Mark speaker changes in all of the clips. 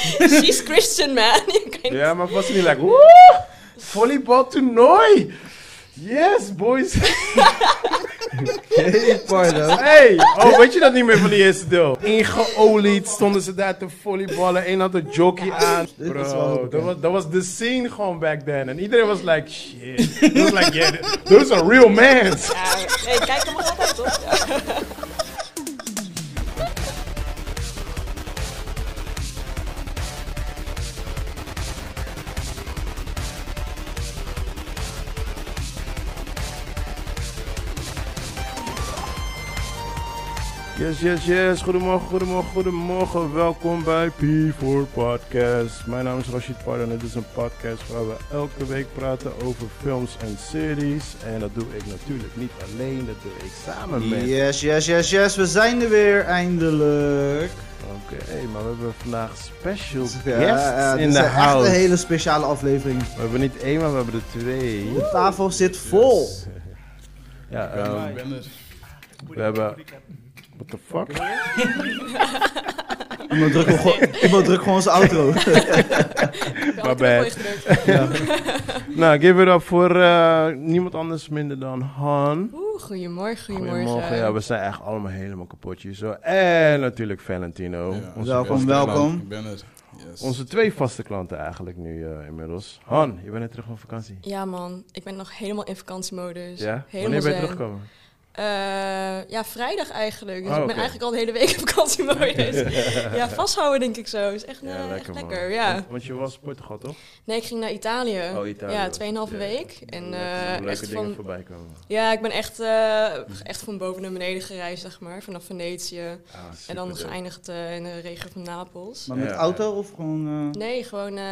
Speaker 1: She's Christian, man. Je kan-
Speaker 2: Ja, maar was niet like, woe, volleybaltoernooi. Yes, boys.
Speaker 3: Hey, pardon.
Speaker 2: Hey, oh, weet je dat niet meer van die eerste deel? Ingeolied stonden ze daar te volleyballen. Eén had een jockey aan.
Speaker 3: Dit is wel
Speaker 2: Bro,
Speaker 3: goed,
Speaker 2: dat
Speaker 3: hè?
Speaker 2: was, dat was de scene gewoon back then. En iedereen was like, shit. It was like, yeah, those are real mans.
Speaker 1: Ja, hey, kijk hem nog altijd op.
Speaker 2: Yes, yes, yes. Goedemorgen, goedemorgen, goedemorgen. Welkom bij P4 Podcast. Mijn naam is Rashid Pardon. Dit is een podcast waar we elke week praten over films en series. En dat doe ik natuurlijk niet alleen, dat doe ik samen met.
Speaker 3: Yes, yes, yes, yes. We zijn er weer, eindelijk.
Speaker 2: Oké, maar we hebben vandaag special guests
Speaker 3: Ja, ja, dit
Speaker 2: in
Speaker 3: is
Speaker 2: de
Speaker 3: echt
Speaker 2: house.
Speaker 3: een hele speciale aflevering.
Speaker 2: We hebben niet één, maar we hebben er twee.
Speaker 3: De tafel zit vol.
Speaker 2: Ja, ehm, we hebben... What the fuck?
Speaker 3: Iemand drukt gewoon, iemand drukt gewoon zijn outro.
Speaker 1: Wel
Speaker 2: bad.
Speaker 1: terug ingedrukt.
Speaker 2: nou, give it up voor eh, niemand anders minder dan Han.
Speaker 1: Oeh, goedemorgen, goedemorgen.
Speaker 2: Goedemorgen. Ja, we zijn echt allemaal helemaal kapotjes. Zo. En natuurlijk Valentino.
Speaker 4: Ja.
Speaker 2: Oh, onze,
Speaker 3: Welkom,
Speaker 2: beste
Speaker 3: welkom.
Speaker 2: klant.
Speaker 4: Ik ben er. Yes.
Speaker 2: Onze twee vaste klanten eigenlijk nu eh, inmiddels. Han, je bent net terug van vakantie.
Speaker 1: Ja, man. Ik ben nog helemaal in vakantiemodus.
Speaker 2: Ja?
Speaker 1: Helemaal
Speaker 2: Wanneer ben je
Speaker 1: zen.
Speaker 2: teruggekomen?
Speaker 1: Eh, ja, vrijdag eigenlijk. Dus
Speaker 2: Oh,
Speaker 1: ik ben
Speaker 2: oké.
Speaker 1: eigenlijk al de hele week in vakantiemodus. ja, vasthouden denk ik zo. Is echt, eh, echt
Speaker 2: man.
Speaker 1: lekker. Ja.
Speaker 2: Want, want je was Portugal, toch?
Speaker 1: Nee, ik ging naar Italië.
Speaker 2: Oh, Italië
Speaker 1: Ja,
Speaker 2: was-
Speaker 1: 2,5
Speaker 2: ja.
Speaker 1: week. En eh,
Speaker 2: leuke
Speaker 1: echt
Speaker 2: dingen
Speaker 1: van,
Speaker 2: voorbij komen.
Speaker 1: ja, ik ben echt, eh, echt van boven naar beneden gereisd, zeg maar. Vanaf Venetië.
Speaker 2: Ah,
Speaker 1: En dan
Speaker 2: superdope.
Speaker 1: geëindigd eh, in de regio van Napels.
Speaker 3: Maar met
Speaker 2: Ja.
Speaker 3: auto of gewoon... eh,
Speaker 1: Nee, gewoon, eh,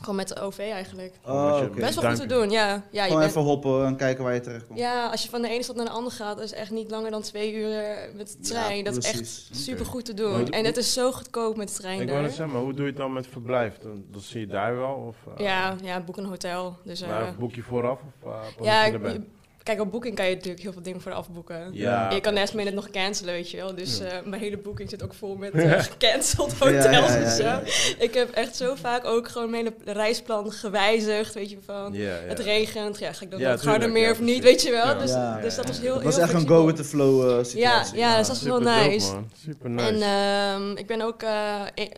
Speaker 1: gewoon met de OV eigenlijk.
Speaker 3: Oh,
Speaker 2: Omdat je-
Speaker 3: oké.
Speaker 1: Best wel
Speaker 2: Dank
Speaker 1: goed
Speaker 2: u.
Speaker 1: te doen, ja. ja, je
Speaker 3: Gewoon
Speaker 1: bent-
Speaker 3: even hoppen en kijken waar je terecht komt.
Speaker 1: ja, als je van de ene stad naar de andere gaat, is echt niet langer dan twee uur eh, met de trein. dat is echt super goed te doen.
Speaker 2: Maar-
Speaker 1: En het is zo goedkoop met de trein
Speaker 2: Ik
Speaker 1: daar.
Speaker 2: wou net zeggen, maar hoe doe je het dan met verblijf? Dan, dan zie je daar wel? Of, eh,
Speaker 1: ja, ja, boek een hotel. Dus, eh,
Speaker 2: Maar boek je vooraf? Of, eh, pas
Speaker 1: ja,
Speaker 2: als je er bent?
Speaker 1: je- kijk, op boeking kan je natuurlijk heel veel dingen voor afboeken.
Speaker 2: Ja.
Speaker 1: Je kan net minute nog cancelen, weet je wel. Dus eh, mijn hele boeking zit ook vol met eh, gecanceld hotels
Speaker 3: Ja, ja, ja,
Speaker 1: en zo.
Speaker 3: ja,
Speaker 1: Ik heb echt zo vaak ook gewoon mijn hele reisplan gewijzigd, weet je, van...
Speaker 2: Ja, ja.
Speaker 1: Het regent, ja, ga ik dan
Speaker 2: Ja,
Speaker 1: naar het Gouden
Speaker 2: tuurlijk,
Speaker 1: meer
Speaker 2: ja,
Speaker 1: of niet,
Speaker 2: precies.
Speaker 1: weet je wel.
Speaker 4: Ja.
Speaker 1: Dus,
Speaker 3: Ja.
Speaker 1: dus dat was heel
Speaker 3: Het was
Speaker 1: heel
Speaker 3: echt een
Speaker 1: flexibel.
Speaker 3: go with the flow eh,
Speaker 1: Ja,
Speaker 3: situatie.
Speaker 1: ja, dus dat was wel
Speaker 2: Ah, Superdope,
Speaker 1: nice.
Speaker 2: man. Super nice.
Speaker 1: En ehm, ik ben ook eh, e-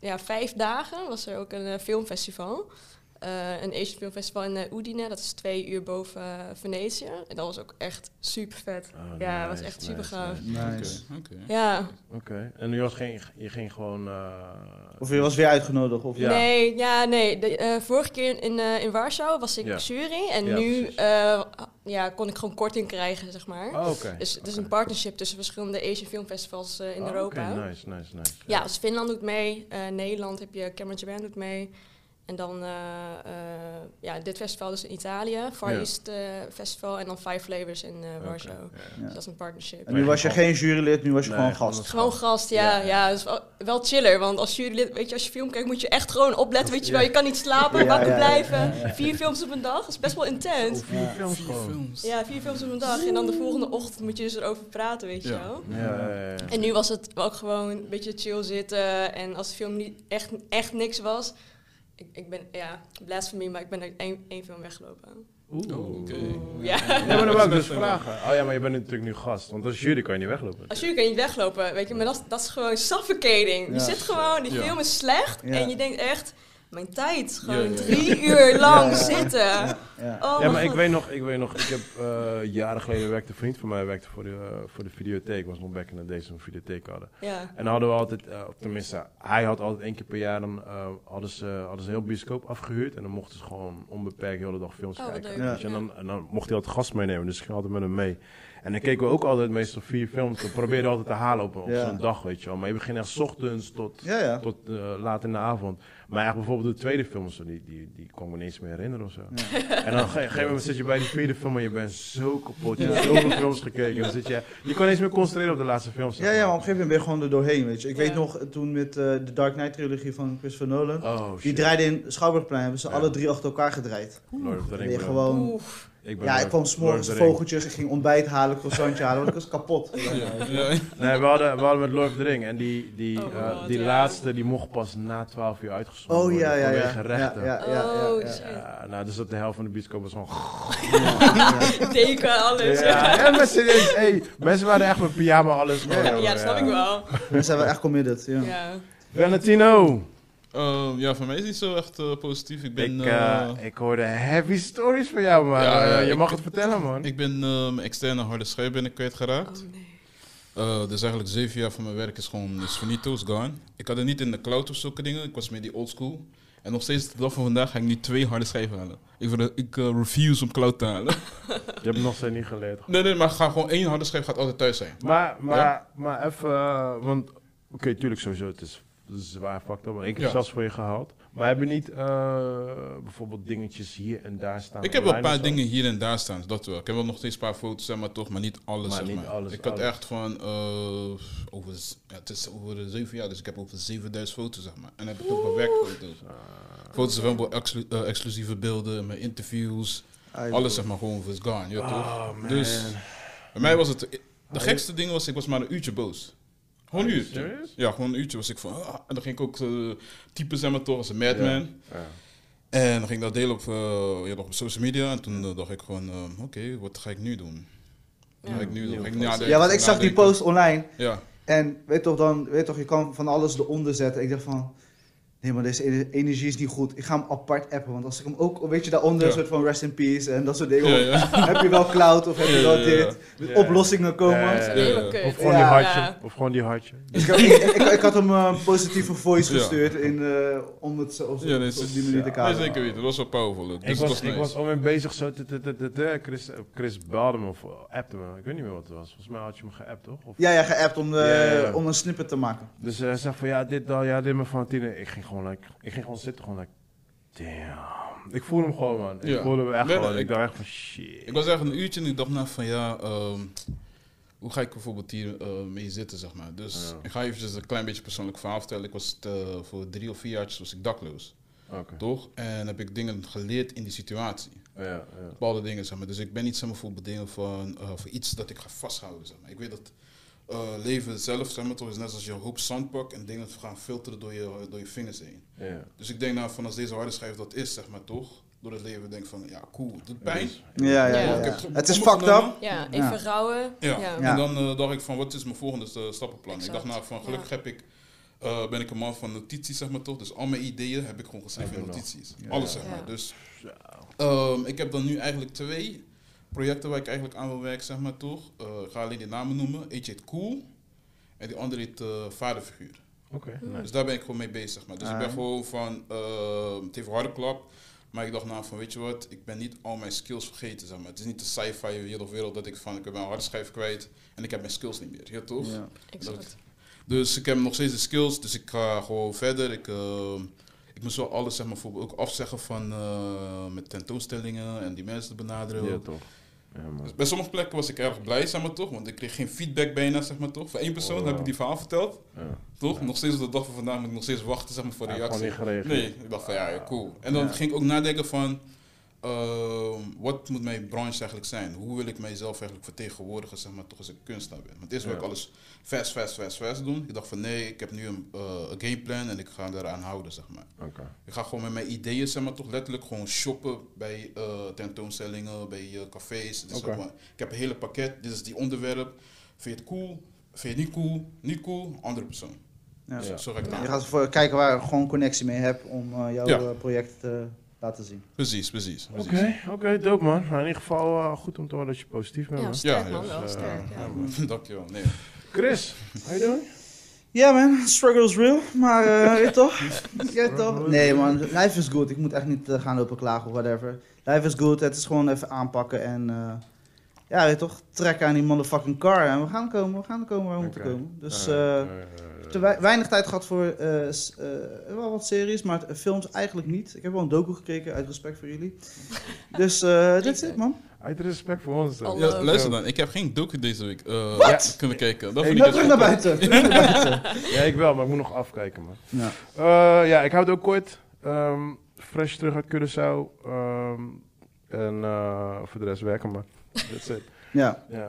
Speaker 1: ja, vijf dagen was er ook een eh, filmfestival. Eh, een Asian Filmfestival in eh, Udine, dat is twee uur boven eh, Venetië. En dat was ook echt super vet.
Speaker 2: Oh,
Speaker 1: ja,
Speaker 2: nice,
Speaker 1: was echt
Speaker 2: nice,
Speaker 1: super gaaf.
Speaker 2: nice.
Speaker 3: Nice.
Speaker 4: Oké, oké.
Speaker 1: Ja,
Speaker 2: Oké, en je, was geen, je ging gewoon... eh,
Speaker 3: Of je was weer uitgenodigd. Of
Speaker 2: Ja.
Speaker 1: nee, ja, nee. De, eh, vorige keer in, eh, in Warschau was ik
Speaker 2: Ja.
Speaker 1: jury en
Speaker 2: Ja,
Speaker 1: nu
Speaker 2: precies.
Speaker 1: eh, ja, kon ik gewoon korting krijgen, zeg maar.
Speaker 2: Oh, oké.
Speaker 1: Dus het is
Speaker 2: oké.
Speaker 1: een partnership tussen verschillende Asian filmfestivals eh, in
Speaker 2: Oh,
Speaker 1: Europa.
Speaker 2: Oké, nice, nice, nice.
Speaker 1: Ja, dus Finland doet mee, eh, Nederland heb je Cameron Japan doet mee. En dan eh, eh, ja, dit festival dus in Italië, Far
Speaker 2: Ja.
Speaker 1: East eh, Festival en dan Five Flavors in eh, Warschau.
Speaker 2: Ja.
Speaker 3: Ja.
Speaker 1: Dus dat is een partnership.
Speaker 3: En nu was je geen jurylid, nu was je
Speaker 2: Nee,
Speaker 3: gewoon gast.
Speaker 2: gewoon-
Speaker 1: Gewoon gast, ja,
Speaker 2: Ja.
Speaker 1: ja. dus wel, wel chiller, want als jullie, weet je, als je film kijkt moet je echt gewoon opletten, weet je wel. Je kan niet slapen,
Speaker 3: Ja,
Speaker 1: wakker
Speaker 3: ja, ja,
Speaker 1: blijven. Vier films op een dag, dat is best wel intens.
Speaker 2: Vier
Speaker 3: Ja.
Speaker 2: films
Speaker 4: Vier
Speaker 2: gewoon.
Speaker 4: films.
Speaker 1: Ja, vier films op een dag en dan de volgende ochtend moet je dus erover praten, weet je
Speaker 4: Ja.
Speaker 1: wel.
Speaker 2: Ja, ja, ja, ja.
Speaker 1: En nu was het ook gewoon een beetje chill zitten. En als de film niet echt, echt niks was. Ik, ik ben, ja, blasphemy, maar ik ben uit één, één film weggelopen.
Speaker 2: Oeh.
Speaker 4: Oh, oké.
Speaker 1: Oeh, ja.
Speaker 2: Ja, maar dan wou ik dus vragen. Oh ja, maar je bent natuurlijk nu gast, want als jury kan je niet weglopen.
Speaker 1: Als jullie kan je niet weglopen, weet je, maar dat, dat is gewoon suffocating. Je
Speaker 3: Ja.
Speaker 1: zit gewoon, die
Speaker 4: Ja.
Speaker 1: film is slecht.
Speaker 3: Ja.
Speaker 1: En je denkt echt, mijn tijd. Gewoon
Speaker 4: Ja, ja, ja.
Speaker 1: drie uur lang
Speaker 3: Ja, ja, ja.
Speaker 1: zitten.
Speaker 3: Ja.
Speaker 1: Oh,
Speaker 2: Ja, maar
Speaker 1: mijn
Speaker 2: ik
Speaker 1: God.
Speaker 2: weet nog, ik weet nog, ik heb eh, jaren geleden werkte een vriend van mij werkte voor de, eh, voor de videotheek. Was nog back in the days toen we videotheek hadden.
Speaker 1: Ja.
Speaker 2: En dan hadden we altijd, eh, of tenminste, hij had altijd één keer per jaar dan eh, hadden, ze, hadden ze heel bioscoop afgehuurd. En dan mochten ze gewoon onbeperkt de hele dag films
Speaker 1: Oh, wat
Speaker 2: kijken.
Speaker 1: leuk.
Speaker 2: weet je. En, dan, en dan mocht hij altijd gast meenemen, dus ik ging altijd met hem mee. En dan keken we ook altijd meestal vier films. We probeerden altijd te halen op, op
Speaker 3: Ja.
Speaker 2: zo'n dag, weet je wel. Maar je begint echt 's ochtends tot,
Speaker 3: Ja, ja.
Speaker 2: tot eh, laat in de avond. Maar echt bijvoorbeeld de tweede film, of zo, die, die, die kon ik me niet eens meer herinneren of zo. En dan op een gegeven moment zit je bij die vierde film en je bent zo kapot. Je hebt zoveel films gekeken. Dan zit je, je kon niet eens meer concentreren op de laatste film. zeg
Speaker 3: Ja, ja, maar
Speaker 2: maar.
Speaker 3: op een gegeven moment ben je gewoon er doorheen, weet je. Ik weet
Speaker 1: Ja.
Speaker 3: nog, eh, toen met eh, de Dark Knight trilogie van Christopher Nolan,
Speaker 2: Oh, shit.
Speaker 3: die draaide in Schouwburgplein, hebben ze
Speaker 2: Ja.
Speaker 3: alle drie achter elkaar gedraaid.
Speaker 2: Lord of the
Speaker 3: Dan
Speaker 2: Rings,
Speaker 3: ben je
Speaker 2: bro.
Speaker 3: gewoon...
Speaker 1: Oef.
Speaker 2: Ik ben
Speaker 3: Ja,
Speaker 2: ook-
Speaker 3: ik kwam s'morgens
Speaker 2: Lord of the Ring.
Speaker 3: vogeltjes, ik ging ontbijt halen, croissantje halen, want ik was kapot.
Speaker 4: Ja.
Speaker 2: Nee, we hadden, we hadden met Lord of the Ring. En die, die,
Speaker 1: Oh
Speaker 2: eh,
Speaker 1: God,
Speaker 2: die
Speaker 1: ja.
Speaker 2: laatste die mocht pas na 12 uur uitgezonden
Speaker 3: Oh ja, ja, ja.
Speaker 2: worden
Speaker 3: ja,
Speaker 2: vanwege
Speaker 3: ja,
Speaker 2: rechten.
Speaker 3: ja, ja,
Speaker 1: Oh,
Speaker 3: ja, ja.
Speaker 1: shit.
Speaker 2: Ja, nou, dus dat de helft van de bioscoop was gewoon...
Speaker 1: Deken, alles.
Speaker 2: Ja, ja, maar serieus, hey, mensen waren echt met pyjama alles.
Speaker 3: Ja,
Speaker 2: gewoon,
Speaker 1: Ja, dat snap ik wel.
Speaker 3: Dan zijn we echt committed, ja.
Speaker 1: Ja.
Speaker 2: Valentino,
Speaker 4: Ehm, ja, voor mij is het niet zo echt eh, positief. Ik ben,
Speaker 2: ik,
Speaker 4: eh,
Speaker 2: eh, ik hoorde heavy stories van jou, maar
Speaker 4: Ja, ja,
Speaker 2: eh, je
Speaker 4: ik-
Speaker 2: mag het vertellen, man.
Speaker 4: ik ben eh, mijn externe harde schijf ben ik kwijtgeraakt.
Speaker 1: Oh nee.
Speaker 4: Eh, dus eigenlijk zeven jaar van mijn werk is gewoon is vernietigd, is gone. Ik had het niet in de cloud of zulke dingen. Ik was meer die old school. En nog steeds de dag van vandaag ga ik nu twee harde schijven halen. Ik, wil- ik eh, refuse om cloud te halen.
Speaker 2: Je hebt het nog steeds niet geleerd.
Speaker 4: nee, nee, maar ga gewoon één harde schijf gaat altijd thuis zijn.
Speaker 2: Maar, maar, maar even, eh, want, oké, tuurlijk sowieso, het is zwaar fucked up. maar Ik heb
Speaker 4: Ja.
Speaker 2: zelfs voor je gehaald. Maar heb je niet eh, bijvoorbeeld dingetjes hier en daar staan?
Speaker 4: Ik heb wel een
Speaker 2: online
Speaker 4: paar
Speaker 2: of zo?
Speaker 4: dingen hier en daar staan, dat wel. Ik heb wel nog steeds een paar foto's, zeg maar toch, maar niet alles.
Speaker 2: Maar
Speaker 4: zeg
Speaker 2: niet
Speaker 4: maar.
Speaker 2: alles,
Speaker 4: ik had
Speaker 2: alles.
Speaker 4: echt van, eh, over, z- ja, het is over de zeven jaar, dus ik heb over 7000 foto's, zeg maar. En dan heb ik ook mijn werkfoto's. Foto's van wel exclu- eh, exclusieve beelden, mijn interviews,
Speaker 3: Ah,
Speaker 4: alles zeg maar gewoon was gone, ja toch?
Speaker 2: Oh, man.
Speaker 4: Dus bij mij was het, eh, de gekste ding was, ik was maar een uurtje boos. Gewoon een
Speaker 2: Are you
Speaker 4: uurtje.
Speaker 2: serious?
Speaker 4: Ja, gewoon een uurtje was ik van, ah, en dan ging ik ook eh, typen, zeg maar toch, als een madman.
Speaker 2: Ja.
Speaker 4: En dan ging ik dat delen op, eh, ja, nog op social media. En toen eh, dacht ik gewoon, eh, oké, wat ga ik nu doen? Wat ga ik nu doen? Ga ik nadenken,
Speaker 3: Ja, want ik zag die
Speaker 4: nadenken.
Speaker 3: post online
Speaker 4: Ja,
Speaker 3: en weet toch dan, weet toch, je kan van alles eronder zetten. Ik dacht van, nee maar deze ener- energie is niet goed. Ik ga hem apart appen, want als ik hem ook, weet je, daaronder een
Speaker 4: Ja.
Speaker 3: soort van rest in peace en dat soort dingen.
Speaker 4: ja, ja.
Speaker 3: Heb je wel cloud of heb je
Speaker 4: Ja,
Speaker 3: wel
Speaker 4: ja, ja.
Speaker 3: dit? Met Oplossingen komen.
Speaker 2: Ja, ja, ja.
Speaker 1: Nee,
Speaker 4: ja.
Speaker 1: maar kut.
Speaker 2: Of gewoon die
Speaker 3: Ja.
Speaker 2: hartje.
Speaker 1: Ja.
Speaker 2: Of gewoon die hartje.
Speaker 3: Ik, heb- ik, ik, ik had hem eh, een positieve voice
Speaker 4: Ja.
Speaker 3: gestuurd in, eh, om het zo- op,
Speaker 4: Ja, nee,
Speaker 3: op
Speaker 4: ze-
Speaker 3: die manier te
Speaker 4: Nee,
Speaker 3: kaderen.
Speaker 4: zeker weten. Dat was wel powerful. Dus
Speaker 2: Ik
Speaker 4: het
Speaker 2: was, ik
Speaker 4: nice.
Speaker 2: was alweer bezig zo. te- te- te- te- te- Chris, Chris belde me of appte me. Ik weet niet meer wat het was. Volgens mij had je me geappt, toch? Of-
Speaker 3: Ja, ja, geappt om, eh,
Speaker 2: Ja, ja, ja.
Speaker 3: om een snippet te maken.
Speaker 2: Dus eh, hij zegt van ja, dit dan, ja, dit maar van Tine. Ik ging gewoon, like, ik ging gewoon zitten, gewoon like, damn. Ik voel hem gewoon, man. Ik
Speaker 4: Ja.
Speaker 2: voelde hem echt
Speaker 4: Nee, nee,
Speaker 2: gewoon. Ik,
Speaker 4: ik-
Speaker 2: dacht echt van shit.
Speaker 4: Ik was echt een uurtje en ik dacht na van ja, ehm, hoe ga ik bijvoorbeeld hier eh, mee zitten, zeg maar. Dus
Speaker 2: Ja.
Speaker 4: ik ga eventjes een klein beetje persoonlijk verhaal vertellen. Ik was eh, voor drie of vier jaar was ik dakloos,
Speaker 2: Oké.
Speaker 4: toch? En heb ik dingen geleerd in die situatie.
Speaker 2: Ja, ja.
Speaker 4: bepaalde dingen, zeg maar. Dus ik ben niet zeg maar, voor dingen van eh, voor iets dat ik ga vasthouden, zeg maar. Ik weet dat eh, leven zelf, zeg maar, toch is net als je een hoop zand pakt en dingen gaan filteren door je, door je vingers heen.
Speaker 2: ja.
Speaker 4: Dus ik denk nou van als deze harde schijf dat is, zeg maar, toch? Door het leven denk ik van, ja, cool, het doet pijn.
Speaker 3: Ja, ja, ja.
Speaker 1: Ja.
Speaker 3: ja.
Speaker 4: Ik heb het
Speaker 3: Het is
Speaker 4: opgenomen.
Speaker 3: fucked up.
Speaker 1: Ja,
Speaker 3: Ja.
Speaker 1: even rouwen. Ja.
Speaker 4: Ja.
Speaker 3: Ja.
Speaker 4: En dan eh, dacht ik van, wat is mijn volgende eh, stappenplan?
Speaker 1: Exact.
Speaker 4: Ik dacht nou van, gelukkig
Speaker 1: Ja.
Speaker 4: heb ik, eh, ben ik een man van notities, zeg maar toch? Dus al mijn ideeën heb ik gewoon geschreven
Speaker 2: Heb
Speaker 4: in
Speaker 2: je nog.
Speaker 4: notities.
Speaker 3: Ja.
Speaker 4: Alles, zeg
Speaker 1: Ja.
Speaker 4: maar. Dus ehm, ik heb dan nu eigenlijk twee projecten waar ik eigenlijk aan wil werken, zeg maar toch? Eh, ik ga alleen de namen noemen. Eentje heet Cool en die andere heet eh, Vaderfiguur.
Speaker 2: Oké, nice.
Speaker 4: Dus daar ben ik gewoon mee bezig. Maar. Dus ik ben
Speaker 3: Ah.
Speaker 4: gewoon van, ehm het heeft een harde klap. Maar ik dacht nou van, weet je wat, ik ben niet al mijn skills vergeten. Zeg maar. Het is niet de sci-fi wereld, wereld dat ik van, ik ben mijn harde schijf kwijt en ik heb mijn skills niet meer. Ja toch?
Speaker 3: Ja.
Speaker 1: Exact.
Speaker 4: Dus ik heb nog steeds de skills, dus ik ga gewoon verder. Ik, ehm, ik moest wel alles zeg maar, voor, ook afzeggen van eh, met tentoonstellingen en die mensen te benaderen.
Speaker 2: Ja, toch. Ja, man.
Speaker 4: Dus bij sommige plekken was ik erg blij, zeg maar toch, want ik kreeg geen feedback bijna, zeg maar toch. Voor één persoon
Speaker 2: Oh,
Speaker 4: heb
Speaker 2: ja.
Speaker 4: ik die verhaal verteld,
Speaker 2: Ja.
Speaker 4: toch? Nog steeds op de dag van vandaag moet ik nog steeds wachten zeg maar, voor de
Speaker 2: Hij heeft gewoon
Speaker 4: reactie.
Speaker 2: niet gereageerd.
Speaker 4: Nee, ik dacht van ja,
Speaker 2: Ah,
Speaker 4: ja, cool. En dan
Speaker 3: Ja.
Speaker 4: ging ik ook nadenken van, ehm, wat moet mijn branche eigenlijk zijn? Hoe wil ik mijzelf eigenlijk vertegenwoordigen, zeg maar, toch als ik kunstenaar ben? Want eerst wil
Speaker 2: Ja.
Speaker 4: ik alles fast, fast, fast, fast doen. Ik dacht van nee, ik heb nu een, eh, een gameplan en ik ga daaraan houden, zeg maar.
Speaker 2: Oké.
Speaker 4: Ik ga gewoon met mijn ideeën, zeg maar, toch letterlijk gewoon shoppen bij eh, tentoonstellingen, bij eh, cafés. Het is
Speaker 2: Oké.
Speaker 4: gewoon- ik heb een hele pakket, dit is die onderwerp. Vind je het cool? Vind je het niet cool? Niet cool? Andere persoon.
Speaker 3: Ja.
Speaker 4: Zo, zo ga ik het
Speaker 1: Ja.
Speaker 4: aan.
Speaker 3: Je gaat voor kijken waar ik gewoon connectie mee heb om eh, jouw
Speaker 4: Ja.
Speaker 3: eh, project te laten zien.
Speaker 4: Precies, precies. precies.
Speaker 2: Oké, oké, dope man. Maar in ieder geval eh, goed om te horen dat je positief bent,
Speaker 1: Ja,
Speaker 2: man.
Speaker 1: sterk
Speaker 4: Ja,
Speaker 1: man,
Speaker 4: dus,
Speaker 1: wel
Speaker 2: eh,
Speaker 1: sterk.
Speaker 4: Ja,
Speaker 1: Ja.
Speaker 4: maar- Dankjewel. Nee.
Speaker 2: Chris, how you doing?
Speaker 3: Ja man, struggle is real, maar eh, weet toch? Weet toch? Nee man, life is good. Ik moet echt niet eh, gaan lopen klagen of whatever. Life is good, het is gewoon even aanpakken en eh, ja, weet toch? Trekken aan die motherfucking car en we gaan komen, we gaan komen waar we moeten
Speaker 2: Oké.
Speaker 3: komen. Dus
Speaker 2: Eh,
Speaker 3: eh,
Speaker 2: eh,
Speaker 3: Ik heb te wei- weinig tijd gehad voor eh, s- eh, wel wat series, maar t- films eigenlijk niet. Ik heb wel een docu gekeken, uit respect voor jullie. Dus eh, dat is het, man.
Speaker 2: Uit respect voor ons. dan.
Speaker 1: Alle-
Speaker 4: Ja, luister dan, ik heb geen docu deze week eh,
Speaker 3: Wat?
Speaker 4: kunnen kijken. Dat
Speaker 2: Hey,
Speaker 4: vind
Speaker 3: Nou,
Speaker 4: ik
Speaker 3: terug naar
Speaker 4: dus wel
Speaker 3: buiten. terug naar buiten.
Speaker 2: Ja, ik wel, maar ik moet nog afkijken, man.
Speaker 3: Ja.
Speaker 2: Eh, ja, ik hou het ook kort. Ehm, fresh terug uit Curaçao. Ehm, En eh, voor de rest werken, man. That's it.
Speaker 3: Ja,
Speaker 2: Ja.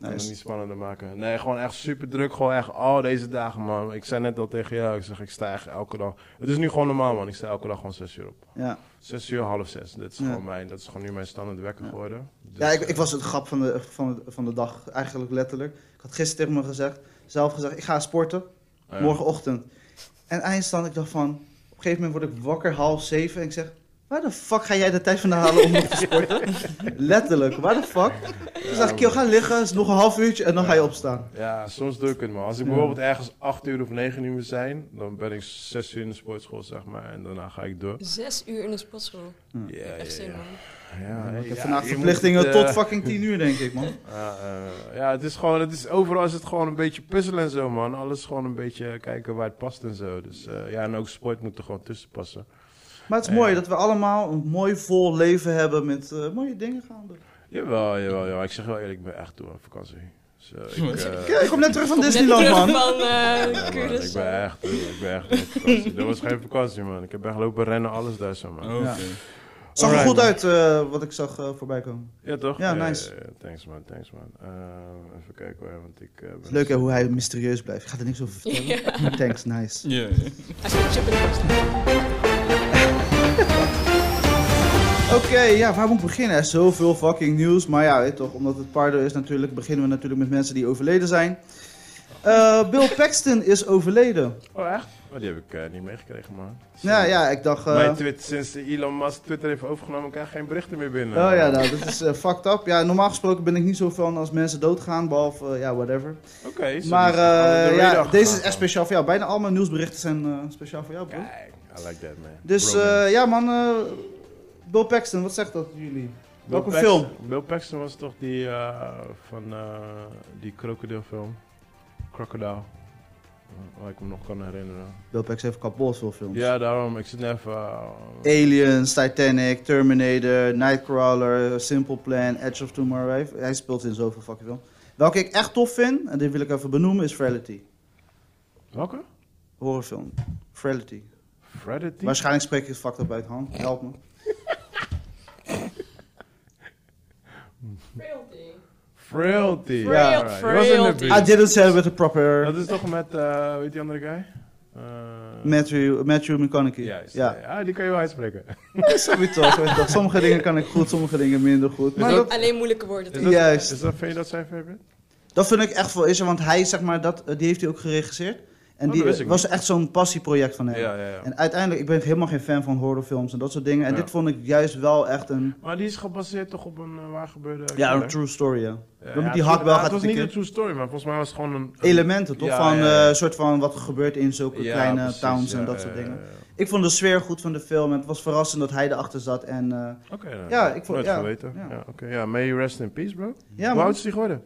Speaker 2: Om het
Speaker 3: nice.
Speaker 2: niet spannender maken. Nee, gewoon echt super druk. Gewoon echt al deze dagen, man. Ik zei net al tegen jou. Ik zeg, ik sta echt elke dag. Het is nu gewoon normaal, man. Ik sta elke dag gewoon zes uur op.
Speaker 3: Ja,
Speaker 2: Zes uur, half zes. Dat is,
Speaker 3: Ja.
Speaker 2: gewoon, mijn, dat is gewoon nu mijn standaard wekker
Speaker 3: Ja.
Speaker 2: geworden.
Speaker 3: ja
Speaker 2: Dus,
Speaker 3: ik,
Speaker 2: eh,
Speaker 3: ik was het grap van de, van, de, van de dag, eigenlijk letterlijk. Ik had gisteren tegen me gezegd, zelf gezegd, ik ga sporten.
Speaker 2: ah, ja.
Speaker 3: Morgenochtend. En eindstand, ik dacht van, op een gegeven moment word ik wakker half zeven en ik zeg, waar de fuck ga jij de tijd vandaan halen om nog te sporten? Letterlijk, waar de fuck? Toen dacht ik, joh, ga liggen, is nog een half uurtje en dan ga je opstaan.
Speaker 2: Ja, soms doe ik het, man. Als ik
Speaker 3: Ja.
Speaker 2: bijvoorbeeld ergens acht uur of negen uur moet zijn, dan ben ik zes uur in de sportschool, zeg maar. En daarna ga ik door.
Speaker 1: Zes uur in de sportschool.
Speaker 2: Ja, ja,
Speaker 1: Echt zin,
Speaker 2: ja.
Speaker 1: man.
Speaker 2: Ja,
Speaker 3: ik heb
Speaker 2: ja,
Speaker 3: vandaag
Speaker 2: je
Speaker 3: verplichtingen
Speaker 2: moet het,
Speaker 3: tot
Speaker 2: eh,
Speaker 3: fucking tien uur, denk ik, man.
Speaker 2: Ja, eh, ja, het is gewoon, het is, overal is het gewoon een beetje puzzelen en zo, man. Alles gewoon een beetje kijken waar het past en zo. Dus eh, ja, en ook sport moet er gewoon tussen passen.
Speaker 3: Maar het is
Speaker 2: Ja.
Speaker 3: mooi dat we allemaal een mooi vol leven hebben met eh, mooie dingen gaan doen.
Speaker 2: Jawel, jawel, jawel. Ik zeg wel eerlijk, ik ben echt toe aan vakantie. Zo, ik, eh,
Speaker 3: Kijk, ik kom net terug van
Speaker 1: Net
Speaker 3: Disneyland,
Speaker 1: terug
Speaker 3: man.
Speaker 1: Van, eh,
Speaker 2: ja, man, ik
Speaker 1: Curaçao.
Speaker 2: ben echt, toe, ik ben echt toe aan vakantie. Dat was geen vakantie, man. Ik heb echt lopen rennen, alles daar zo, man.
Speaker 4: Oh, Oké.
Speaker 3: Zag er
Speaker 2: Alright,
Speaker 3: goed
Speaker 2: man.
Speaker 3: uit eh, wat ik zag eh, voorbij komen.
Speaker 2: Ja, toch?
Speaker 3: Ja, nice.
Speaker 2: ja, thanks, man, thanks, man. Eh, even kijken hoor, want ik... eh, ben
Speaker 3: Het is leuk hè, hoe hij mysterieus blijft. Ik ga er niks over vertellen.
Speaker 1: Ja,
Speaker 3: Maar thanks, nice.
Speaker 4: Ja.
Speaker 1: hij zit chip in de kast.
Speaker 3: Oké, ja, waar moet ik beginnen? Er is zoveel fucking nieuws. Maar ja, weet toch, omdat het Pardo is natuurlijk, beginnen we natuurlijk met mensen die overleden zijn. Eh, Bill Paxton is overleden.
Speaker 2: Oh, echt? Oh, die heb ik eh, niet meegekregen, man.
Speaker 3: Nou ja, ik dacht... eh,
Speaker 2: Mijn Twitter, sinds Elon Musk Twitter heeft overgenomen, krijg ik geen berichten meer binnen.
Speaker 3: Oh ja, nou, dat is eh, fucked up. Ja, normaal gesproken ben ik niet zo van als mensen doodgaan, behalve, eh, ja, whatever.
Speaker 2: Oké, zo
Speaker 3: maar
Speaker 2: is het gewoon
Speaker 3: eh,
Speaker 2: op de
Speaker 3: ja,
Speaker 2: radar
Speaker 3: deze is
Speaker 2: gegaan.
Speaker 3: echt speciaal voor jou. Bijna al mijn nieuwsberichten zijn eh, speciaal voor jou, bro.
Speaker 2: Kijk, I like that, man.
Speaker 3: Dus
Speaker 4: bro, man.
Speaker 3: eh, ja, man, eh, Bill Paxton, wat zegt dat jullie? welke
Speaker 2: Paxton- Bill Paxton was toch die eh, van eh, die krokodilfilm? Crocodile. Waar ik me nog kan herinneren.
Speaker 3: Bill Paxton heeft kapot veel films.
Speaker 2: Ja, daarom. Ik zit even... eh,
Speaker 3: Aliens, Titanic, Terminator, Nightcrawler, Simple Plan, Edge of Tomorrow. Hij- Hij speelt in zoveel fucking films. Welke ik echt tof vind, en die wil ik even benoemen, is Frality.
Speaker 2: welke?
Speaker 3: Horrorfilm. Frality.
Speaker 2: Freddy?
Speaker 3: Waarschijnlijk spreek ik het fucked up uit, Han. Help me.
Speaker 2: Frailty.
Speaker 1: Frail-
Speaker 2: Alright, je was in de
Speaker 1: Frailty.
Speaker 2: buurt.
Speaker 3: I didn't say it with the proper
Speaker 2: Dat is toch met, eh hoe heet die andere guy? Eh,
Speaker 3: Matthew, Matthew McConaughey.
Speaker 2: Juist.
Speaker 3: ja,
Speaker 2: Ja. die kan je wel uitspreken.
Speaker 3: sowieso. sowieso. Sommige dingen kan ik goed, sommige dingen minder goed. Maar
Speaker 2: dat-
Speaker 3: dat,
Speaker 1: Alleen moeilijke woorden.
Speaker 2: Is
Speaker 1: toch?
Speaker 2: dat,
Speaker 3: Juist.
Speaker 2: Is dat, vind je dat zijn favorite?
Speaker 3: dat vind ik echt wel is, want hij, zeg maar, dat, eh, die heeft hij ook geregisseerd. En
Speaker 2: Oh,
Speaker 3: die
Speaker 2: dat wist ik
Speaker 3: was echt zo'n passieproject van hem.
Speaker 2: ja, ja.
Speaker 3: En uiteindelijk, ik ben helemaal geen fan van horrorfilms en dat soort dingen. En
Speaker 2: Ja.
Speaker 3: dit vond ik juist wel echt een,
Speaker 2: Maar die is gebaseerd toch op een eh, waar gebeurde...
Speaker 3: ja,
Speaker 2: killer?
Speaker 3: een true story, ja.
Speaker 2: Ja,
Speaker 3: Dan
Speaker 2: ja,
Speaker 3: moet die
Speaker 2: het-
Speaker 3: hakbel
Speaker 2: ja,
Speaker 3: gaat
Speaker 2: Het was niet
Speaker 3: tikken.
Speaker 2: een true story, maar volgens mij was het gewoon een... een-
Speaker 3: Elementen, toch?
Speaker 2: Ja,
Speaker 3: van
Speaker 2: ja, ja.
Speaker 3: eh, soort van wat er gebeurt in zulke
Speaker 2: Ja,
Speaker 3: kleine
Speaker 2: precies,
Speaker 3: towns en
Speaker 2: ja,
Speaker 3: dat
Speaker 2: ja,
Speaker 3: soort
Speaker 2: ja,
Speaker 3: dingen.
Speaker 2: ja.
Speaker 3: Ik vond de sfeer goed van de film en het was verrassend dat hij erachter zat. En eh,
Speaker 2: Oké, nou,
Speaker 3: Ja, ik vond-
Speaker 2: nooit
Speaker 3: ja,
Speaker 2: geweten. Ja.
Speaker 3: ja.
Speaker 2: oké. ja, may you rest in peace, bro.
Speaker 3: ja,
Speaker 2: Hoe
Speaker 3: man,
Speaker 2: oud is die geworden?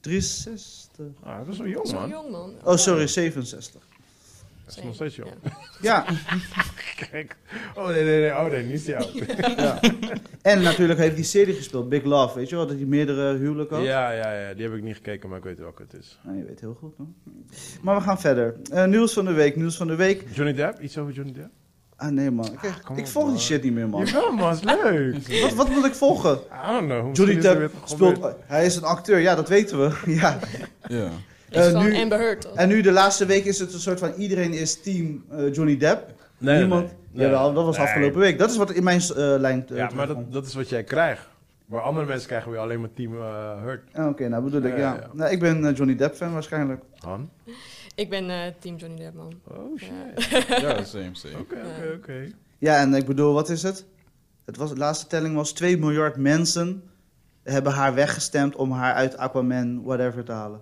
Speaker 3: 63.
Speaker 2: Ah, dat is wel jong,
Speaker 1: Zo
Speaker 2: man.
Speaker 1: jong, man.
Speaker 3: Oh, sorry, 67.
Speaker 2: Dat is nog steeds jong.
Speaker 3: Ja,
Speaker 2: Kijk. Oh, nee, nee, nee. Oh, nee, niet jou.
Speaker 3: ja. En natuurlijk heeft die serie gespeeld, Big Love, weet je wel? Dat hij meerdere huwelijken had.
Speaker 2: Ja, ja, ja. Die heb ik niet gekeken, maar ik weet welke het is.
Speaker 3: Nou, je weet heel goed, hoor. Maar we gaan verder. Eh, nieuws van de week, nieuws van de week.
Speaker 2: Johnny Depp? Iets over Johnny Depp?
Speaker 3: Ah, nee, man. Ik,
Speaker 2: Ah, kom
Speaker 3: ik
Speaker 2: op,
Speaker 3: volg die
Speaker 2: man.
Speaker 3: shit niet meer, man.
Speaker 2: Jawel, man. Is leuk.
Speaker 3: Wat, wat moet ik volgen?
Speaker 2: I don't know.
Speaker 3: Johnny
Speaker 2: Misschien is er
Speaker 3: Depp
Speaker 2: weer toch
Speaker 3: speelt...
Speaker 2: gebeurd.
Speaker 3: Hij is een acteur, ja, dat weten we. ja.
Speaker 4: Ja.
Speaker 1: Is
Speaker 3: Eh,
Speaker 1: van
Speaker 3: nu-
Speaker 1: Amber Heard, toch?
Speaker 3: En nu de laatste week is het een soort van... Iedereen is team eh, Johnny Depp. Niemand... Jawel, dat was
Speaker 2: Nee.
Speaker 3: afgelopen week. Dat is wat in mijn eh, lijn eh,
Speaker 2: Ja, maar
Speaker 3: terugkomt.
Speaker 2: dat, dat is wat jij krijgt. Maar andere mensen krijgen weer alleen maar Team eh, Hurt.
Speaker 3: Ah, Oké, nou bedoel ik,
Speaker 2: Ja,
Speaker 3: ja.
Speaker 2: ja, ja.
Speaker 3: Nou, ik ben eh, Johnny Depp-fan waarschijnlijk.
Speaker 2: Han?
Speaker 1: Ik ben eh, team Johnny Depp, man.
Speaker 2: Oh, shit.
Speaker 1: Ja.
Speaker 4: Ja, same, same.
Speaker 2: Oké, oké,
Speaker 1: Ja.
Speaker 2: oké.
Speaker 3: Ja, en ik bedoel, wat is het? het was, de laatste telling was 2 miljard mensen hebben haar weggestemd om haar uit Aquaman whatever te halen.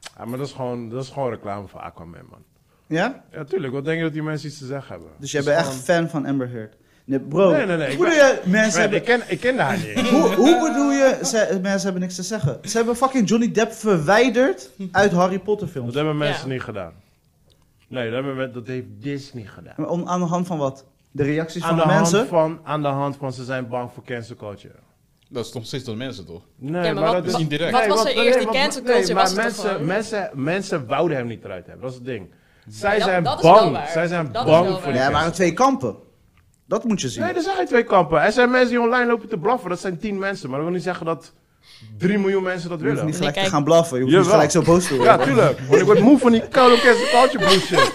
Speaker 2: Ja, Ah, maar dat is, gewoon, dat is gewoon reclame voor Aquaman, man.
Speaker 3: Ja?
Speaker 2: Ja, tuurlijk. Wat denk je dat die mensen iets te zeggen hebben?
Speaker 3: Dus jij
Speaker 2: Dat
Speaker 3: bent
Speaker 2: is
Speaker 3: echt
Speaker 2: gewoon-
Speaker 3: fan van Amber Heard. Nee, bro.
Speaker 2: Nee, nee, nee, ik
Speaker 3: Hoe
Speaker 2: ben-
Speaker 3: bedoel je mensen
Speaker 2: Man,
Speaker 3: hebben...
Speaker 2: ik, ken, ik ken haar niet.
Speaker 3: Hoe, hoe bedoel je, ze- mensen hebben niks te zeggen? Ze hebben fucking Johnny Depp verwijderd uit Harry Potter
Speaker 2: Dat
Speaker 3: films.
Speaker 2: hebben mensen
Speaker 1: Ja.
Speaker 2: niet gedaan. Nee, dat, hebben, we- dat heeft Disney gedaan.
Speaker 3: En Om, aan de hand van wat? De reacties
Speaker 2: Aan de,
Speaker 3: van de, mensen?
Speaker 2: hand van, aan de hand van ze zijn bang voor cancel culture.
Speaker 4: Dat is nog steeds door mensen, toch?
Speaker 2: Nee,
Speaker 1: Ja, maar wat-
Speaker 2: dat is
Speaker 1: wat-
Speaker 2: niet direct.
Speaker 1: wat was
Speaker 2: want-
Speaker 1: er eerst? Die
Speaker 2: want-
Speaker 1: cancel culture
Speaker 2: maar
Speaker 1: was er toch
Speaker 2: mensen,
Speaker 1: gewoon?
Speaker 2: mensen, mensen wouden hem niet eruit hebben. Dat is het ding. Zij
Speaker 1: Ja,
Speaker 2: zijn
Speaker 1: dat is wel
Speaker 2: bang.
Speaker 1: waar.
Speaker 2: Zij zijn
Speaker 1: Dat is
Speaker 2: bang
Speaker 1: wel
Speaker 2: voor
Speaker 1: waar.
Speaker 2: die
Speaker 3: Ja, er
Speaker 2: cancel
Speaker 3: waren twee kampen. Dat moet je zien.
Speaker 2: Nee, er zijn geen twee kampen. Er zijn mensen die online lopen te blaffen. Dat zijn tien mensen. Maar dat wil niet zeggen dat 3 miljoen mensen dat
Speaker 3: je hoeft
Speaker 2: willen.
Speaker 3: niet gelijk te
Speaker 1: kijk-
Speaker 3: gaan blaffen. Je hoeft
Speaker 2: Jawel.
Speaker 3: niet gelijk zo boos te worden.
Speaker 2: Ja, tuurlijk. Want ik word moe van die koude kerstkaltje bullshit.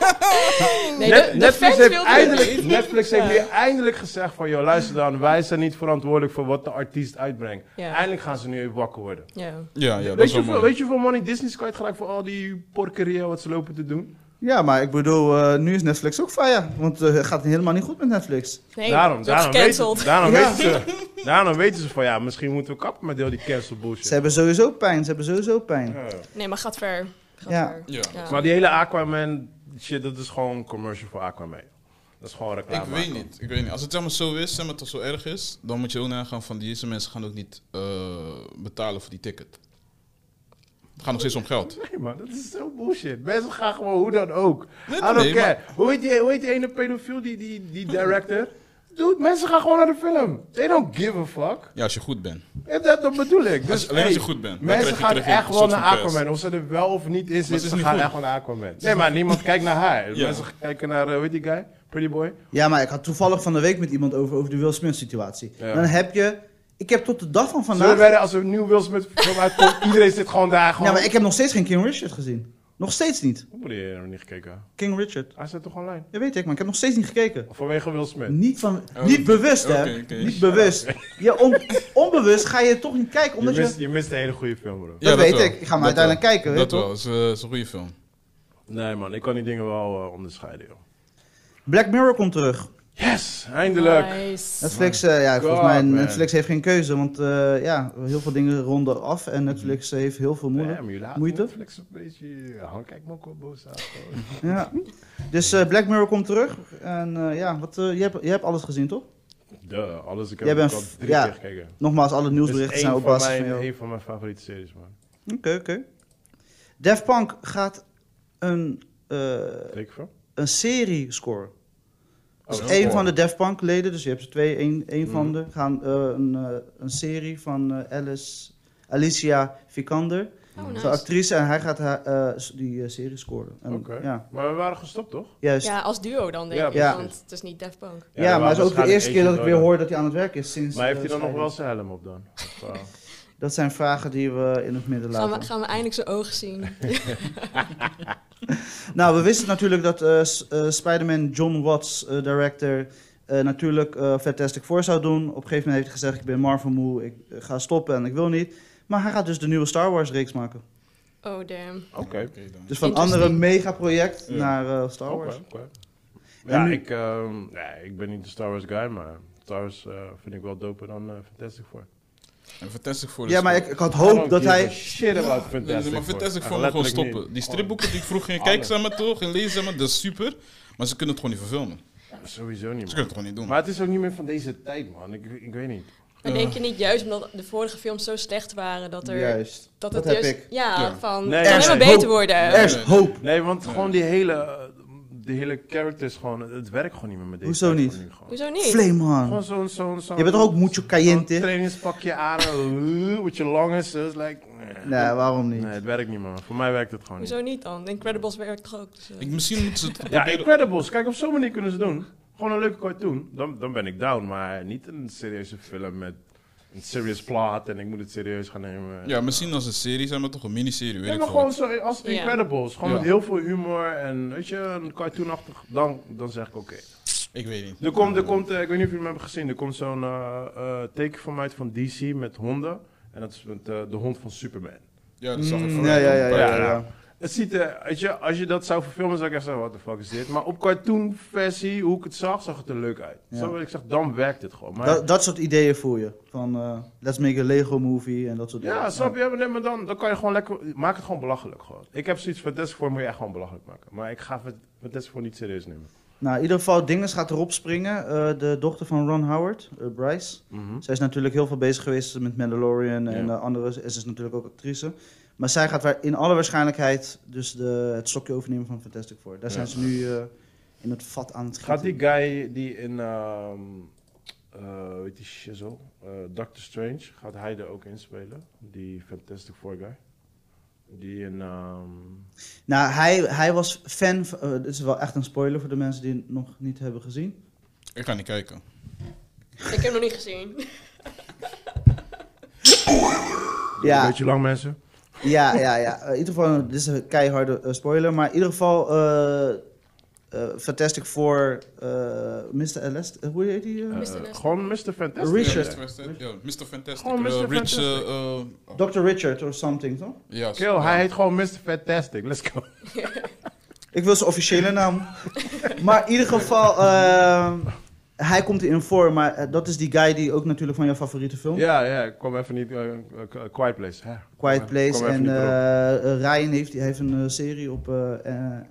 Speaker 1: Nee,
Speaker 2: Net-
Speaker 1: de- de
Speaker 2: Netflix,
Speaker 1: fans
Speaker 2: heeft
Speaker 1: wilden-
Speaker 2: eindelijk, Netflix heeft
Speaker 1: Ja.
Speaker 2: weer eindelijk gezegd van... joh, luister dan, wij zijn niet verantwoordelijk voor wat de artiest uitbrengt.
Speaker 1: Ja.
Speaker 2: Eindelijk gaan ze nu even wakker worden.
Speaker 1: Ja.
Speaker 4: Ja, ja, dat
Speaker 2: Weet
Speaker 4: is
Speaker 2: je,
Speaker 4: wel
Speaker 2: hoeveel,
Speaker 4: mooi.
Speaker 2: weet je hoeveel money Disney is kwijtgeraakt voor al die porkeria wat ze lopen te doen?
Speaker 3: Ja, maar ik bedoel, eh, nu is Netflix ook fire. Want eh, het gaat helemaal niet goed met Netflix.
Speaker 1: Nee,
Speaker 2: daarom,
Speaker 1: dat is
Speaker 2: daarom, weten,
Speaker 1: gecanceld.
Speaker 2: ze- daarom,
Speaker 3: Ja.
Speaker 2: weten ze, daarom weten ze van ja, misschien moeten we kappen met heel die cancel bullshit.
Speaker 3: Ze hebben sowieso pijn, ze hebben sowieso pijn.
Speaker 2: Ja.
Speaker 1: Nee, maar gaat ver. Gaat
Speaker 3: Ja.
Speaker 1: ver.
Speaker 4: Ja.
Speaker 2: Maar die hele Aquaman shit, dat is gewoon een commercial voor Aquaman. Dat is gewoon reclame.
Speaker 4: Ik weet niet, ik weet niet. Als het helemaal zo is, zeg maar, dat het zo erg is, dan moet je ook nagaan van deze mensen gaan ook niet eh, betalen voor die ticket. Het gaat nog steeds om geld.
Speaker 2: Nee man, dat is zo bullshit. Mensen gaan gewoon hoe dan ook.
Speaker 4: Nee,
Speaker 2: I don't
Speaker 4: nee,
Speaker 2: care. Hoe, heet die, hoe heet die ene pedofiel, die, die, die director? Dude, mensen gaan gewoon naar de film. They don't give a fuck.
Speaker 4: Ja, als je goed bent.
Speaker 2: En dat, dat bedoel ik. Dus,
Speaker 4: Als- alleen als je
Speaker 2: hey,
Speaker 4: goed bent, dan
Speaker 2: Mensen
Speaker 4: krijg je
Speaker 2: gaan
Speaker 4: terug een
Speaker 2: echt wel
Speaker 4: soort
Speaker 2: naar
Speaker 4: van pers.
Speaker 2: Aquaman. Of ze er wel of niet in
Speaker 4: is
Speaker 2: zitten, ze
Speaker 4: niet
Speaker 2: gaan
Speaker 4: goed.
Speaker 2: echt wel naar Aquaman. Nee, maar niemand kijkt naar haar.
Speaker 4: Ja.
Speaker 2: Mensen kijken naar, eh, hoe heet die guy? Pretty Boy.
Speaker 3: Ja, maar ik had toevallig van de week met iemand over, over de Will Smith situatie.
Speaker 2: Ja.
Speaker 3: Dan heb je... Ik heb tot de dag van
Speaker 2: Zullen we
Speaker 3: vandaag...
Speaker 2: werden, als er een nieuw Will Smith film uitkomt, iedereen zit gewoon daar. Gewoon...
Speaker 3: Ja, maar ik heb nog steeds geen King Richard gezien. Nog steeds niet.
Speaker 2: Hoe bedoel je, je hebt nog niet gekeken?
Speaker 3: King Richard.
Speaker 2: Hij staat toch online?
Speaker 3: Dat weet ik, maar ik heb nog steeds niet gekeken.
Speaker 2: Vanwege Will Smith.
Speaker 3: Niet, van,
Speaker 4: Oh.
Speaker 3: niet bewust, hè?
Speaker 4: Oké, oké.
Speaker 3: Niet bewust. Ja, on- onbewust ga je toch niet kijken, omdat
Speaker 2: Je
Speaker 3: je...
Speaker 2: mist, je mist een hele goede film, bro.
Speaker 4: Ja,
Speaker 3: dat weet
Speaker 4: wel.
Speaker 3: ik. Ik ga maar
Speaker 4: Dat
Speaker 3: uiteindelijk
Speaker 4: wel.
Speaker 3: kijken, weet
Speaker 4: Dat
Speaker 3: toch?
Speaker 4: wel, is, eh, is een goede film.
Speaker 2: Nee man, ik kan die dingen wel eh, onderscheiden, joh.
Speaker 3: Black Mirror komt terug.
Speaker 2: Yes, eindelijk.
Speaker 1: Nice.
Speaker 3: Netflix, eh, ja,
Speaker 2: God,
Speaker 3: volgens mij,
Speaker 2: man.
Speaker 3: Netflix heeft geen keuze, want eh, ja, heel veel dingen ronden af
Speaker 2: Mhm.
Speaker 3: en Netflix heeft heel veel moeite.
Speaker 2: Damn, je laat
Speaker 3: Moeite?
Speaker 2: Netflix een beetje... Han, kijk me ook wel boos aan. bro.
Speaker 3: Ja. Dus eh, Black Mirror komt terug en eh, ja, wat, eh, je, hebt, je hebt alles gezien, toch?
Speaker 2: Duh, alles. Ik
Speaker 3: Jij
Speaker 2: heb
Speaker 3: bent
Speaker 2: het al
Speaker 3: f-
Speaker 2: drie
Speaker 3: ja.
Speaker 2: keer gekeken.
Speaker 3: Nogmaals, alle
Speaker 2: Dat
Speaker 3: nieuwsberichten
Speaker 2: is
Speaker 3: zijn
Speaker 2: Dus één
Speaker 3: op
Speaker 2: van,
Speaker 3: basis
Speaker 2: mijn,
Speaker 3: van jou.
Speaker 2: één van mijn favoriete series, man.
Speaker 3: Oké, oké. Daft Punk gaat een, eh,
Speaker 2: Weet ik veel?
Speaker 3: een serie scoren. Dus
Speaker 4: Oh,
Speaker 3: één
Speaker 4: cool.
Speaker 3: van de Daft Punk leden, dus je hebt er twee, één, één van
Speaker 2: Mhm.
Speaker 3: de, gaan eh, een, eh, een serie van eh, Alice, Alicia Vikander.
Speaker 1: Oh,
Speaker 3: Zo'n
Speaker 1: nice.
Speaker 3: actrice en hij gaat haar, eh, s- die eh, serie scoren. En,
Speaker 2: Oké.
Speaker 3: Ja,
Speaker 2: Maar we waren gestopt, toch?
Speaker 3: juist. Ja,
Speaker 1: Ja, als duo dan denk
Speaker 2: Ja,
Speaker 1: ik,
Speaker 3: Ja.
Speaker 1: want het is niet Daft Punk.
Speaker 2: er
Speaker 3: maar
Speaker 2: waren
Speaker 3: het is ook de
Speaker 2: waarschijnlijk
Speaker 3: eerste keer dat ik
Speaker 2: eentje
Speaker 3: weer
Speaker 2: dood.
Speaker 3: hoor dat hij aan het werk is sinds...
Speaker 2: Maar heeft
Speaker 3: eh,
Speaker 2: hij dan nog wel
Speaker 3: scheiding.
Speaker 2: zijn helm op dan? Of, eh,
Speaker 3: Dat zijn vragen die we in het midden
Speaker 1: Gaan
Speaker 3: laten.
Speaker 1: we, gaan we eindelijk zijn ogen zien.
Speaker 3: Nou, we wisten natuurlijk dat eh, S- eh, Spider-Man John Watts, eh, director, eh, natuurlijk eh, Fantastic Four zou doen. Op een gegeven moment heeft hij gezegd, ik ben Marvel moe, ik eh, ga stoppen en ik wil niet. Maar hij gaat dus de nieuwe Star Wars reeks maken.
Speaker 1: Oh damn.
Speaker 2: Oké.
Speaker 4: Oké dan.
Speaker 3: Dus van
Speaker 1: Interesting.
Speaker 3: andere megaproject
Speaker 4: Ja.
Speaker 3: naar eh, Star Wars.
Speaker 2: Oké, oké. Ja,
Speaker 3: En nu-
Speaker 2: ik, ehm, ja, ik ben niet de Star Wars guy, maar Star Wars eh, vind ik wel doper dan eh, Fantastic Four.
Speaker 4: En Fantastic Four is
Speaker 3: Ja, maar
Speaker 4: cool.
Speaker 3: ik, ik had
Speaker 2: I don't
Speaker 3: hoop dat
Speaker 2: give a
Speaker 3: hij...
Speaker 2: shit about
Speaker 4: Nee, nee,
Speaker 2: Fantastic
Speaker 4: maar
Speaker 2: Four.
Speaker 4: Fantastic
Speaker 2: Echt
Speaker 4: Four moet gewoon
Speaker 2: letterlijk
Speaker 4: stoppen.
Speaker 2: niet.
Speaker 4: Die stripboeken die ik vroeg ging
Speaker 2: Alles.
Speaker 4: kijken, zeg maar toch, en lezen, zeg maar, dat is super. Maar ze kunnen het gewoon niet verfilmen. Ze
Speaker 2: Oh, Sowieso niet,
Speaker 4: kunnen
Speaker 2: man.
Speaker 4: het gewoon niet doen.
Speaker 2: Maar het is ook niet meer van deze tijd, man. Ik, ik weet niet.
Speaker 1: Maar
Speaker 4: Ja.
Speaker 1: denk je niet juist omdat de vorige films zo slecht waren dat er...
Speaker 3: Juist,
Speaker 1: Dat,
Speaker 3: dat
Speaker 1: het
Speaker 3: heb
Speaker 1: juist-
Speaker 3: ik.
Speaker 1: Ja,
Speaker 4: Ja.
Speaker 1: van...
Speaker 2: Nee,
Speaker 1: het kan
Speaker 2: nee,
Speaker 1: helemaal
Speaker 3: nee.
Speaker 1: beter
Speaker 3: Ho-
Speaker 1: worden.
Speaker 3: Er is
Speaker 4: nee,
Speaker 3: hoop.
Speaker 2: Nee, want
Speaker 4: Nee.
Speaker 2: gewoon die hele, eh, die hele characters gewoon, het werkt gewoon niet meer met deze
Speaker 3: Hoezo
Speaker 2: tijd
Speaker 3: niet?
Speaker 2: van nu gewoon.
Speaker 1: Hoezo niet?
Speaker 3: Flame man.
Speaker 2: Gewoon zo'n, zo'n, zo'n...
Speaker 3: Je bent toch ook mucho
Speaker 2: Zo'n
Speaker 3: caliente?
Speaker 2: trainingspakje aan, eh, met je longen, zo. is like, eh.
Speaker 3: Nee, waarom
Speaker 2: Nee,
Speaker 3: niet?
Speaker 2: het werkt niet, man. Voor mij werkt het gewoon niet.
Speaker 1: Hoezo niet dan? Incredibles werkt toch ook? Dus, eh.
Speaker 4: Ik, misschien moeten ze het
Speaker 2: Ja,
Speaker 4: proberen-
Speaker 2: Incredibles. Kijk, op zo'n manier kunnen ze doen. Gewoon een leuke cartoon. Dan, dan ben ik down. Maar niet een serieuze film met een serious plot en ik moet het serieus gaan nemen.
Speaker 4: Ja, misschien als een serie, zeg maar toch, een miniserie, weet
Speaker 2: Nee,
Speaker 4: ik
Speaker 2: maar
Speaker 4: veel.
Speaker 2: gewoon zo als
Speaker 1: Ja.
Speaker 2: Incredibles. Gewoon
Speaker 4: Ja.
Speaker 2: met heel veel humor en weet je, een cartoonachtig. Dan, dan zeg ik oké.
Speaker 4: Ik weet niet.
Speaker 2: Er komt, er komt eh, ik weet niet of jullie hem hebben gezien. Er komt zo'n eh, eh, teken van mij uit van DC met honden. En dat is met eh, de hond van Superman.
Speaker 4: Ja, dat zag ik
Speaker 3: Mm,
Speaker 4: voor
Speaker 3: Ja, ja, ja, ja,
Speaker 2: Oh, Ja, ja.
Speaker 3: ja.
Speaker 2: Het ziet er, weet je, als je dat zou verfilmen, zou ik echt zeggen, what the fuck is dit? Maar op cartoonversie, hoe ik het zag, zag het er leuk uit.
Speaker 3: Ja.
Speaker 2: Snap je wat ik zeg, dan werkt het gewoon. Maar,
Speaker 3: Dat, dat soort ideeën voel je. Van, eh, let's make a Lego movie en dat soort dingen.
Speaker 2: ja, snap je? Nee, maar dan, dan kan je gewoon lekker, maak het gewoon belachelijk gewoon. Ik heb zoiets van Desk voor moet je echt gewoon belachelijk maken. Maar ik ga het met Desk voor niet serieus nemen.
Speaker 3: Nou, in ieder geval, Dinges gaat erop springen. eh, de dochter van Ron Howard, eh, Bryce. Zij is natuurlijk heel veel bezig geweest met Mandalorian en
Speaker 2: Ja.
Speaker 3: eh, andere. En ze is natuurlijk ook actrice. Maar zij gaat waar- in alle waarschijnlijkheid dus de, het stokje overnemen van Fantastic Four. Daar
Speaker 2: Ja.
Speaker 3: zijn ze nu eh, in het vat aan het gieten.
Speaker 2: Gaat die guy die in, ehm eh, weet je, shizzle, eh, Doctor Strange, gaat hij er ook in spelen? Die Fantastic Four guy? Die in, ehm,
Speaker 3: Nou, hij, hij was fan. van- eh, dit is wel echt een spoiler voor de mensen die het nog niet hebben gezien.
Speaker 4: Ik ga niet kijken.
Speaker 1: Ik heb hem nog niet gezien.
Speaker 2: Een
Speaker 3: Ja,
Speaker 2: beetje lang, mensen.
Speaker 3: ja, ja, ja. Eh, in ieder geval, dit is een keiharde eh, spoiler. Maar in ieder geval, eh, eh, Fantastic Four, eh Mr. Elest, hoe heet die? eh?
Speaker 2: Eh,
Speaker 1: Fantastic.
Speaker 2: gewoon Mr. Fantastic.
Speaker 3: Richard.
Speaker 4: Ja, Mr. Fantastic. Ja, Mr. Fantastic.
Speaker 2: Gewoon Mr.
Speaker 4: Eh, Rich, eh,
Speaker 2: Fantastic.
Speaker 4: eh, oh,
Speaker 3: Dr. Richard of something, toch?
Speaker 4: ja,
Speaker 2: Kill, hij heet gewoon Mr. Fantastic. Let's go.
Speaker 3: Ik wil zijn officiële naam. maar in ieder geval, ehm, hij komt erin voor. Maar eh, dat is die guy die ook natuurlijk van jouw favoriete film.
Speaker 2: Ja, ja, ik kwam even niet. eh, eh, quiet Place. Hè?
Speaker 3: Quiet Place.
Speaker 2: Kom even
Speaker 3: En
Speaker 2: niet erop.
Speaker 3: eh, Ryan heeft, die heeft een eh, serie op eh, eh,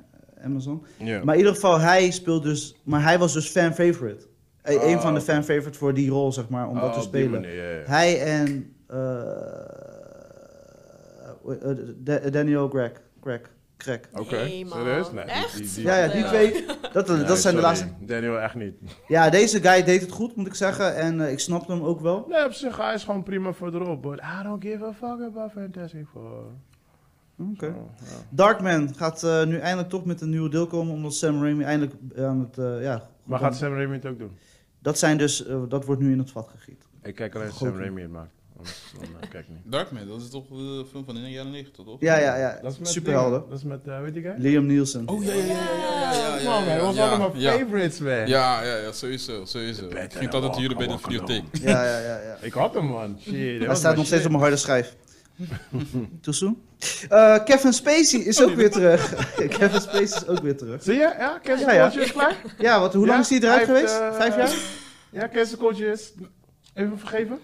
Speaker 3: Amazon.
Speaker 2: Ja.
Speaker 3: eh, Maar in ieder geval, hij speelt dus. Maar hij was dus fan favorite. Eh,
Speaker 2: Ah,
Speaker 3: een van de
Speaker 2: oké.
Speaker 3: fan favorite voor die rol, zeg maar, om dat
Speaker 2: Ah,
Speaker 3: te
Speaker 2: op die
Speaker 3: spelen.
Speaker 2: manier, ja, ja.
Speaker 3: Hij en eh, eh, Da- Daniel Greg. Greg. Greg.
Speaker 2: Oké,
Speaker 1: Nee, man.
Speaker 2: serieus? Nee, die-
Speaker 1: Echt? eh,
Speaker 2: die- die-
Speaker 3: Ja, ja, die
Speaker 1: Ja.
Speaker 3: twee. Dat, eh, dat
Speaker 2: Nee,
Speaker 3: zijn
Speaker 2: sorry.
Speaker 3: de laatste
Speaker 2: Daniel, echt niet.
Speaker 3: Ja, deze guy deed het goed, moet ik zeggen. En eh, ik snapte hem ook wel.
Speaker 2: Nee, op zich, hij is gewoon prima voor de rol. But I don't give a fuck about Oh, Fantastic Four.
Speaker 3: Oké. Darkman gaat eh, nu eindelijk toch met een nieuwe deel komen, omdat Sam Raimi eindelijk aan het... eh, ja,
Speaker 2: Maar gaat Sam Raimi het ook doen?
Speaker 3: Dat, zijn dus, eh, dat wordt nu in het vat gegiet.
Speaker 2: Ik kijk alleen als
Speaker 3: Goed.
Speaker 2: Sam Raimi het maakt. Anders dan, eh, kijk ik niet.
Speaker 4: Darkman, dat is toch de film van in de jaren 90, toch?
Speaker 3: Ja, ja, ja.
Speaker 2: Dat is met
Speaker 3: Superhelden.
Speaker 2: dingen. Dat is met, eh, weet je guy?
Speaker 3: Liam Nielsen.
Speaker 4: Oh ja, ja, ja, ja, ja, ja, ja, ja,
Speaker 2: Man, hij was
Speaker 4: ja,
Speaker 2: one of my
Speaker 4: ja.
Speaker 2: favorites, man.
Speaker 4: Ja, ja, ja, sowieso, sowieso. Ik vind altijd jullie bij de videotheek.
Speaker 3: Ja, ja, ja. ja.
Speaker 2: Ik had hem, man. Shit, dat
Speaker 3: Hij
Speaker 2: was
Speaker 3: staat
Speaker 2: mijn
Speaker 3: nog steeds
Speaker 2: shit.
Speaker 3: op mijn harde schijf. Too soon? Eh, Kevin Spacey is ook weer terug. Kevin Spacey is ook weer terug.
Speaker 2: Zie je? Ja, Cancel
Speaker 3: Ja, ja.
Speaker 2: Culture is klaar.
Speaker 3: Ja, wat, hoe lang
Speaker 2: Ja,
Speaker 3: is hij eruit
Speaker 2: hij heeft,
Speaker 3: geweest?
Speaker 2: eh,
Speaker 3: Vijf jaar?
Speaker 2: Ja, Cancel Culture is... Even vergeven.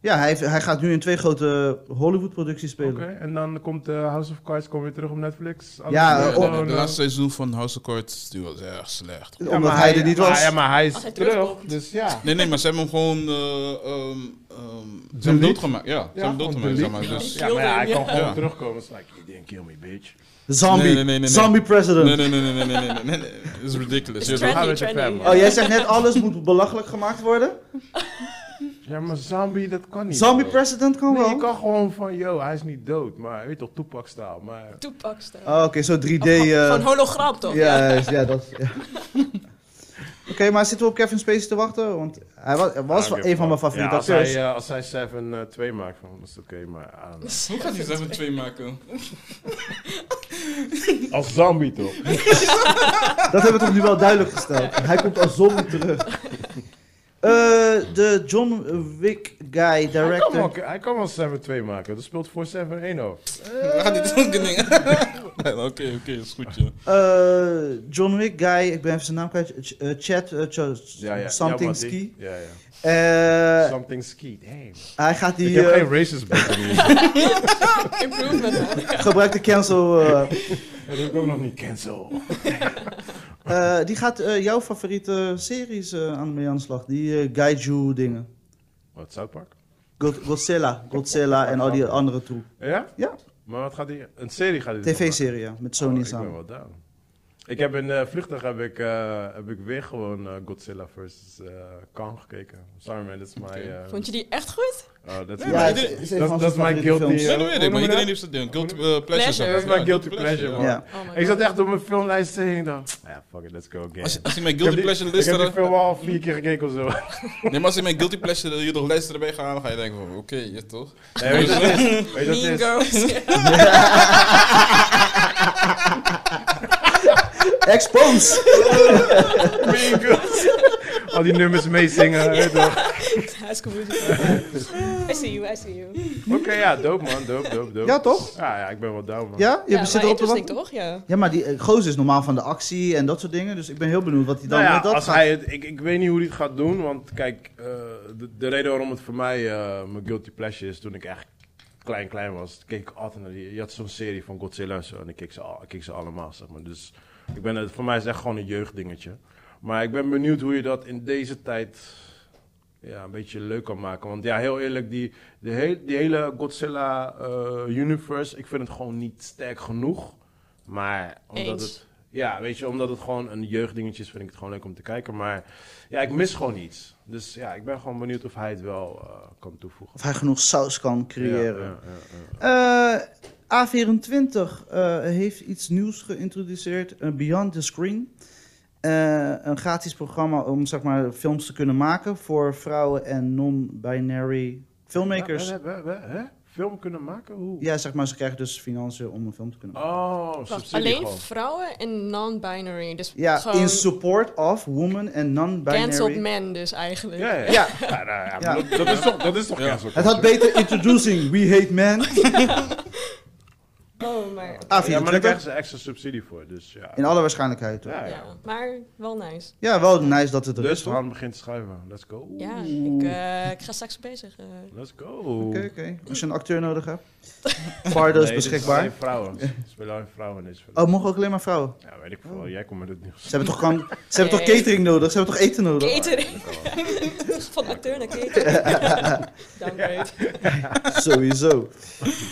Speaker 3: Ja, hij, heeft- hij gaat nu in twee grote Hollywood-producties
Speaker 2: Oké,
Speaker 3: spelen.
Speaker 2: en dan komt eh, House of Cards komt weer terug op Netflix. Alles
Speaker 3: Ja,
Speaker 2: weer
Speaker 3: eh,
Speaker 4: Ja,
Speaker 3: oh,
Speaker 2: gewoon,
Speaker 4: de, de
Speaker 2: eh,
Speaker 4: laatste seizoen van House of Cards die was erg slecht.
Speaker 2: ja,
Speaker 3: Omdat
Speaker 2: maar
Speaker 3: hij er niet was.
Speaker 2: ah, ja, maar hij is
Speaker 1: Als hij
Speaker 2: terug,
Speaker 1: terugkomt.
Speaker 2: dus ja.
Speaker 4: Nee, nee, maar ze hebben hem gewoon. eh ehm ehm ze
Speaker 2: Delete?
Speaker 4: hebben hem doodgemaakt. Ja, ze
Speaker 2: Ja,
Speaker 4: hebben hem
Speaker 2: gewoon
Speaker 4: doodgemaakt. Zeg maar,
Speaker 2: delete.
Speaker 4: dus.
Speaker 1: Ja.
Speaker 2: Ja, maar ja, hij
Speaker 1: Killing,
Speaker 2: kan gewoon
Speaker 4: Ja.
Speaker 2: terugkomen. Het is like, you didn't kill me, bitch.
Speaker 3: Zombie.
Speaker 4: Nee, nee, nee, nee, nee.
Speaker 3: Zombie president.
Speaker 4: Nee, nee, nee, nee, nee, nee, nee, nee, nee. Het is ridiculous.
Speaker 1: It's
Speaker 4: Ja,
Speaker 2: Dus gaan
Speaker 1: trendy,
Speaker 2: met de fam,
Speaker 1: trendy.
Speaker 2: man.
Speaker 3: Oh, jij zegt net alles moet belachelijk gemaakt worden?
Speaker 2: Ja, maar zombie, dat kan niet.
Speaker 3: Zombie
Speaker 2: bro.
Speaker 3: president kan
Speaker 2: Nee,
Speaker 3: wel.
Speaker 2: je kan gewoon van, yo, hij is niet dood, maar weet toch, toepak staal. Maar
Speaker 1: Toepakster.
Speaker 3: Oh, Oké, zo 3D. eh,
Speaker 1: Van hologram toch?
Speaker 3: ja, juist, ja, dat. ja. Oké, maar zitten we op Kevin Spacey te wachten? Want hij was, hij was
Speaker 2: I don't give
Speaker 3: wel
Speaker 2: a
Speaker 3: een van mijn
Speaker 2: fuck.
Speaker 3: favoriete
Speaker 2: Ja, als hij,
Speaker 3: acteurs.
Speaker 2: eh, als hij 7 eh, 2 maakt, van, dat is oké, maar I don't
Speaker 4: Hoe gaat hij 7 2 maken?
Speaker 2: Eh. know. Als zombie toch?
Speaker 3: Dat hebben we toch nu wel duidelijk gesteld. Hij komt als zombie terug. Eh, de John Wick guy,
Speaker 2: Hij kan, wel,
Speaker 3: director.
Speaker 2: hij kan wel 7 2 maken, dat speelt voor 7 1 0
Speaker 4: We gaan dit ook dingen. Oké, oké, is goed, ja.
Speaker 3: Eh, John Wick guy, ik ben even zijn naam kwijt. Ch- eh, Chad, eh, Ch- something
Speaker 2: maar die-
Speaker 3: ski.
Speaker 2: Ja, ja.
Speaker 3: Eh,
Speaker 2: something ski, damn.
Speaker 3: hij gaat die...
Speaker 2: Ik heb
Speaker 3: eh,
Speaker 2: geen racist button hier.
Speaker 1: Improvement. hè?
Speaker 3: gebruik de cancel. eh,
Speaker 2: Dat heb ik ook nog niet cancel.
Speaker 3: eh, die gaat eh, jouw favoriete series eh, aan mee aan de slag. Die eh, Gaiju dingen.
Speaker 2: Wat, South Park?
Speaker 3: God- Godzilla, Godzilla en al die andere toe.
Speaker 2: Ja?
Speaker 3: Ja.
Speaker 2: Maar wat gaat die, een serie gaat hij dus nog
Speaker 3: TV-serie, ja, met Sony
Speaker 2: Oh, ik ben
Speaker 3: samen.
Speaker 2: wel down. Ik heb in eh Vliegtuig heb ik, eh, heb ik weer gewoon eh, Godzilla vs. eh, Kong gekeken. Sorry man, dat is mijn... eh,
Speaker 1: Vond je die echt goed?
Speaker 2: oh, dat is
Speaker 4: Ja,
Speaker 2: mijn-
Speaker 4: maar
Speaker 3: het is-
Speaker 4: dit-
Speaker 3: is een
Speaker 2: dat-
Speaker 3: van
Speaker 2: dat is
Speaker 3: zijn
Speaker 2: mijn
Speaker 3: favoriete
Speaker 2: guilty,
Speaker 3: films.
Speaker 4: Dat weet ik,
Speaker 2: noem
Speaker 4: maar
Speaker 2: je dat?
Speaker 4: iedereen heeft dat ding. Guilty eh, pleasure. zeg maar.
Speaker 2: Dat is mijn
Speaker 4: Ja,
Speaker 2: guilty pleasure, man.
Speaker 3: Ja.
Speaker 1: Oh my
Speaker 2: Ik zat
Speaker 1: God.
Speaker 2: echt op mijn filmlijst te heen dan. Ja, "Ah, fuck it, let's go again.
Speaker 4: Als, als ik mijn
Speaker 2: Ik heb
Speaker 4: guilty
Speaker 2: die-
Speaker 4: pleasure
Speaker 2: Ik
Speaker 4: list
Speaker 2: heb die
Speaker 4: er,
Speaker 2: film al vier keer gekeken of zo.
Speaker 4: nee, maar als ik mijn guilty pleasure hier nog lijst erbij ga halen, ga je denken van, oké, ja toch?
Speaker 2: Nee, weet je wat het is? Weet je wat
Speaker 1: Mean
Speaker 2: het is?
Speaker 1: Girls.
Speaker 3: Expose!
Speaker 2: Mean Girls. Al die nummers meezingen, weet je wel.
Speaker 1: High School I see you, I see you.
Speaker 2: Oké, ja, dope man, dope, dope, dope.
Speaker 3: Ja, toch?
Speaker 2: Ja, ja, ik ben wel down man.
Speaker 3: Ja? Je
Speaker 1: maar
Speaker 3: zit erop te
Speaker 1: interesting
Speaker 3: wachten?
Speaker 1: toch? Ja.
Speaker 3: Ja, maar die eh, gozer is normaal van de actie en dat soort dingen. Dus ik ben heel benieuwd wat hij dan
Speaker 2: Nou ja,
Speaker 3: met dat
Speaker 2: als
Speaker 3: gaat.
Speaker 2: hij het, ik, ik weet niet hoe hij het gaat doen, want kijk, eh, de, de reden waarom het voor mij eh, mijn guilty pleasure is, toen ik echt klein, klein was, keek ik altijd naar die, je had zo'n serie van Godzilla en zo, en ik keek ze, al, ik keek ze allemaal, zeg maar. Dus ik ben, het- voor mij is het echt gewoon een jeugddingetje. Maar ik ben benieuwd hoe je dat in deze tijd ja, een beetje leuk kan maken. Want ja, heel eerlijk, die, de heel, die hele Godzilla-universe, ik vind het gewoon niet sterk genoeg. Maar omdat
Speaker 1: Eens.
Speaker 2: het, ja, weet je, omdat het gewoon een jeugddingetje is, vind ik het gewoon leuk om te kijken. Maar ja, ik mis gewoon iets. Dus ja, ik ben gewoon benieuwd of hij het wel eh, kan toevoegen.
Speaker 3: Of hij genoeg saus kan creëren.
Speaker 2: Ja, ja, ja, ja.
Speaker 3: Eh, A24 eh, heeft iets nieuws geïntroduceerd, eh, Beyond the Screen. eh, een gratis programma om zeg maar, films te kunnen maken voor vrouwen en non-binary filmmakers.
Speaker 2: Wa- wa- wa- wa- hè? Film kunnen maken? Hoe?
Speaker 3: Ja, zeg maar, ze krijgen dus financiën om een film te kunnen maken.
Speaker 2: Oh,
Speaker 1: Wacht,
Speaker 2: subsidie
Speaker 1: alleen
Speaker 2: gewoon.
Speaker 1: vrouwen en non-binary. Dus
Speaker 2: Oh.
Speaker 3: Ja, in
Speaker 1: gewoon
Speaker 3: support of women en
Speaker 1: cancelled
Speaker 3: non-binary.
Speaker 1: men dus eigenlijk.
Speaker 2: Ja, ja.
Speaker 3: Ja,
Speaker 2: Ja, nou ja, maar
Speaker 3: Ja.
Speaker 2: Dat, dat is toch, dat is toch
Speaker 4: Ja.
Speaker 2: cancel
Speaker 3: het had
Speaker 2: culture?
Speaker 3: beter introducing We Hate Men.
Speaker 1: Oh, maar... oké.
Speaker 3: Ah,
Speaker 2: Ja, maar daar
Speaker 3: 24.
Speaker 2: krijgen ze extra subsidie voor, dus ja.
Speaker 3: In alle waarschijnlijkheid. toch?
Speaker 2: Ja, ja.
Speaker 1: Ja, maar wel nice.
Speaker 3: Ja, wel nice dat het er
Speaker 2: Dus
Speaker 3: is. hoor.
Speaker 2: Haan begint te schuiven. Let's go.
Speaker 1: Ja, ik, eh, ik ga straks op bezig. eh.
Speaker 2: Let's go.
Speaker 3: Oké, oké. Als je een acteur nodig hebt. Bardo is
Speaker 2: Nee, dit
Speaker 3: beschikbaar.
Speaker 2: alleen vrouwen. Ze spelen alleen vrouwen in deze film.
Speaker 3: Oh, mogen ook alleen maar vrouwen.
Speaker 2: Ja, weet ik veel. Jij komt met het nieuws.
Speaker 3: Ze hebben toch, kan... ze hebben toch
Speaker 1: Nee.
Speaker 3: catering nodig? Ze hebben toch eten nodig?
Speaker 1: Catering. Van acteur naar catering. Downgrade.
Speaker 3: Sowieso.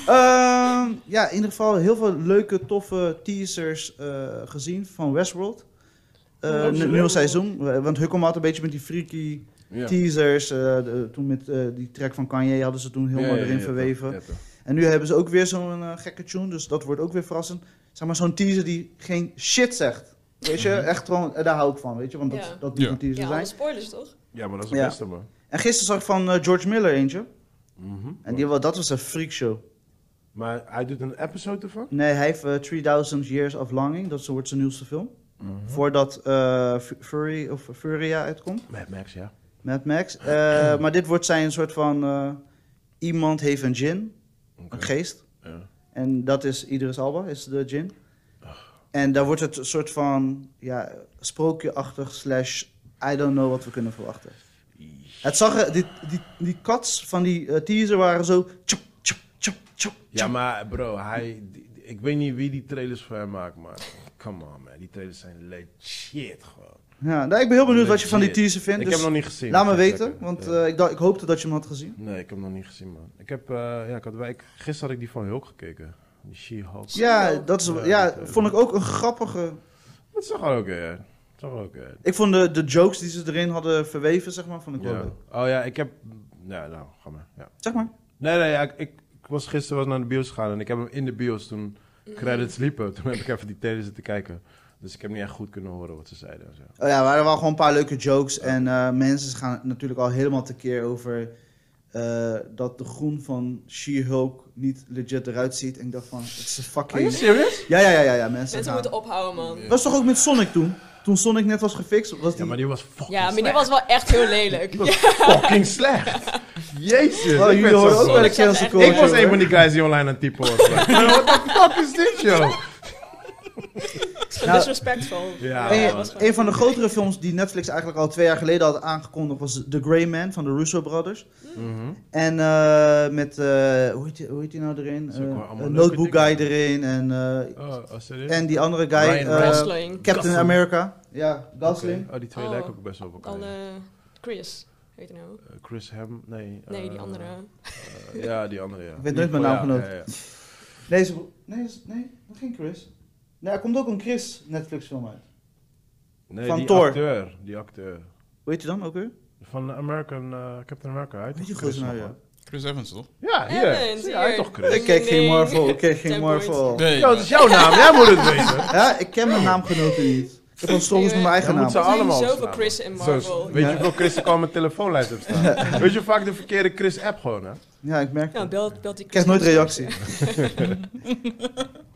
Speaker 3: Ehm, ja, in ieder geval heel veel leuke, toffe teasers eh, gezien van Westworld. Eh,
Speaker 2: Oh,
Speaker 3: nu-
Speaker 2: leuk.
Speaker 3: nieuw seizoen. Eh, Want Huckom had een beetje met die freaky
Speaker 2: Ja.
Speaker 3: teasers. eh, de- toen met eh, die track van Kanye hadden ze toen
Speaker 2: Ja,
Speaker 3: helemaal
Speaker 2: ja,
Speaker 3: erin
Speaker 2: ja,
Speaker 3: verweven.
Speaker 2: ja, toch.
Speaker 3: En nu hebben ze ook weer zo'n eh, gekke tune, dus dat wordt ook weer verrassend. Zeg maar zo'n teaser die geen shit zegt. Weet je, echt gewoon, eh, daar hou ik van, weet je, want dat,
Speaker 1: Ja.
Speaker 3: dat moet
Speaker 4: Ja.
Speaker 3: een teaser
Speaker 1: Ja, alle
Speaker 3: zijn.
Speaker 1: spoilers toch?
Speaker 2: Ja, maar dat is het
Speaker 3: Ja.
Speaker 2: beste, man.
Speaker 3: En gisteren zag ik van eh, George Miller eentje.
Speaker 2: Mhm.
Speaker 3: En die, wa- dat was een freakshow.
Speaker 2: Maar hij doet een episode ervan?
Speaker 3: Nee, hij heeft eh, 3000 Years of Longing, dat wordt zijn nieuwste film. Voordat eh, Fu- Fury of Furia uitkomt,
Speaker 2: Mad Max, ja.
Speaker 3: Mad Max. Eh, maar dit wordt zijn soort van, eh, iemand heeft een djinn,
Speaker 2: Oké.
Speaker 3: een geest.
Speaker 2: Ja.
Speaker 3: En dat is Idris Alba, is de gin. En daar wordt het een soort van ja, sprookjeachtig slash I don't know wat we kunnen verwachten. Het zag er, die, die, die cuts van die eh, teaser waren zo... tjop, tjop, tjop, tjop.
Speaker 2: Ja, maar bro, hij, die- die- ik weet niet wie die trailers voor hem maakt, maar come on man, die trailers zijn legit gewoon.
Speaker 3: Ja, nou, ik ben heel benieuwd wat je van die
Speaker 2: Legit.
Speaker 3: teaser vindt.
Speaker 2: ik
Speaker 3: Dus
Speaker 2: heb hem nog niet gezien.
Speaker 3: laat me
Speaker 2: Ik ga
Speaker 3: weten,
Speaker 2: checken.
Speaker 3: want
Speaker 2: Ja.
Speaker 3: eh, ik, dacht, ik hoopte dat je hem had gezien.
Speaker 2: Nee, ik heb hem nog niet gezien man. Ik heb, eh, ja, ik had, wel- ik, gisteren had ik die van Hulk gekeken. Die She-Hulk.
Speaker 3: Ja, dat is,
Speaker 2: Ja,
Speaker 3: ja,
Speaker 2: dat, eh,
Speaker 3: vond ik ook een grappige...
Speaker 2: Dat is toch wel oké, hè? Dat is toch wel eh, oké.
Speaker 3: Ik vond de, de jokes die ze erin hadden verweven, zeg maar, vond ik wel
Speaker 2: Ja.
Speaker 3: leuk.
Speaker 2: Oh ja, ik heb, ja, nou, ga maar. Ja.
Speaker 3: Zeg maar.
Speaker 2: Nee, nee, ja, ik, ik, ik was gisteren was naar de bios gegaan en ik heb hem in de bios toen credits
Speaker 1: Mm.
Speaker 2: liepen. Toen heb ik even die trailers zitten kijken. Dus ik heb niet echt goed kunnen horen wat ze zeiden en zo.
Speaker 3: Oh ja, er waren wel gewoon een paar leuke jokes. En eh, mensen gaan natuurlijk al helemaal tekeer over eh, dat de groen van She-Hulk niet legit eruit ziet. En ik dacht van, het is een
Speaker 2: Oh,
Speaker 3: fucking...
Speaker 2: serious?
Speaker 3: Ja, ja, ja, ja, ja mensen
Speaker 1: Mensen
Speaker 3: gaan...
Speaker 1: moeten ophouden, man.
Speaker 3: Dat was toch ook met Sonic toen? Toen Sonic net was gefixt, was die...
Speaker 2: Ja, maar die was fucking
Speaker 1: Ja, maar dit
Speaker 2: slecht.
Speaker 1: was wel echt heel lelijk.
Speaker 2: Die was fucking slecht. Jezus.
Speaker 3: Oh,
Speaker 2: ik
Speaker 3: jullie
Speaker 2: ben zo
Speaker 3: horen ook
Speaker 2: boos.
Speaker 3: wel een
Speaker 1: Ik zat
Speaker 3: cancel
Speaker 1: echt-
Speaker 3: culture,
Speaker 2: Ik was een
Speaker 3: hoor.
Speaker 2: van die guys die online aan het typen was. Like, What the fuck is dit, joh?
Speaker 1: Ja.
Speaker 3: Nou,
Speaker 1: Disrespectful.
Speaker 2: Ja,
Speaker 3: Een,
Speaker 2: man.
Speaker 3: een van de grotere films die Netflix eigenlijk al twee jaar geleden had aangekondigd was The Grey Man van de Russo Brothers.
Speaker 2: Mhm.
Speaker 3: En eh, met, eh, hoe, heet die, hoe heet die nou erin?
Speaker 2: Dat is ook wel
Speaker 3: Eh,
Speaker 2: allemaal
Speaker 3: een
Speaker 2: leuke
Speaker 3: notebook
Speaker 2: dingen.
Speaker 3: guy erin en, eh,
Speaker 2: Oh, oh, serieus?
Speaker 3: en die andere guy.
Speaker 2: Ryan
Speaker 3: eh,
Speaker 1: Wrestling.
Speaker 3: Captain
Speaker 2: Gosling.
Speaker 3: America. Ja, Gosling.
Speaker 2: Oké. Oh, die twee
Speaker 1: Oh.
Speaker 2: lijken ook best wel op elkaar.
Speaker 1: Dan eh, Chris, heet hij nou?
Speaker 2: Eh, Chris Ham, nee.
Speaker 1: Nee, die
Speaker 2: eh,
Speaker 1: andere.
Speaker 2: eh, ja, die andere, ja.
Speaker 3: Ik weet nooit mijn
Speaker 2: Ja,
Speaker 3: naamgenoot.
Speaker 2: ja, ja.
Speaker 3: Nee, ze- nee, ze- nee, dat ging Chris. Nee, er komt ook een Chris Netflix film uit.
Speaker 2: Nee,
Speaker 3: Van
Speaker 2: die
Speaker 3: Thor.
Speaker 2: acteur. Die acteur.
Speaker 3: Hoe heet je dan ook weer?
Speaker 2: Van American, eh, Captain America. Hij heet
Speaker 3: Weet je
Speaker 2: toch Chris
Speaker 3: gozer nou,
Speaker 2: nog,
Speaker 3: ja.
Speaker 2: hoor?
Speaker 4: Chris Evans, toch?
Speaker 2: Ja, hier.
Speaker 1: Evans,
Speaker 2: Ja, hij heet
Speaker 1: hier.
Speaker 2: toch Chris?
Speaker 3: Ik kijk geen
Speaker 1: Nee.
Speaker 3: Marvel, ik kijk geen
Speaker 1: Ten
Speaker 3: Marvel.
Speaker 1: points.
Speaker 4: Nee,
Speaker 2: Yo, dat is jouw naam. Jij moet het weten.
Speaker 3: Ja, ik ken mijn naamgenoten niet. Ik heb een stories met mijn eigen
Speaker 2: Dan
Speaker 3: naam.
Speaker 2: moet ze
Speaker 1: Er zijn
Speaker 2: allemaal
Speaker 1: zoveel
Speaker 2: slaan.
Speaker 1: Chris in
Speaker 2: Zo-
Speaker 1: Marvel.
Speaker 2: weet je hoeveel Chris ik al op mijn telefoonlijst heb staan? weet je hoe vaak de verkeerde Chris app gewoon, hè?
Speaker 3: Ja, ik merk
Speaker 1: Ja,
Speaker 3: het.
Speaker 1: belt, belt die
Speaker 3: Ik krijg nooit reactie. Eh,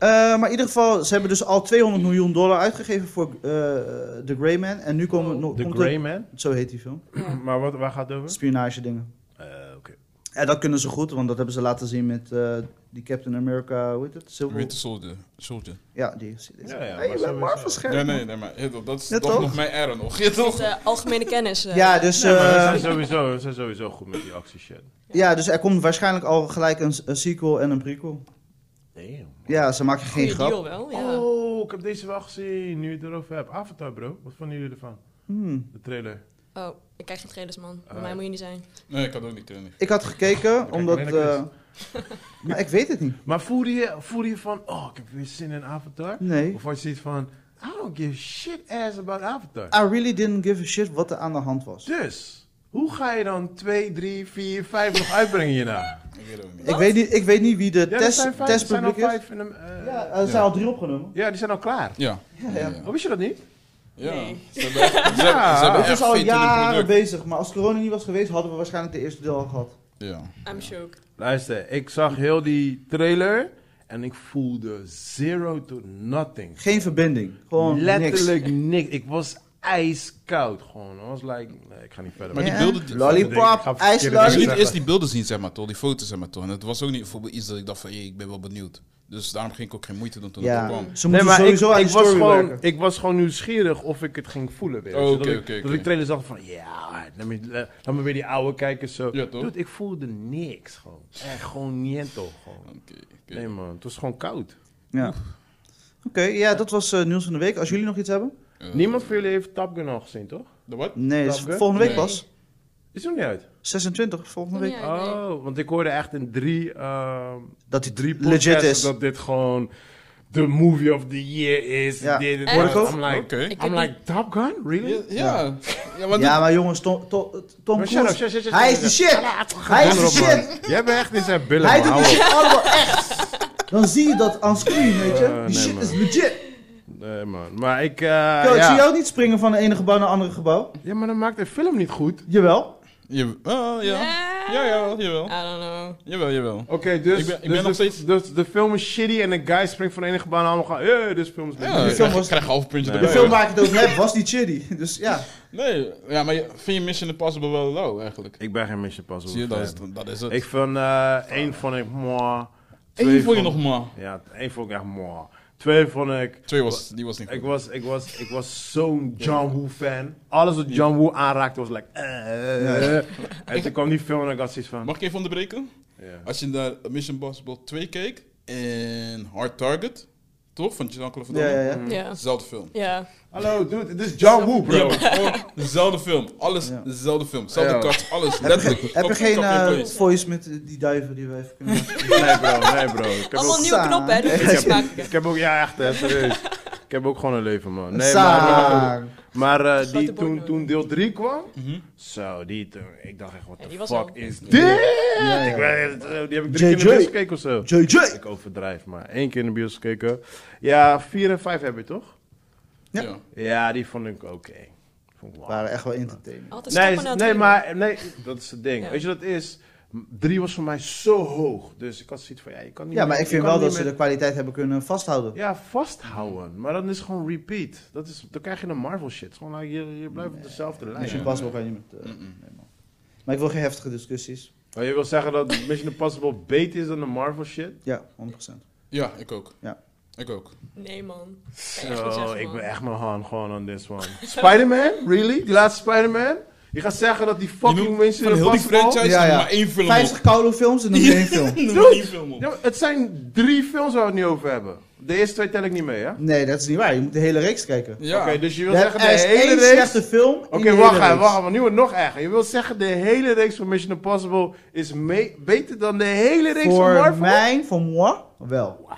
Speaker 3: maar in ieder geval, ze hebben dus al 200 miljoen dollar uitgegeven voor eh, The Grey Man. En nu komen nog...
Speaker 2: Oh. The
Speaker 3: komt
Speaker 2: Grey Man.
Speaker 3: er- Zo heet die film.
Speaker 2: maar wat, waar gaat het over?
Speaker 3: Spionage dingen.
Speaker 2: Eh, Oké.
Speaker 3: En Hm? dat kunnen ze goed, want dat hebben ze laten zien met eh, die Captain America, hoe heet het? Silver-
Speaker 4: Winter Soldier. Soldier.
Speaker 3: Ja, die is. die is-
Speaker 2: Ja, ja,
Speaker 3: Hey,
Speaker 2: maar
Speaker 3: je
Speaker 2: zo
Speaker 3: bent
Speaker 2: is
Speaker 3: Marvel
Speaker 2: het.
Speaker 3: scherp.
Speaker 4: Nee, nee, nee, maar dat- dat is
Speaker 3: Ja,
Speaker 4: toch
Speaker 3: toch?
Speaker 4: nog mijn era nog. Ja, toch?
Speaker 1: Dit is, eh, algemene kennis. eh.
Speaker 3: Ja, dus,
Speaker 2: Nee, maar ze
Speaker 3: eh,
Speaker 2: zijn sowieso, ze zijn sowieso goed met die actieshit.
Speaker 3: ja, dus er komt waarschijnlijk al gelijk een, een sequel en een prequel.
Speaker 2: Nee.
Speaker 3: Ja, ze maken geen
Speaker 1: Goeie
Speaker 3: grap.
Speaker 1: deal wel, ja.
Speaker 2: Oh, ik heb deze wel gezien, nu je het erover hebt. Avatar, bro. Wat vonden jullie ervan?
Speaker 3: Hmm.
Speaker 2: De trailer.
Speaker 1: Oh, ik krijg geen trailers, man. Bij
Speaker 2: Ah.
Speaker 1: mij moet je niet zijn.
Speaker 4: Nee, ik had ook niet trainen.
Speaker 3: Ik had gekeken,
Speaker 2: kijk
Speaker 3: omdat...
Speaker 2: alleen naar
Speaker 3: eh, maar ik weet het niet.
Speaker 2: Maar voelde je, voelde je van, oh, ik heb weer zin in Avatar?
Speaker 3: Nee.
Speaker 2: Of had je zoiets van, I don't give shit ass about Avatar.
Speaker 3: I really didn't give a shit wat er aan de hand was.
Speaker 2: Dus, hoe ga je dan 2, 3, 4, 5 nog uitbrengen hierna?
Speaker 4: Ik weet het ook niet.
Speaker 3: Ik weet, niet, ik weet niet wie de
Speaker 2: Ja, er
Speaker 3: test,
Speaker 2: zijn vijf- er zijn al
Speaker 3: testpubliek is.
Speaker 2: vijf in de, eh,
Speaker 3: Ja,
Speaker 2: ja,
Speaker 3: er zijn
Speaker 4: Ja.
Speaker 3: al drie opgenomen.
Speaker 2: die zijn al klaar.
Speaker 4: Ja.
Speaker 3: Ja, ja.
Speaker 2: Oh, wist je dat niet?
Speaker 4: Ja,
Speaker 1: Nee.
Speaker 4: ze hebben, ze hebben, ze
Speaker 2: Ja,
Speaker 4: hebben
Speaker 3: Het
Speaker 4: echt
Speaker 3: is al
Speaker 4: faith in het
Speaker 3: jaren
Speaker 4: product.
Speaker 3: bezig, maar als corona niet was geweest, hadden we waarschijnlijk de eerste deel al gehad.
Speaker 4: Ja.
Speaker 1: I'm shook.
Speaker 2: Luister, ik zag heel die trailer en ik voelde zero to nothing.
Speaker 3: Geen verbinding, gewoon
Speaker 2: Letterlijk niks. Ik was ijskoud gewoon. I was like, nee, ik ga niet verder.
Speaker 4: Maar
Speaker 3: niks.
Speaker 4: die
Speaker 3: Ja.
Speaker 4: beelden die-
Speaker 2: Ik ga
Speaker 3: lollipop,
Speaker 2: verkeerde
Speaker 4: Ik
Speaker 2: dingen
Speaker 4: liet
Speaker 2: zeggen.
Speaker 3: ijslollipop.
Speaker 4: eerst die beelden zien, zeg maar, toch? Die foto's, zeg maar, toch? En het was ook niet bijvoorbeeld iets dat ik dacht van, hé, ik ben wel benieuwd. Dus daarom ging ik ook geen moeite doen toen het
Speaker 3: Ja,
Speaker 4: kwam.
Speaker 3: ze moeten
Speaker 2: Nee, maar ik,
Speaker 3: sowieso aan
Speaker 2: ik
Speaker 3: die
Speaker 2: was
Speaker 3: story
Speaker 2: gewoon,
Speaker 3: werken.
Speaker 2: ik was gewoon nieuwsgierig of ik het ging voelen weer.
Speaker 4: Oh,
Speaker 2: Zodat
Speaker 4: oké,
Speaker 2: ik-
Speaker 4: oké,
Speaker 2: Dat
Speaker 4: oké.
Speaker 2: ik trailers dacht van, ja, laat me, laat me weer die oude kijken zo.
Speaker 4: Ja, toch?
Speaker 2: Dude, ik voelde niks gewoon. Echt gewoon niento gewoon.
Speaker 4: Oké, oké.
Speaker 2: Nee man, het was gewoon koud.
Speaker 3: Ja. Oké, ja, dat was eh, nieuws van de week. Als jullie nog iets hebben?
Speaker 4: Eh,
Speaker 2: Niemand van jullie heeft Top Gun al gezien, toch?
Speaker 4: De wat?
Speaker 3: Nee, is
Speaker 2: Top Gun?
Speaker 3: volgende week
Speaker 4: Nee.
Speaker 3: pas.
Speaker 2: Is er nog niet uit?
Speaker 3: 26, volgende
Speaker 1: Nog
Speaker 3: week.
Speaker 1: niet uit. nee.
Speaker 2: Oh, want ik hoorde echt in drie, ehm,
Speaker 3: Dat die
Speaker 2: drie
Speaker 3: legit
Speaker 2: podcasts
Speaker 3: is.
Speaker 2: dat dit gewoon de movie of the year is.
Speaker 3: Ja.
Speaker 2: Dit, dit,
Speaker 1: Echt?
Speaker 2: dit.
Speaker 3: Hoor ik ook?
Speaker 2: I'm
Speaker 4: Oké.
Speaker 2: like,
Speaker 1: Ik
Speaker 2: I'm
Speaker 1: heb
Speaker 2: like, Top Gun? Really?
Speaker 4: Ja, ja. ja, want
Speaker 3: Ja, maar jongens, Tom, Tom, Tom
Speaker 2: Maar shut up, shut up,
Speaker 3: Cruise,
Speaker 2: shut up,
Speaker 3: hij is
Speaker 2: shut
Speaker 3: de
Speaker 2: up.
Speaker 3: shit! Hij is de
Speaker 2: Donder op,
Speaker 3: shit!
Speaker 2: man. Jij bent echt in zijn billen,
Speaker 3: Hij
Speaker 2: man.
Speaker 3: doet die
Speaker 2: Hou op.
Speaker 3: shit allemaal echt! Dan zie je dat aan screen, weet je?
Speaker 2: Eh,
Speaker 3: Die
Speaker 2: nee,
Speaker 3: shit
Speaker 2: man.
Speaker 3: is legit!
Speaker 2: Nee, man. Maar ik... eh,
Speaker 3: Yo, ik zie
Speaker 2: ja.
Speaker 3: jou niet springen van het ene gebouw naar het andere gebouw.
Speaker 2: ja, maar dan maakt de film niet goed.
Speaker 3: Jawel.
Speaker 4: Je, oh, ja.
Speaker 1: Ah,
Speaker 4: Ja, jawel, jawel. Oh,
Speaker 1: I don't know.
Speaker 4: Jawel, jawel.
Speaker 2: Oké, dus,
Speaker 4: Ik ben- ik
Speaker 2: dus
Speaker 4: ben nog
Speaker 2: de-
Speaker 4: steeds-
Speaker 2: dus de film is shitty en de guy springt van de ene gebouw naar de andere gaan. Eh, dit film is
Speaker 4: Ja,
Speaker 2: niet
Speaker 3: film
Speaker 4: ik krijg,
Speaker 3: was-
Speaker 4: ik krijg een half puntje
Speaker 2: Nee.
Speaker 3: De
Speaker 2: Ja,
Speaker 4: erbij.
Speaker 3: film waar ik het over heb was niet shitty. Dus ja.
Speaker 4: Nee, ja, maar je- vind je Mission Impossible wel low, eigenlijk?
Speaker 2: Ik ben geen Mission Puzzle
Speaker 4: Zie je, dat
Speaker 2: fan.
Speaker 4: is, dat is het.
Speaker 2: Ik vond eh één vond ik mooi.
Speaker 4: Eén vond je nog maar.
Speaker 2: Ja, één vond ik echt mooi. Twee vond ik...
Speaker 4: Twee was, die was niet
Speaker 2: Ik
Speaker 4: goed.
Speaker 2: was, ik was, ik was zo'n John Woo fan. Alles wat John Woo aanraakte was like... eh. En toen kwam die film en ik had zoiets van...
Speaker 4: Mag ik even onderbreken?
Speaker 2: ja.
Speaker 4: Als je naar Mission Impossible 2 keek en Hard Target, toch? Van Jean-Claude Van
Speaker 3: Ja, ja, ja.
Speaker 1: Ja.
Speaker 4: Dezelfde film.
Speaker 1: Ja.
Speaker 2: Hallo dude, dit is John Woo bro.
Speaker 4: Ja, maar gewoon dezelfde film. Alles
Speaker 3: Ja.
Speaker 4: dezelfde film. Zelfde
Speaker 2: Ja.
Speaker 4: cuts, alles. Letterlijk.
Speaker 3: Heb je
Speaker 4: Copy,
Speaker 3: geen
Speaker 4: copy
Speaker 3: eh,
Speaker 4: and paste.
Speaker 3: voice met eh, die duiven die we even kunnen
Speaker 2: Nee bro, nee bro. Ik heb,
Speaker 1: Allemaal
Speaker 2: ook,
Speaker 1: nieuwe
Speaker 3: Saar.
Speaker 1: knoppen, hè? Die
Speaker 3: Ik
Speaker 1: fiets
Speaker 2: heb-
Speaker 1: maken.
Speaker 2: ik heb ook, ja echt hè, serieus. Ik heb ook gewoon een leven man. Nee, maar eh,
Speaker 3: Saar.
Speaker 2: maar eh, die,
Speaker 1: Grote boy
Speaker 2: toen,
Speaker 1: nodig.
Speaker 2: toen deel 3 kwam,
Speaker 4: Mhm.
Speaker 2: zo, die, toen- ik dacht echt, wat
Speaker 1: Ja,
Speaker 2: de
Speaker 1: die was
Speaker 2: fuck
Speaker 1: al-
Speaker 2: is dit?
Speaker 3: Ja, ja.
Speaker 2: Ik weet, het, eh, die heb ik drie keer in de
Speaker 3: JJ.
Speaker 2: bios gekeken of zo.
Speaker 3: JJ!
Speaker 2: Ik overdrijf, maar één keer in de bios gekeken. Ja, vier en vijf heb je toch?
Speaker 3: Ja.
Speaker 4: Ja.
Speaker 2: Ja, die vond ik oké. Vond ik wauw.
Speaker 3: waren echt wel entertainment.
Speaker 1: Altijd
Speaker 2: Nee,
Speaker 1: stoppen na het
Speaker 2: nee
Speaker 1: reden.
Speaker 2: maar nee, dat is het ding.
Speaker 1: Ja.
Speaker 2: Weet je wat het is? M- Drie was voor mij zo hoog. Dus ik had zoiets van, ja, je kan niet
Speaker 3: Ja,
Speaker 2: meer-
Speaker 3: maar ik
Speaker 2: je
Speaker 3: vind
Speaker 2: kan
Speaker 3: wel
Speaker 2: niet
Speaker 3: dat ze
Speaker 2: meer-
Speaker 3: de kwaliteit hebben kunnen vasthouden.
Speaker 2: Ja, vasthouden. Maar dan is gewoon repeat. Dat is, dan krijg je een Marvel shit. Het is Gewoon, like, je, je blijft op dezelfde lijn.
Speaker 3: Mission Impossible kan je niet met... eh,
Speaker 4: Mm-mm.
Speaker 3: nee, man. Maar ik wil geen heftige discussies.
Speaker 2: Maar je wil zeggen dat Mission Impossible beter is dan de Marvel shit?
Speaker 3: Ja, 100%.
Speaker 4: Ja, ik ook.
Speaker 3: Ja.
Speaker 4: Ik ook.
Speaker 1: Nee, man. Kan je echt niet
Speaker 2: Zo,
Speaker 1: zeggen,
Speaker 2: Oh, ik
Speaker 1: man.
Speaker 2: ben echt mijn hand gewoon on this one. Spider-Man? Really? Die laatste Spider-Man? Je gaat zeggen dat die
Speaker 4: Je
Speaker 2: fucking
Speaker 4: noemt
Speaker 2: mensen
Speaker 4: van
Speaker 2: in de
Speaker 4: heel die
Speaker 2: pas valt?
Speaker 4: franchise
Speaker 3: Ja,
Speaker 4: noem
Speaker 3: ja.
Speaker 4: maar één film
Speaker 3: 50 koude films en dan weer één film.
Speaker 4: op. Noem maar één film op.
Speaker 2: Ja, maar het zijn drie films waar we het nu over hebben. De eerste twee tel ik niet mee, hè?
Speaker 3: Nee, dat is niet waar. Je moet de hele reeks kijken.
Speaker 4: Ja.
Speaker 2: Oké, dus je
Speaker 3: Je
Speaker 2: wil
Speaker 3: hebt
Speaker 2: zeggen de
Speaker 3: er
Speaker 2: hele
Speaker 3: is één
Speaker 2: reeks...
Speaker 3: slechte film in
Speaker 2: Oké,
Speaker 3: de hele
Speaker 2: wacht even,
Speaker 3: reeks.
Speaker 2: wacht even. Nu wordt het nog erger. Je wil zeggen de hele reeks van Mission Impossible is mee- beter dan de hele reeks van
Speaker 3: Voor
Speaker 2: Marvel?
Speaker 3: mijn, voor moi, wel.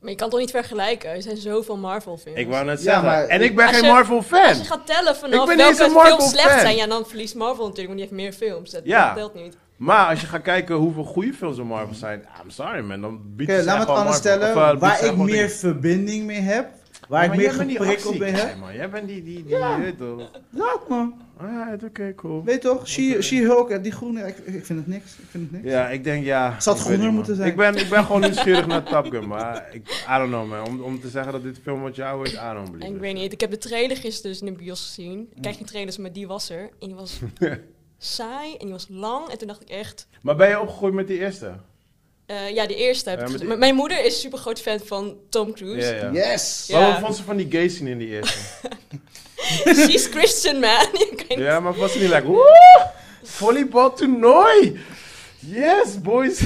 Speaker 1: Maar je kan toch niet vergelijken? Er zijn zoveel Marvel-films.
Speaker 2: Ik wou net
Speaker 3: Ja,
Speaker 2: zeggen.
Speaker 3: maar-
Speaker 2: en ik ben
Speaker 1: Als
Speaker 2: geen
Speaker 1: je- Als
Speaker 2: Marvel-fan.
Speaker 1: je gaat tellen
Speaker 2: Ik
Speaker 1: vanaf
Speaker 2: ben
Speaker 1: welke
Speaker 2: niet eens een
Speaker 1: films
Speaker 2: Marvel
Speaker 1: slecht
Speaker 2: fan.
Speaker 1: zijn, ja, dan verliest Marvel natuurlijk, want die heeft meer films. Dat,
Speaker 2: Ja.
Speaker 1: dat telt niet.
Speaker 2: Maar als je gaat kijken hoeveel goede films er Marvel zijn... I'm sorry, man. Dan biedt
Speaker 3: Oké,
Speaker 2: ze
Speaker 3: laat me
Speaker 2: echt wel
Speaker 3: het anders
Speaker 2: Marvel.
Speaker 3: stellen.
Speaker 2: Of, eh, biedt ze
Speaker 3: waar ik
Speaker 2: echt wel
Speaker 3: meer
Speaker 2: dingen.
Speaker 3: verbinding mee heb. Waar
Speaker 2: Ja,
Speaker 3: ik
Speaker 2: maar
Speaker 3: meer
Speaker 2: jij bent die
Speaker 3: geprikkeld mee
Speaker 2: actie-
Speaker 3: heb.
Speaker 2: man. Jij bent die... die, die je weet toch?
Speaker 3: Laat me.
Speaker 2: Ah, oké, cool.
Speaker 3: Weet toch? She- She-Hulk en die groene. Ik, ik vind het niks. Ik vind het niks.
Speaker 2: Ja, ik denk ja.
Speaker 3: Zou het
Speaker 2: Ik weet
Speaker 3: groener
Speaker 2: niet, man.
Speaker 3: moeten zijn?
Speaker 2: Ik ben, ik ben gewoon nieuwsgierig naar Top Gun, maar ik, I don't know man. Om, om te zeggen dat dit film wat jou is, I don't believe
Speaker 1: En ik
Speaker 2: it.
Speaker 1: weet niet, ik heb de trailer gisteren dus in de bios gezien. Ik kijk geen trailers, maar die was er. En die was saai en die was lang. En toen dacht ik echt...
Speaker 2: Maar ben je opgegroeid met die eerste?
Speaker 1: eh, ja, de eerste heb
Speaker 2: Ja,
Speaker 1: ik
Speaker 2: maar
Speaker 1: gezien.
Speaker 2: die-
Speaker 1: M- Mijn moeder is super groot fan van Tom Cruise.
Speaker 2: Ja, ja.
Speaker 3: Yes!
Speaker 1: Ja.
Speaker 2: Maar wat vond ze van die gay scene in die eerste?
Speaker 1: She's Christian, man. Ik weet
Speaker 2: ja, maar was ze niet like, woe, volleybal toernooi! Yes, boys!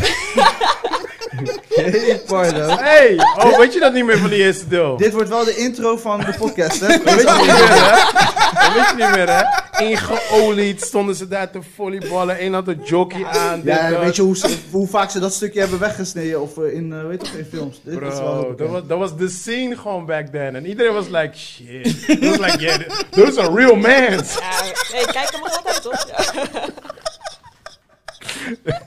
Speaker 3: Hey, pardon.
Speaker 2: Hey! Oh, weet je dat niet meer van die eerste deel?
Speaker 3: Dit wordt wel de intro van de podcast, hè?
Speaker 2: Dat weet je niet meer, hè? Dat weet je niet meer, hè? Ingeolied stonden ze daar te volleyballen. Eén had een jockey aan. dit,
Speaker 3: Ja,
Speaker 2: dat.
Speaker 3: weet je hoe, ze- hoe vaak ze dat stukje hebben weggesneden of eh, in, eh, weet toch, in films? Dit is wel heel
Speaker 2: Bro, dat
Speaker 3: bekend.
Speaker 2: was, dat was de scene gewoon back then. En iedereen was like, shit. It was like, yeah, th- those are real men.
Speaker 1: Ja, nee, ik kijk hem nog altijd, toch? Ja.
Speaker 2: Ja,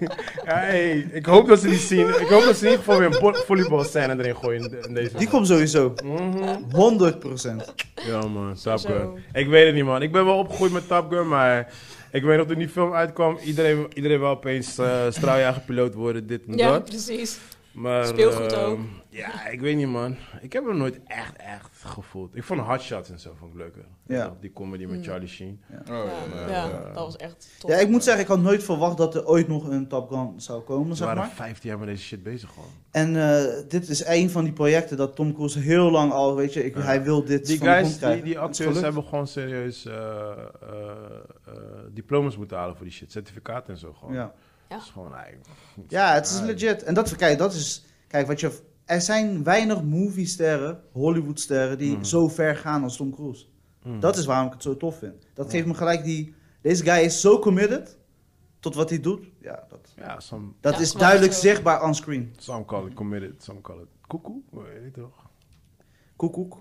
Speaker 2: Hey, ik hoop dat ze die zien. Ik hoop dat ze in ieder geval weer een vo- volleybalscène erin gooien in de- in deze.
Speaker 3: Die komt sowieso.
Speaker 2: Mhm.
Speaker 3: 100 procent.
Speaker 2: Ja man, Top
Speaker 1: Zo.
Speaker 2: Gun. Ik weet het niet man. Ik ben wel opgegroeid met Top Gun, maar ik weet nog toen die film uitkwam, iedereen, iedereen wil opeens eh straaljagerpiloot worden, dit en
Speaker 1: Ja,
Speaker 2: dat.
Speaker 1: precies.
Speaker 2: Maar,
Speaker 1: Speelgoed
Speaker 2: ehm,
Speaker 1: ook.
Speaker 2: Ja, ik weet niet man. Ik heb hem nooit echt, echt gevoeld. Ik vond Hotshots en zo vond ik leuker.
Speaker 3: Ja.
Speaker 2: Die comedy
Speaker 1: Mm.
Speaker 2: met Charlie Sheen.
Speaker 4: Oh,
Speaker 1: Ja,
Speaker 4: ja.
Speaker 1: ja,
Speaker 2: eh,
Speaker 1: dat was echt top.
Speaker 3: Ja, ik moet zeggen, ik had nooit verwacht dat er ooit nog een Top Gun zou komen,
Speaker 2: Ze
Speaker 3: zeg
Speaker 2: waren
Speaker 3: maar.
Speaker 2: 15 jaar met deze shit bezig gewoon.
Speaker 3: En eh, dit is een van die projecten dat Tom Cruise heel lang al, weet je, ik,
Speaker 2: Ja.
Speaker 3: hij wil dit
Speaker 2: Die
Speaker 3: van de
Speaker 2: guys,
Speaker 3: grond krijgen.
Speaker 2: die, die acteurs
Speaker 3: Tuurlijk.
Speaker 2: hebben gewoon serieus eh, eh, eh, diplomas moeten halen voor die shit. Certificaten en zo gewoon.
Speaker 3: Ja.
Speaker 2: Dat is gewoon eigenlijk...
Speaker 3: ja, het is legit. En dat, kijk, dat is, kijk, wat je, er zijn weinig moviesterren, Hollywoodsterren, die
Speaker 2: Mhm.
Speaker 3: zo ver gaan als Tom Cruise.
Speaker 2: Mm.
Speaker 3: Dat is waarom ik het zo tof vind. Dat geeft me gelijk die, deze guy is zo committed tot wat hij doet. Ja, dat,
Speaker 2: Ja, some,
Speaker 3: dat
Speaker 1: Ja,
Speaker 3: is
Speaker 1: maar
Speaker 3: duidelijk
Speaker 1: zo-
Speaker 3: zichtbaar onscreen.
Speaker 2: some call it committed, some call it koekoe. Weet je toch?
Speaker 3: Koekoek.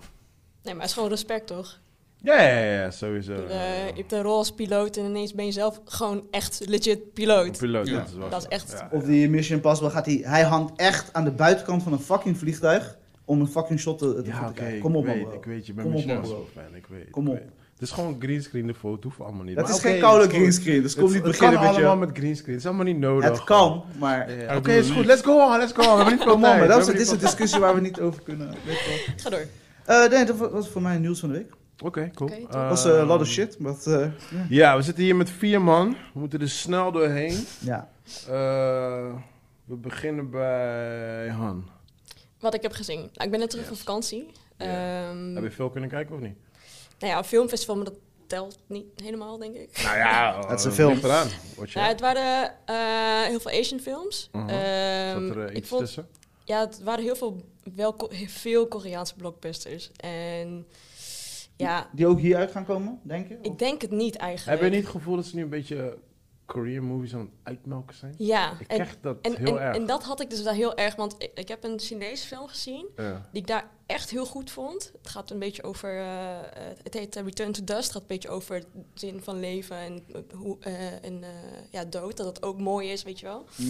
Speaker 1: Nee, maar het is gewoon respect, toch?
Speaker 2: Ja, ja, ja, ja, sowieso.
Speaker 1: Eh,
Speaker 2: Ja, ja.
Speaker 1: je hebt een rol als piloot en ineens ben je zelf gewoon echt legit piloot.
Speaker 2: Piloot,
Speaker 4: Ja.
Speaker 2: dat is wel
Speaker 1: Dat is
Speaker 2: zo.
Speaker 1: echt-
Speaker 2: Ja.
Speaker 3: Of die Mission Impossible gaat hij, hij hangt echt aan de buitenkant van een fucking vliegtuig om een fucking shot te, te
Speaker 2: Ja,
Speaker 3: te
Speaker 2: oké,
Speaker 3: krijgen.
Speaker 2: ik
Speaker 3: Kom op, man,
Speaker 2: weet,
Speaker 3: bro.
Speaker 2: ik weet, je bent
Speaker 3: Kom op,
Speaker 2: misschien
Speaker 3: man,
Speaker 2: wel fan, ik weet.
Speaker 3: Kom
Speaker 2: ik
Speaker 3: op.
Speaker 2: weet. Het is gewoon greenscreen, de foto hoeft allemaal niet.
Speaker 3: Dat
Speaker 2: Maar
Speaker 3: is
Speaker 2: oké,
Speaker 3: geen koude
Speaker 2: het is gewoon-
Speaker 3: greenscreen, dus kom niet
Speaker 2: Het kan
Speaker 3: beginnen met
Speaker 2: allemaal
Speaker 3: je...
Speaker 2: met greenscreen, het is allemaal niet nodig.
Speaker 3: Het kan, maar...
Speaker 2: Ja,
Speaker 3: Kom
Speaker 2: Eh, Oké, is goed, let's go on, let's go on. We hebben niet veel
Speaker 3: op, man,
Speaker 2: tijd.
Speaker 3: dat is,
Speaker 2: we
Speaker 3: dit is een
Speaker 2: hebben niet
Speaker 3: discussie waar we niet over kunnen. weet je wel.
Speaker 1: Ga door.
Speaker 3: Eh, nee, dat wa- was voor mij nieuws van de week.
Speaker 2: veel- Oké, cool.
Speaker 1: Oké, top.
Speaker 2: Eh,
Speaker 3: Dat was eh, a lot of shit, maar... eh,
Speaker 2: Ja, we zitten hier met vier man. We moeten er snel doorheen.
Speaker 3: ja.
Speaker 2: Eh, we beginnen bij Han.
Speaker 1: Wat ik heb gezien. Nou, ik ben net terug van vakantie.
Speaker 2: Ja.
Speaker 1: Ehm,
Speaker 2: Heb je veel kunnen kijken of niet?
Speaker 1: Nou ja, een filmfestival, maar dat telt niet helemaal, denk ik.
Speaker 2: Nou ja,
Speaker 3: Het is
Speaker 2: eh,
Speaker 3: een film.
Speaker 2: ligt eraan. Wat je-
Speaker 1: Nou, het waren eh, heel veel Asian films.
Speaker 2: Mhm.
Speaker 1: Ehm,
Speaker 2: Zat er eh,
Speaker 1: ik
Speaker 2: iets
Speaker 1: vond,
Speaker 2: tussen?
Speaker 1: ja, het waren heel veel, wel, Ko- heel veel Koreaanse blockbusters. En ja,
Speaker 3: Die ook hieruit gaan komen, denk je?
Speaker 1: ik denk het niet eigenlijk.
Speaker 2: Heb je niet het gevoel dat ze nu een beetje Korean movies aan het uitmelken zijn?
Speaker 1: Ja, en,
Speaker 2: Ik krijg dat
Speaker 1: en,
Speaker 2: heel
Speaker 1: en,
Speaker 2: erg.
Speaker 1: en dat had ik dus daar heel erg, want ik, ik heb een Chinese film gezien.
Speaker 2: Ja.
Speaker 1: die ik daar echt heel goed vond. Het gaat een beetje over, eh, eh, het heet eh, Return to Dust. Het gaat een beetje over het zin van leven en, eh, hoe, eh, en eh, ja, dood. Dat dat ook mooi is, weet je wel.
Speaker 3: Mhm.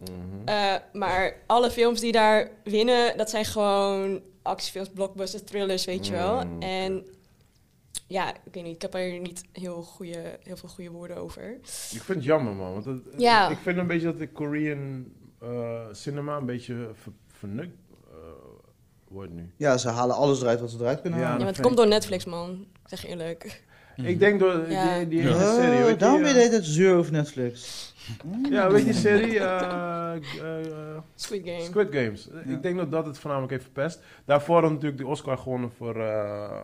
Speaker 2: Mhm.
Speaker 1: Eh, maar alle films die daar winnen, dat zijn gewoon actiefilms, blockbusters, thrillers, weet je wel.
Speaker 2: Mm, oké.
Speaker 1: En ja, ik weet niet, ik heb er niet heel, goede, heel veel goede woorden over.
Speaker 2: Ik vind het jammer, man. Want dat-
Speaker 1: Ja.
Speaker 2: Ik vind een beetje dat de Korean eh, cinema een beetje ver, vernukt eh, wordt nu.
Speaker 3: Ja, ze halen alles eruit wat ze eruit kunnen
Speaker 2: Ja,
Speaker 1: Ja,
Speaker 3: halen.
Speaker 1: maar
Speaker 2: vind
Speaker 1: het komt
Speaker 2: ik-
Speaker 1: door Netflix, man. Ik zeg je eerlijk.
Speaker 2: Ik denk door die-
Speaker 1: Ja.
Speaker 2: die, die
Speaker 4: Mhm. Ja.
Speaker 2: hele
Speaker 3: Eh,
Speaker 2: serie. Weet je,
Speaker 3: daarom
Speaker 2: eh,
Speaker 3: weer deed het zuur over Netflix. Mm.
Speaker 2: ja, weet je die serie? eh, g- eh, eh,
Speaker 1: Squid Game.
Speaker 2: Squid Games.
Speaker 3: Ja.
Speaker 2: Ik denk dat dat het voornamelijk heeft verpest. Daarvoor hadden we natuurlijk de Oscar gewonnen voor... eh,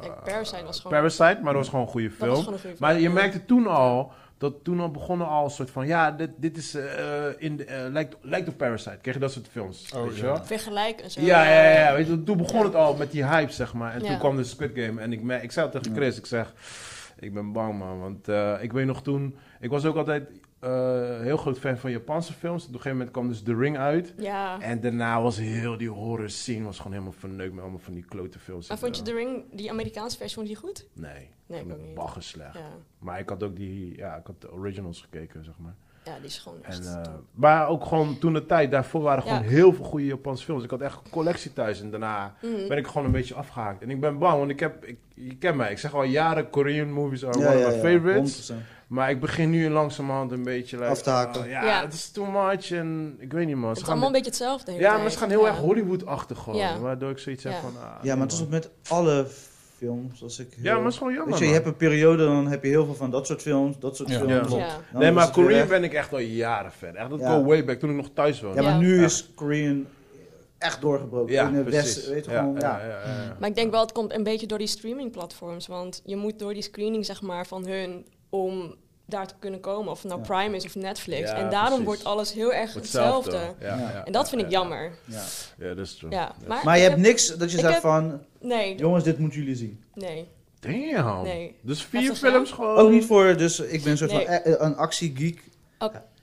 Speaker 1: Kijk, Parasite was gewoon-
Speaker 2: Parasite, maar dat was gewoon een goede
Speaker 1: dat was
Speaker 2: film.
Speaker 1: gewoon een goede film.
Speaker 2: Maar je merkte toen al, dat toen al begonnen al een soort van, ja, dit, dit is, eh, in de, eh, lijkt, lijkt op Parasite. Kreeg je dat soort films,
Speaker 4: Oh,
Speaker 2: weet je
Speaker 4: ja.
Speaker 2: wel?
Speaker 1: Vergelijken en zo. eh,
Speaker 2: Ja, ja, ja, ja. Weet je, toen begon het al met die hype, zeg maar. En
Speaker 1: Ja.
Speaker 2: toen kwam de Squid Game. En ik, me- ik zei tegen Chris, ik zeg, ik ben bang, man. Want eh, ik weet nog toen, ik was ook altijd eh, heel groot fan van Japanse films. Op een gegeven moment kwam dus The Ring uit.
Speaker 1: Ja.
Speaker 2: En daarna was heel die horror scene was gewoon helemaal verneukt met allemaal van die klote films. eh,
Speaker 1: Maar vond je The Ring, die Amerikaanse versie, vond je die goed?
Speaker 2: Nee,
Speaker 1: Nee, ik
Speaker 2: ik
Speaker 1: ook niet.
Speaker 2: bagger slecht.
Speaker 1: Ja.
Speaker 2: Maar ik had ook die, ja, ik had de originals gekeken, zeg maar.
Speaker 1: ja, die is gewoon echt
Speaker 2: En, eh,
Speaker 1: top.
Speaker 2: maar ook gewoon toen de tijd daarvoor waren gewoon
Speaker 1: Ja.
Speaker 2: heel veel goede Japanse films. Ik had echt een collectie thuis en daarna
Speaker 1: Mhm.
Speaker 2: ben ik gewoon een beetje afgehaakt. En ik ben bang, want ik heb, ik, je kent mij, ik zeg al jaren Korean movies are one of my favorites.
Speaker 3: 100%.
Speaker 2: Maar ik begin nu langzamerhand een beetje... Like,
Speaker 3: Af te haken.
Speaker 2: oh, ja,
Speaker 1: Ja.
Speaker 2: het is too much en ik weet niet man.
Speaker 1: Het
Speaker 2: Ze
Speaker 1: is
Speaker 2: gaan
Speaker 1: allemaal een beetje hetzelfde. de hele
Speaker 2: ja, maar
Speaker 1: tijd.
Speaker 2: ze gaan heel
Speaker 1: Ja.
Speaker 2: erg Hollywood-achtig gewoon.
Speaker 1: Ja.
Speaker 2: Waardoor ik zoiets heb
Speaker 1: Ja.
Speaker 2: van... ah,
Speaker 3: Ja, maar het is
Speaker 2: man.
Speaker 3: ook met alle films, als ik... heel-
Speaker 2: Ja, maar het is gewoon jammer
Speaker 3: Weet je, je
Speaker 2: man.
Speaker 3: hebt een periode, dan heb je heel veel van dat soort films, dat soort
Speaker 4: Ja.
Speaker 3: films.
Speaker 2: Ja.
Speaker 3: Dan
Speaker 1: Ja.
Speaker 3: is
Speaker 2: Nee,
Speaker 3: het
Speaker 2: maar
Speaker 3: weer
Speaker 2: Korean
Speaker 3: weg.
Speaker 2: ben ik echt al jaren verder. Echt, dat
Speaker 3: Ja.
Speaker 2: go way back, toen ik nog thuis woonde.
Speaker 3: Ja, maar
Speaker 1: Ja.
Speaker 3: nu
Speaker 2: Ja.
Speaker 3: is Korean echt doorgebroken.
Speaker 2: Ja,
Speaker 3: in het
Speaker 2: precies.
Speaker 3: Westen, weet je,
Speaker 2: Ja,
Speaker 3: gewoon, ja. Mhm.
Speaker 2: ja, ja, ja, ja.
Speaker 1: Maar ik denk wel, het komt een beetje door die streamingplatforms. Want je moet door die screening zeg maar, van hun om daar te kunnen komen. Of het nou
Speaker 3: Ja.
Speaker 1: Prime is of Netflix.
Speaker 2: Ja,
Speaker 1: en daarom
Speaker 2: precies.
Speaker 1: wordt alles heel erg
Speaker 2: Hetzelfde.
Speaker 1: hetzelfde.
Speaker 2: Ja,
Speaker 3: Ja.
Speaker 2: ja,
Speaker 1: En dat
Speaker 2: ja,
Speaker 1: vind ik
Speaker 2: ja.
Speaker 1: jammer.
Speaker 3: Ja.
Speaker 2: Ja, dat is true.
Speaker 1: Ja. Maar,
Speaker 3: Maar je
Speaker 1: ik
Speaker 3: hebt niks dat je
Speaker 1: ik
Speaker 3: zegt
Speaker 1: heb-
Speaker 3: van,
Speaker 1: Nee,
Speaker 3: jongens, dit moeten jullie zien.
Speaker 1: nee.
Speaker 2: Damn.
Speaker 1: Nee.
Speaker 2: Dus vier
Speaker 1: Heftig,
Speaker 2: films gewoon.
Speaker 1: Oh,
Speaker 3: Ook niet voor, dus ik ben een soort
Speaker 1: Nee.
Speaker 3: van eh, eh, een actiegeek.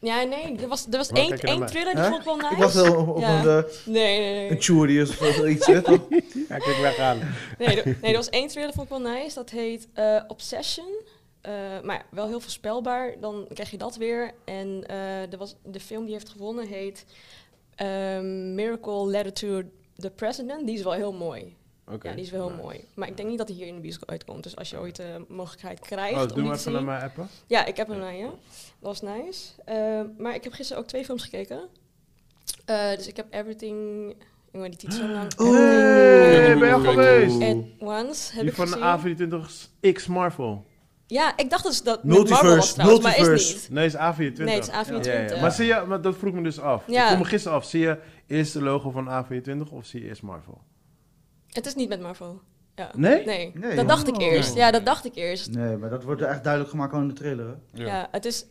Speaker 1: Ja, nee. Er was, er was
Speaker 2: Waarom
Speaker 1: één,
Speaker 2: kijk je naar
Speaker 1: één
Speaker 2: mij?
Speaker 1: thriller die
Speaker 3: Huh?
Speaker 1: vond ik wel nice.
Speaker 3: Ik wacht wel op, op
Speaker 1: Ja.
Speaker 3: een, eh,
Speaker 1: Nee, nee, nee.
Speaker 3: een Churi of zoiets, weet je toch?
Speaker 2: Ja, kijk weg aan.
Speaker 1: Nee, er, nee, er was één trailer vond ik wel nice. Dat heet eh, Obsession. Eh, maar ja, wel heel voorspelbaar. Dan krijg je dat weer. En eh, er was, de film die heeft gewonnen heet ehm, Miracle Letter to the President. Die is wel heel mooi.
Speaker 2: Oké. Nou.
Speaker 1: Ja, die is wel heel
Speaker 2: Nice.
Speaker 1: mooi. Maar ik denk niet dat hij hier in de bioscoop uitkomt. Dus als je ooit de mogelijkheid
Speaker 2: Oh,
Speaker 1: krijgt
Speaker 2: doe
Speaker 1: om die
Speaker 2: maar
Speaker 1: te
Speaker 2: even
Speaker 1: zien...
Speaker 2: naar mij appen.
Speaker 1: Ja, ik heb hem naar je. Dat was nice. Eh, maar ik heb gisteren ook twee films gekeken. Eh, dus ik heb Everything... Ik weet die titel zo lang.
Speaker 3: Oh.
Speaker 2: Hey, ben je al
Speaker 4: Oeh.
Speaker 2: geweest?
Speaker 1: At Once heb
Speaker 2: Die
Speaker 1: ik
Speaker 2: van
Speaker 1: gezien.
Speaker 2: A24 X Marvel.
Speaker 1: Ja, ik dacht dus dat met Marvel was
Speaker 3: Multiverse,
Speaker 1: trouwens, maar is
Speaker 3: multiverse.
Speaker 1: niet.
Speaker 2: Nee, is A24.
Speaker 1: Nee, het is A24.
Speaker 2: Ja, ja, ja. Maar, zie je, maar dat vroeg me dus af.
Speaker 1: Ja.
Speaker 2: Ik vroeg me gisteren af. Zie je eerst de logo van A24 of zie je eerst Marvel?
Speaker 1: Het is niet met Marvel. Ja.
Speaker 2: Nee?
Speaker 1: Nee,
Speaker 3: Nee,
Speaker 1: dat
Speaker 3: ja.
Speaker 1: dacht ik eerst. Ja, dat dacht ik eerst.
Speaker 3: Nee, maar dat wordt echt duidelijk gemaakt al in de trailer. hè.
Speaker 1: Ja, het is...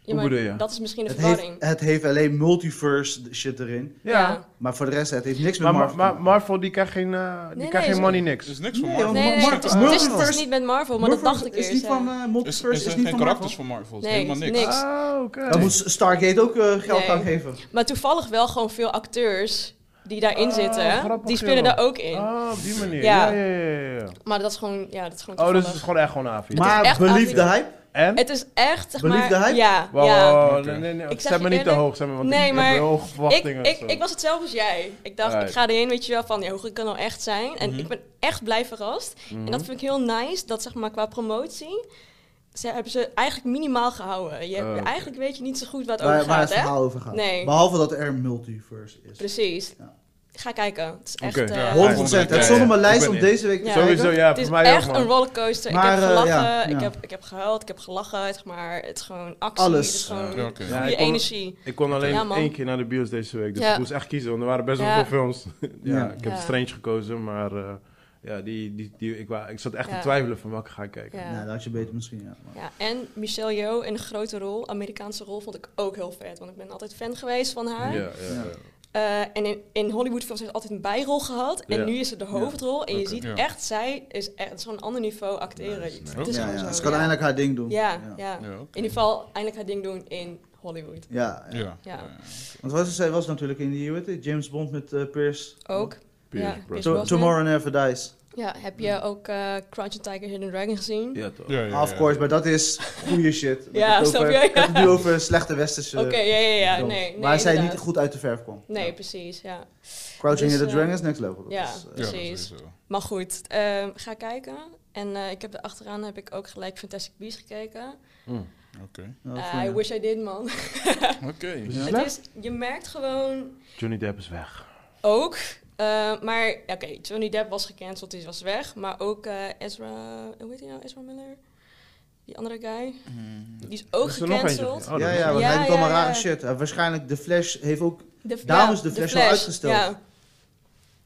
Speaker 2: Hoe
Speaker 1: Ja, maar
Speaker 2: bedoel je?
Speaker 1: dat is misschien de
Speaker 3: Het
Speaker 1: verwarring.
Speaker 3: heeft, het heeft alleen multiverse shit erin.
Speaker 2: Ja.
Speaker 3: Maar voor de rest, het heeft niks met
Speaker 2: Maar,
Speaker 3: Marvel.
Speaker 2: maar, maar Marvel die krijgt geen, eh, die
Speaker 1: Nee,
Speaker 2: krijgt
Speaker 1: nee,
Speaker 2: geen
Speaker 1: is-
Speaker 2: money
Speaker 4: Er
Speaker 2: niks.
Speaker 4: is niks
Speaker 3: Nee,
Speaker 4: van Marvel.
Speaker 3: want
Speaker 1: Nee, nee,
Speaker 3: Marvel-
Speaker 1: het is, het is, het is
Speaker 3: Multiverse.
Speaker 1: niet met Marvel, Oh, maar dat dacht ik
Speaker 3: is
Speaker 1: eerst.
Speaker 3: niet
Speaker 1: ja.
Speaker 3: van eh,
Speaker 4: Is,
Speaker 3: multiverse,
Speaker 4: is,
Speaker 3: is,
Speaker 4: er
Speaker 3: niet
Speaker 4: geen
Speaker 3: van
Speaker 4: karakters
Speaker 3: Marvel.
Speaker 4: van Marvel?
Speaker 1: Nee,
Speaker 4: helemaal niks.
Speaker 1: niks.
Speaker 2: Oh, oké.
Speaker 3: Dan moet Stargate ook eh, geld
Speaker 1: Nee.
Speaker 3: gaan geven.
Speaker 1: Maar toevallig wel gewoon veel acteurs die daarin
Speaker 2: Oh,
Speaker 1: zitten.
Speaker 2: grappig,
Speaker 1: die spelen
Speaker 2: joh.
Speaker 1: daar ook in.
Speaker 2: Ah, op die manier. Ja,
Speaker 1: Ja.
Speaker 2: ja, ja. ja, ja.
Speaker 1: Maar dat is gewoon, ja, dat is gewoon
Speaker 2: Oh, dus
Speaker 1: toevallig.
Speaker 2: het is gewoon echt gewoon A24.
Speaker 3: Maar
Speaker 1: echt
Speaker 3: believe de
Speaker 1: avontuur.
Speaker 3: hype.
Speaker 2: en?
Speaker 1: Het is echt, zeg
Speaker 3: Believe
Speaker 1: maar...
Speaker 3: the hype?
Speaker 1: Ja,
Speaker 2: Wow,
Speaker 1: ja.
Speaker 2: wow, wow,
Speaker 4: Oké.
Speaker 2: nee, nee, nee.
Speaker 1: Ik
Speaker 2: Zeg
Speaker 1: zeg
Speaker 2: maar
Speaker 1: je
Speaker 2: niet te
Speaker 1: eerlijk-
Speaker 2: hoog, zeg maar, want
Speaker 1: Nee,
Speaker 2: ik
Speaker 1: maar
Speaker 2: heb heel hoge
Speaker 1: Ik,
Speaker 2: verwachtingen.
Speaker 1: ik,
Speaker 2: zo.
Speaker 1: ik was hetzelfde als jij. Ik dacht,
Speaker 2: Alright.
Speaker 1: ik ga erin, weet je wel, van ja, hoe goed kan het nou echt zijn?
Speaker 2: Mhm.
Speaker 1: En ik ben echt blij verrast. En dat vind ik heel nice, dat zeg maar qua promotie... Ze hebben ze eigenlijk minimaal gehouden. Je hebt,
Speaker 2: Oh, oké.
Speaker 1: Eigenlijk weet je niet zo goed waar het
Speaker 3: Waar,
Speaker 1: over
Speaker 3: waar
Speaker 1: gaat,
Speaker 3: het
Speaker 1: hè?
Speaker 3: verhaal over gaat.
Speaker 1: Nee.
Speaker 3: Behalve dat er een multiverse is.
Speaker 1: Precies.
Speaker 3: Ja.
Speaker 1: Ga kijken. Het is echt...
Speaker 2: Oké.
Speaker 1: eh,
Speaker 4: Ja,
Speaker 3: 100
Speaker 4: Ja,
Speaker 3: Het stond op mijn
Speaker 2: ja, ik
Speaker 3: lijst
Speaker 2: ben
Speaker 3: om
Speaker 2: in.
Speaker 3: deze week te
Speaker 1: Ja.
Speaker 2: Sowieso,
Speaker 3: kijken.
Speaker 2: ja,
Speaker 1: het is
Speaker 2: voor mij
Speaker 1: echt
Speaker 2: ook,
Speaker 1: een
Speaker 2: man.
Speaker 1: rollercoaster.
Speaker 3: Maar,
Speaker 1: ik
Speaker 3: eh,
Speaker 1: heb gelachen,
Speaker 3: ja, ja.
Speaker 1: Ik, heb, ik heb gehuild, ik heb gelachen. Zeg maar, het is gewoon actie.
Speaker 3: Alles.
Speaker 1: Het is gewoon
Speaker 4: Ja, oké.
Speaker 2: Ja, ik
Speaker 1: goede
Speaker 2: kon-
Speaker 1: energie.
Speaker 2: Ik kon alleen
Speaker 1: Ja, man.
Speaker 2: één keer naar de bios deze week, dus
Speaker 1: Ja.
Speaker 2: ik moest echt kiezen, want er waren best wel
Speaker 1: Ja.
Speaker 2: veel films. ja,
Speaker 3: Ja.
Speaker 2: ik heb
Speaker 1: Ja.
Speaker 2: Strange gekozen, maar eh, ja, die, die, die, ik, wa- ik zat echt te
Speaker 1: Ja.
Speaker 2: twijfelen van welke ga ik kijken.
Speaker 1: Ja.
Speaker 3: Nou, dat had je beter misschien, ja. Maar-
Speaker 1: Ja, en Michelle Yeoh in een grote rol, Amerikaanse rol, vond ik ook heel vet. Want ik ben altijd fan geweest van haar.
Speaker 2: ja, ja.
Speaker 3: Ja.
Speaker 1: Eh, en in, in Hollywoodfilms heeft ze altijd een bijrol gehad. En
Speaker 2: Ja.
Speaker 1: nu is ze de hoofdrol. En je
Speaker 2: Oké.
Speaker 1: ziet
Speaker 4: Ja.
Speaker 1: echt, zij is echt het is gewoon een ander niveau acteren.
Speaker 2: Nice, nice.
Speaker 1: Het is
Speaker 3: Ja,
Speaker 1: gewoon
Speaker 3: ja.
Speaker 1: zo.
Speaker 3: Ze kan
Speaker 1: ja.
Speaker 3: eindelijk haar ding doen.
Speaker 1: Ja,
Speaker 3: Ja.
Speaker 1: ja.
Speaker 4: Ja, oké.
Speaker 1: Ah. in ieder geval eindelijk haar ding doen in Hollywood.
Speaker 3: Ja, ja.
Speaker 4: Ja.
Speaker 1: Ja.
Speaker 4: Ja.
Speaker 3: Want wat zij was natuurlijk in die, hoe heet het, James Bond met eh, Pierce.
Speaker 1: Ook.
Speaker 2: Pierce
Speaker 1: Ja,
Speaker 2: Brosnan.
Speaker 1: Pierce
Speaker 3: To-
Speaker 1: Brosnan.
Speaker 3: Tomorrow Never Dies.
Speaker 1: Ja, heb je ook eh, Crouch and Tiger Hidden Dragon gezien?
Speaker 2: Ja, toch.
Speaker 4: Ja, ja, ja.
Speaker 3: of course, maar dat is goede shit. Dat
Speaker 1: Ja,
Speaker 3: het
Speaker 1: snap
Speaker 3: over-
Speaker 1: je?
Speaker 3: Ik heb het nu over slechte westerse
Speaker 1: Oké, ja, ja, ja.
Speaker 3: films.
Speaker 1: Nee, nee,
Speaker 3: waar zij niet
Speaker 1: inderdaad.
Speaker 3: goed uit de verf kwam.
Speaker 1: Nee,
Speaker 3: Ja.
Speaker 1: precies, ja.
Speaker 3: Crouching
Speaker 1: Dus,
Speaker 3: Hidden
Speaker 1: eh,
Speaker 3: Dragon is next level. Dat
Speaker 1: ja.
Speaker 3: is, eh,
Speaker 4: Ja,
Speaker 1: Precies.
Speaker 4: sowieso.
Speaker 1: Maar goed, ehm, ga kijken. En eh, ik heb er achteraan heb ik ook gelijk Fantastic Beasts gekeken.
Speaker 2: Mm.
Speaker 4: Oké.
Speaker 3: wel
Speaker 1: Eh,
Speaker 3: fijn,
Speaker 1: I
Speaker 3: Oh, ja.
Speaker 1: wish I did, man.
Speaker 4: Oké.
Speaker 2: Is het
Speaker 1: Het
Speaker 2: slecht?
Speaker 1: is, je merkt gewoon
Speaker 2: Johnny Depp is weg.
Speaker 1: ook... eh, maar, ja, oké, Johnny Depp was gecanceld, dus die was weg. Maar ook eh, Ezra... Hoe heet hij nou? Ezra Miller? Die andere guy.
Speaker 3: Hmm.
Speaker 1: Die is ook
Speaker 2: is er nog eentje?
Speaker 1: gecanceld.
Speaker 2: Oh, dat
Speaker 3: ja,
Speaker 2: is-
Speaker 3: ja, want
Speaker 1: Ja,
Speaker 3: hij doet allemaal
Speaker 1: ja, ja.
Speaker 3: rare shit. En waarschijnlijk de Flash heeft ook...
Speaker 1: De-
Speaker 3: Daarom
Speaker 1: ja,
Speaker 3: is de Flash al uitgesteld.
Speaker 1: Ja.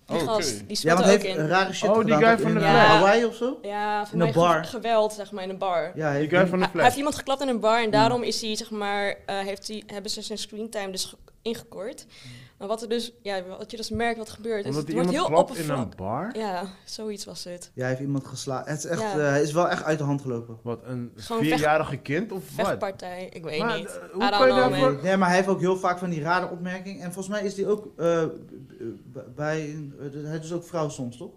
Speaker 1: Die
Speaker 4: Oké.
Speaker 1: gast, die
Speaker 3: Ja,
Speaker 1: speelt
Speaker 3: want
Speaker 1: er
Speaker 3: hij
Speaker 1: ook
Speaker 3: heeft
Speaker 1: in.
Speaker 3: rare shit
Speaker 2: Oh, die
Speaker 3: gedaan.
Speaker 2: guy
Speaker 3: dat
Speaker 2: van
Speaker 3: in,
Speaker 2: de
Speaker 3: eh,
Speaker 1: Flash.
Speaker 3: Hawaii of zo?
Speaker 1: Ja, voor
Speaker 3: In een
Speaker 1: mij ge-
Speaker 3: bar.
Speaker 1: geweld, zeg maar, in een bar.
Speaker 3: Ja, hij
Speaker 2: Die
Speaker 3: heeft
Speaker 2: guy van de Mm.
Speaker 1: Hij hij heeft
Speaker 2: Flash.
Speaker 1: iemand geklapt in een bar en daarom is hij, zeg maar, eh, heeft hij, hebben ze zijn screentime dus ge- ingekort. Maar wat, er dus, ja, wat je dus merkt wat gebeurt, is
Speaker 2: Mm. Omdat
Speaker 1: het
Speaker 2: hij
Speaker 1: wordt
Speaker 2: iemand
Speaker 1: heel
Speaker 2: klapt in een
Speaker 1: oppervlak.
Speaker 2: bar?
Speaker 1: Ja, zoiets was het.
Speaker 3: Ja, hij heeft iemand geslagen. Het is echt,
Speaker 1: Ja.
Speaker 3: eh, hij is wel echt uit de hand gelopen.
Speaker 2: Wat, een
Speaker 1: Gewoon
Speaker 2: vierjarige kind of wat?
Speaker 1: Vechtpartij, ik weet
Speaker 2: Maar,
Speaker 1: niet.
Speaker 2: eh,
Speaker 1: I
Speaker 2: hoe
Speaker 1: don't
Speaker 2: kan je
Speaker 1: know,
Speaker 2: daarvoor-
Speaker 1: man.
Speaker 3: Nee, maar hij heeft ook heel vaak van die rare opmerkingen. En volgens mij is hij ook eh, b- b- bij... een- eh, hij is ook vrouw soms, toch?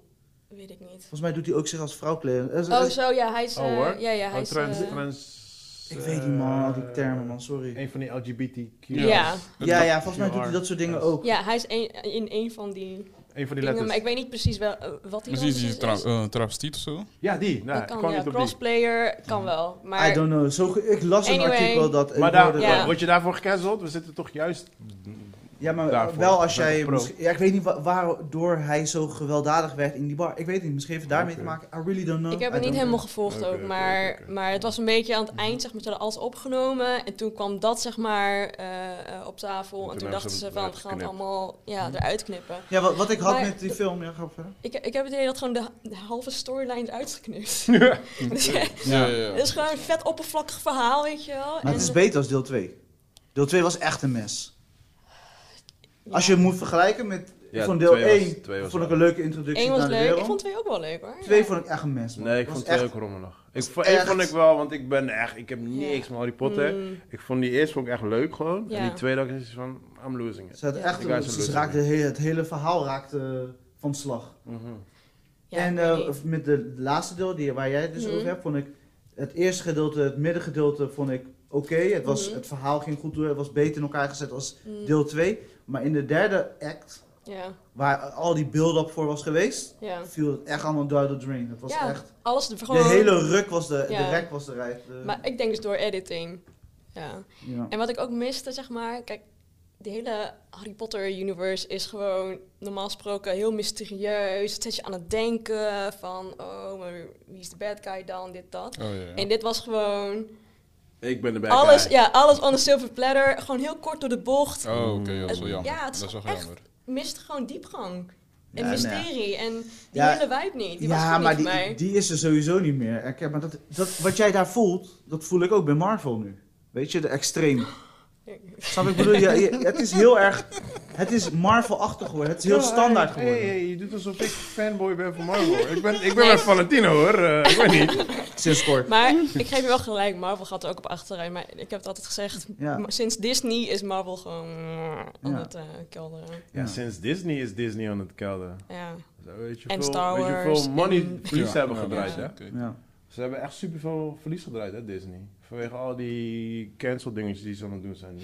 Speaker 1: Weet ik niet.
Speaker 3: Volgens mij doet hij ook zich als vrouw kleden. Eh,
Speaker 1: Oh,
Speaker 3: eh,
Speaker 1: zo, ja, hij is... eh,
Speaker 2: Dus Oh, hoor.
Speaker 1: ja, ja, hij
Speaker 2: Oh,
Speaker 1: is...
Speaker 2: trans,
Speaker 1: eh,
Speaker 2: trans,
Speaker 3: ik weet niet, man. Al die
Speaker 2: eh,
Speaker 3: termen, man. Sorry.
Speaker 2: Een van die LGBTQ.
Speaker 1: ja.
Speaker 3: Ja, ja, volgens mij doet hij
Speaker 2: QR.
Speaker 3: dat soort dingen ook.
Speaker 1: ja, hij is een- in een van die
Speaker 2: Een van die
Speaker 1: dingen,
Speaker 2: letters.
Speaker 1: maar ik weet niet precies wel, eh, wat hij dan
Speaker 4: Misschien is hij
Speaker 1: precies
Speaker 4: een
Speaker 1: is.
Speaker 4: tra- eh, travestiet of zo.
Speaker 2: Ja, die. Nou,
Speaker 1: Dat
Speaker 2: ik
Speaker 1: kan,
Speaker 2: kwam
Speaker 1: ja.
Speaker 2: niet op die. Mm.
Speaker 1: Crossplayer kan wel,
Speaker 3: I
Speaker 1: maar...
Speaker 3: don't know. Zo, ge- ik las een
Speaker 1: Anyway.
Speaker 3: artikel dat... ik
Speaker 2: Maar daar,
Speaker 3: hoorde
Speaker 1: Ja.
Speaker 3: dat-
Speaker 2: word je daarvoor gecanceld? We zitten toch juist...
Speaker 3: Ja, maar
Speaker 2: Daarvoor.
Speaker 3: wel als
Speaker 2: Met
Speaker 3: jij...
Speaker 2: een pro.
Speaker 3: misschien- Ja, ik weet niet wa- waardoor hij zo gewelddadig werd in die bar. Ik weet niet. Misschien heeft het daarmee
Speaker 2: Oké.
Speaker 3: te maken. I really don't know.
Speaker 1: Ik heb het
Speaker 3: I
Speaker 1: niet
Speaker 3: don't know.
Speaker 1: helemaal gevolgd
Speaker 2: Oké,
Speaker 1: ook,
Speaker 2: oké,
Speaker 1: maar,
Speaker 2: oké, Mhm. oké.
Speaker 1: maar het was een beetje aan het eind, zeg maar, ze hadden alles opgenomen en toen kwam dat, zeg maar, eh, eh, op tafel en, toen
Speaker 2: toen hebben
Speaker 1: dachten
Speaker 2: ze
Speaker 1: ze
Speaker 2: het
Speaker 1: van, we gaan het
Speaker 2: uitgeknipt. Mhm.
Speaker 1: allemaal ja, eruit knippen.
Speaker 3: Ja, wat, wat ik had
Speaker 1: Maar
Speaker 3: met die
Speaker 1: de-
Speaker 3: film... Ja, ga maar verder.
Speaker 1: Ik, ik heb het idee dat gewoon de, de halve storyline eruit geknipt. Dus ja,
Speaker 4: Ja, Dus ja,
Speaker 1: Het is gewoon een vet oppervlakkig verhaal, weet je wel.
Speaker 3: Maar
Speaker 1: En-
Speaker 3: het is beter als deel 2. Deel 2 was echt een mes.
Speaker 1: Ja.
Speaker 3: Als je het moet vergelijken met...
Speaker 2: Ja,
Speaker 3: ik vond deel
Speaker 2: twee was-
Speaker 3: 1
Speaker 2: twee was
Speaker 3: vond ik
Speaker 2: wel.
Speaker 3: een leuke introductie
Speaker 1: Eén
Speaker 3: naar
Speaker 1: was
Speaker 3: de
Speaker 1: leuk,
Speaker 3: wereld.
Speaker 1: ik vond twee ook wel leuk hoor.
Speaker 3: Twee
Speaker 1: Ja.
Speaker 3: vond ik echt een mes, man.
Speaker 2: Nee, ik
Speaker 3: Was
Speaker 2: vond het
Speaker 3: echt-
Speaker 2: ook rommelig. Ik, vond- ik
Speaker 3: echt-
Speaker 2: vond ik wel, want ik ben echt... Ik heb
Speaker 1: Ja.
Speaker 2: niks met Harry Potter.
Speaker 1: Mm.
Speaker 2: Ik vond die eerste vond ik echt leuk gewoon. En
Speaker 1: Ja.
Speaker 2: die tweede had ik zoiets van, I'm losing it.
Speaker 3: Ze had
Speaker 1: Ja.
Speaker 3: echt
Speaker 2: Die guy is een
Speaker 3: ze
Speaker 2: loser.
Speaker 3: raakte he- het hele verhaal raakte eh, van slag.
Speaker 2: Mhm.
Speaker 1: Ja,
Speaker 3: en
Speaker 1: ik weet
Speaker 3: eh,
Speaker 1: niet.
Speaker 3: met de laatste deel die, waar jij het dus
Speaker 1: Mhm.
Speaker 3: over hebt, vond ik... het eerste gedeelte, het middengedeelte vond ik oké. Het was
Speaker 1: Mhm.
Speaker 3: Het verhaal ging goed door. Het was beter in elkaar gezet als
Speaker 1: Mm,
Speaker 3: deel 2. Maar in de derde act,
Speaker 1: Ja,
Speaker 3: waar al die build-up voor was geweest,
Speaker 1: ja.
Speaker 3: viel het echt allemaal door de drain. Het was
Speaker 1: ja,
Speaker 3: echt...
Speaker 1: alles de,
Speaker 3: De
Speaker 1: gewoon.
Speaker 3: hele ruk was de...
Speaker 1: Ja.
Speaker 3: De rek was de rij. de-
Speaker 1: Maar ik denk dus door editing. Ja.
Speaker 3: ja.
Speaker 1: En wat ik ook miste, zeg maar, kijk, de hele Harry Potter universe is gewoon normaal gesproken heel mysterieus. Het zet je aan het denken van, oh, maar wie is de bad guy dan, dit, dat.
Speaker 4: Oh, ja.
Speaker 1: En dit was gewoon
Speaker 5: Ik ben erbij.
Speaker 1: alles, ja, alles on a silver platter, gewoon heel kort door de bocht.
Speaker 4: Oh, oké, ja, dat is wel
Speaker 1: Het-
Speaker 4: jammer.
Speaker 1: ja, het is
Speaker 4: dat is wel
Speaker 1: echt-
Speaker 4: jammer.
Speaker 1: Mist gewoon diepgang
Speaker 3: Ja,
Speaker 1: en
Speaker 3: nou ja.
Speaker 1: mysterie en die
Speaker 3: Ja.
Speaker 1: hele vibe niet. Die was
Speaker 3: ja,
Speaker 1: gewoon
Speaker 3: maar
Speaker 1: niet voor
Speaker 3: die,
Speaker 1: mij.
Speaker 3: die is er sowieso niet meer. En kijk, maar dat, dat, wat jij daar voelt, dat voel ik ook bij Marvel nu. Weet je, de extreem. Snap je? ik bedoel? Ja, je- het is heel erg... Het is Marvel-achtig geworden. Het is heel standaard
Speaker 2: Hey,
Speaker 3: geworden.
Speaker 2: hey, hey, je doet alsof ik fanboy ben van Marvel. Ik ben, ik ben
Speaker 1: Nee.
Speaker 2: met Valentino hoor, Eh, ik weet niet.
Speaker 3: Sinds kort.
Speaker 1: Maar ik geef je wel gelijk, Marvel gaat er ook op achteruit. Maar ik heb het altijd gezegd,
Speaker 3: Ja.
Speaker 1: ma- sinds Disney is Marvel gewoon aan het eh, kelderen.
Speaker 2: Ja, sinds Disney is Disney aan het kelder.
Speaker 1: Ja.
Speaker 2: Zo, Weet je
Speaker 1: En
Speaker 2: veel,
Speaker 1: Star
Speaker 2: Weet je
Speaker 1: Wars
Speaker 2: hoeveel money
Speaker 1: en-
Speaker 2: verlies
Speaker 4: Ja,
Speaker 2: hebben
Speaker 4: ja,
Speaker 2: gedraaid,
Speaker 1: ja.
Speaker 2: hè?
Speaker 4: oké.
Speaker 3: Ja.
Speaker 2: Ze hebben echt superveel verlies gedraaid, hè, Disney. Vanwege al die cancel dingetjes die ze aan het doen zijn. nu.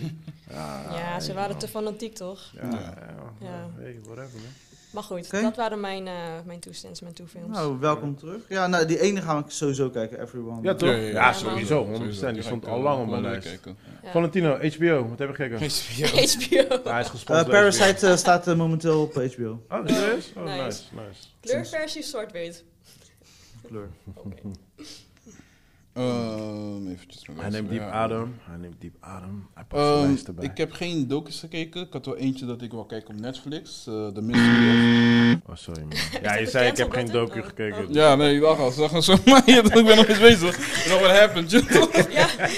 Speaker 1: ja, ze
Speaker 2: Ah, ja.
Speaker 1: waren te fanatiek toch?
Speaker 2: Ja,
Speaker 4: Ja.
Speaker 2: ja,
Speaker 1: Ja.
Speaker 2: Hey, whatever, man.
Speaker 1: Maar goed,
Speaker 3: Oké.
Speaker 1: dat waren mijn, eh mijn toestands, mijn toefilms.
Speaker 3: Nou, welkom terug. Ja, nou, die ene gaan we sowieso kijken, Everyone.
Speaker 2: Ja, toch?
Speaker 4: Ja,
Speaker 2: Ja,
Speaker 4: ja, ja.
Speaker 2: sowieso, 100%. Die stond
Speaker 4: ga
Speaker 2: al
Speaker 4: ik,
Speaker 2: lang
Speaker 4: eh,
Speaker 2: op mijn
Speaker 4: gewoon
Speaker 2: lijst.
Speaker 4: kijken.
Speaker 1: Ja.
Speaker 2: Valentino, HBO, wat heb je gekeken?
Speaker 4: Ja.
Speaker 1: HBO.
Speaker 2: Hij is
Speaker 3: Eh,
Speaker 2: gesponsord.
Speaker 3: Parasite eh, staat eh, momenteel op HBO.
Speaker 2: Oh, serieus? Oh,
Speaker 1: Nice.
Speaker 2: nice, nice.
Speaker 1: Kleurversie zwart-wit.
Speaker 3: Kleur.
Speaker 1: Oké.
Speaker 4: Ehm, eventjes terug.
Speaker 2: Hij neemt diep
Speaker 4: Ja.
Speaker 2: adem. Hij neemt diep adem. Hij pakt zijn
Speaker 4: Ehm,
Speaker 2: lijst erbij.
Speaker 4: ik heb geen docus gekeken. Ik had wel eentje dat ik wil kijken op Netflix. eh The Mystery of...
Speaker 2: Oh, sorry man. Ja,
Speaker 1: dat
Speaker 2: je zei ik heb
Speaker 1: gecanceld
Speaker 2: geen
Speaker 1: dat, hè?
Speaker 2: docu
Speaker 1: Oh.
Speaker 2: gekeken.
Speaker 1: Oh.
Speaker 4: Ja, nee, wacht al. Zeg maar zo. Maar ja, ik ben nog eens bezig. Nog what happened.
Speaker 1: Ja,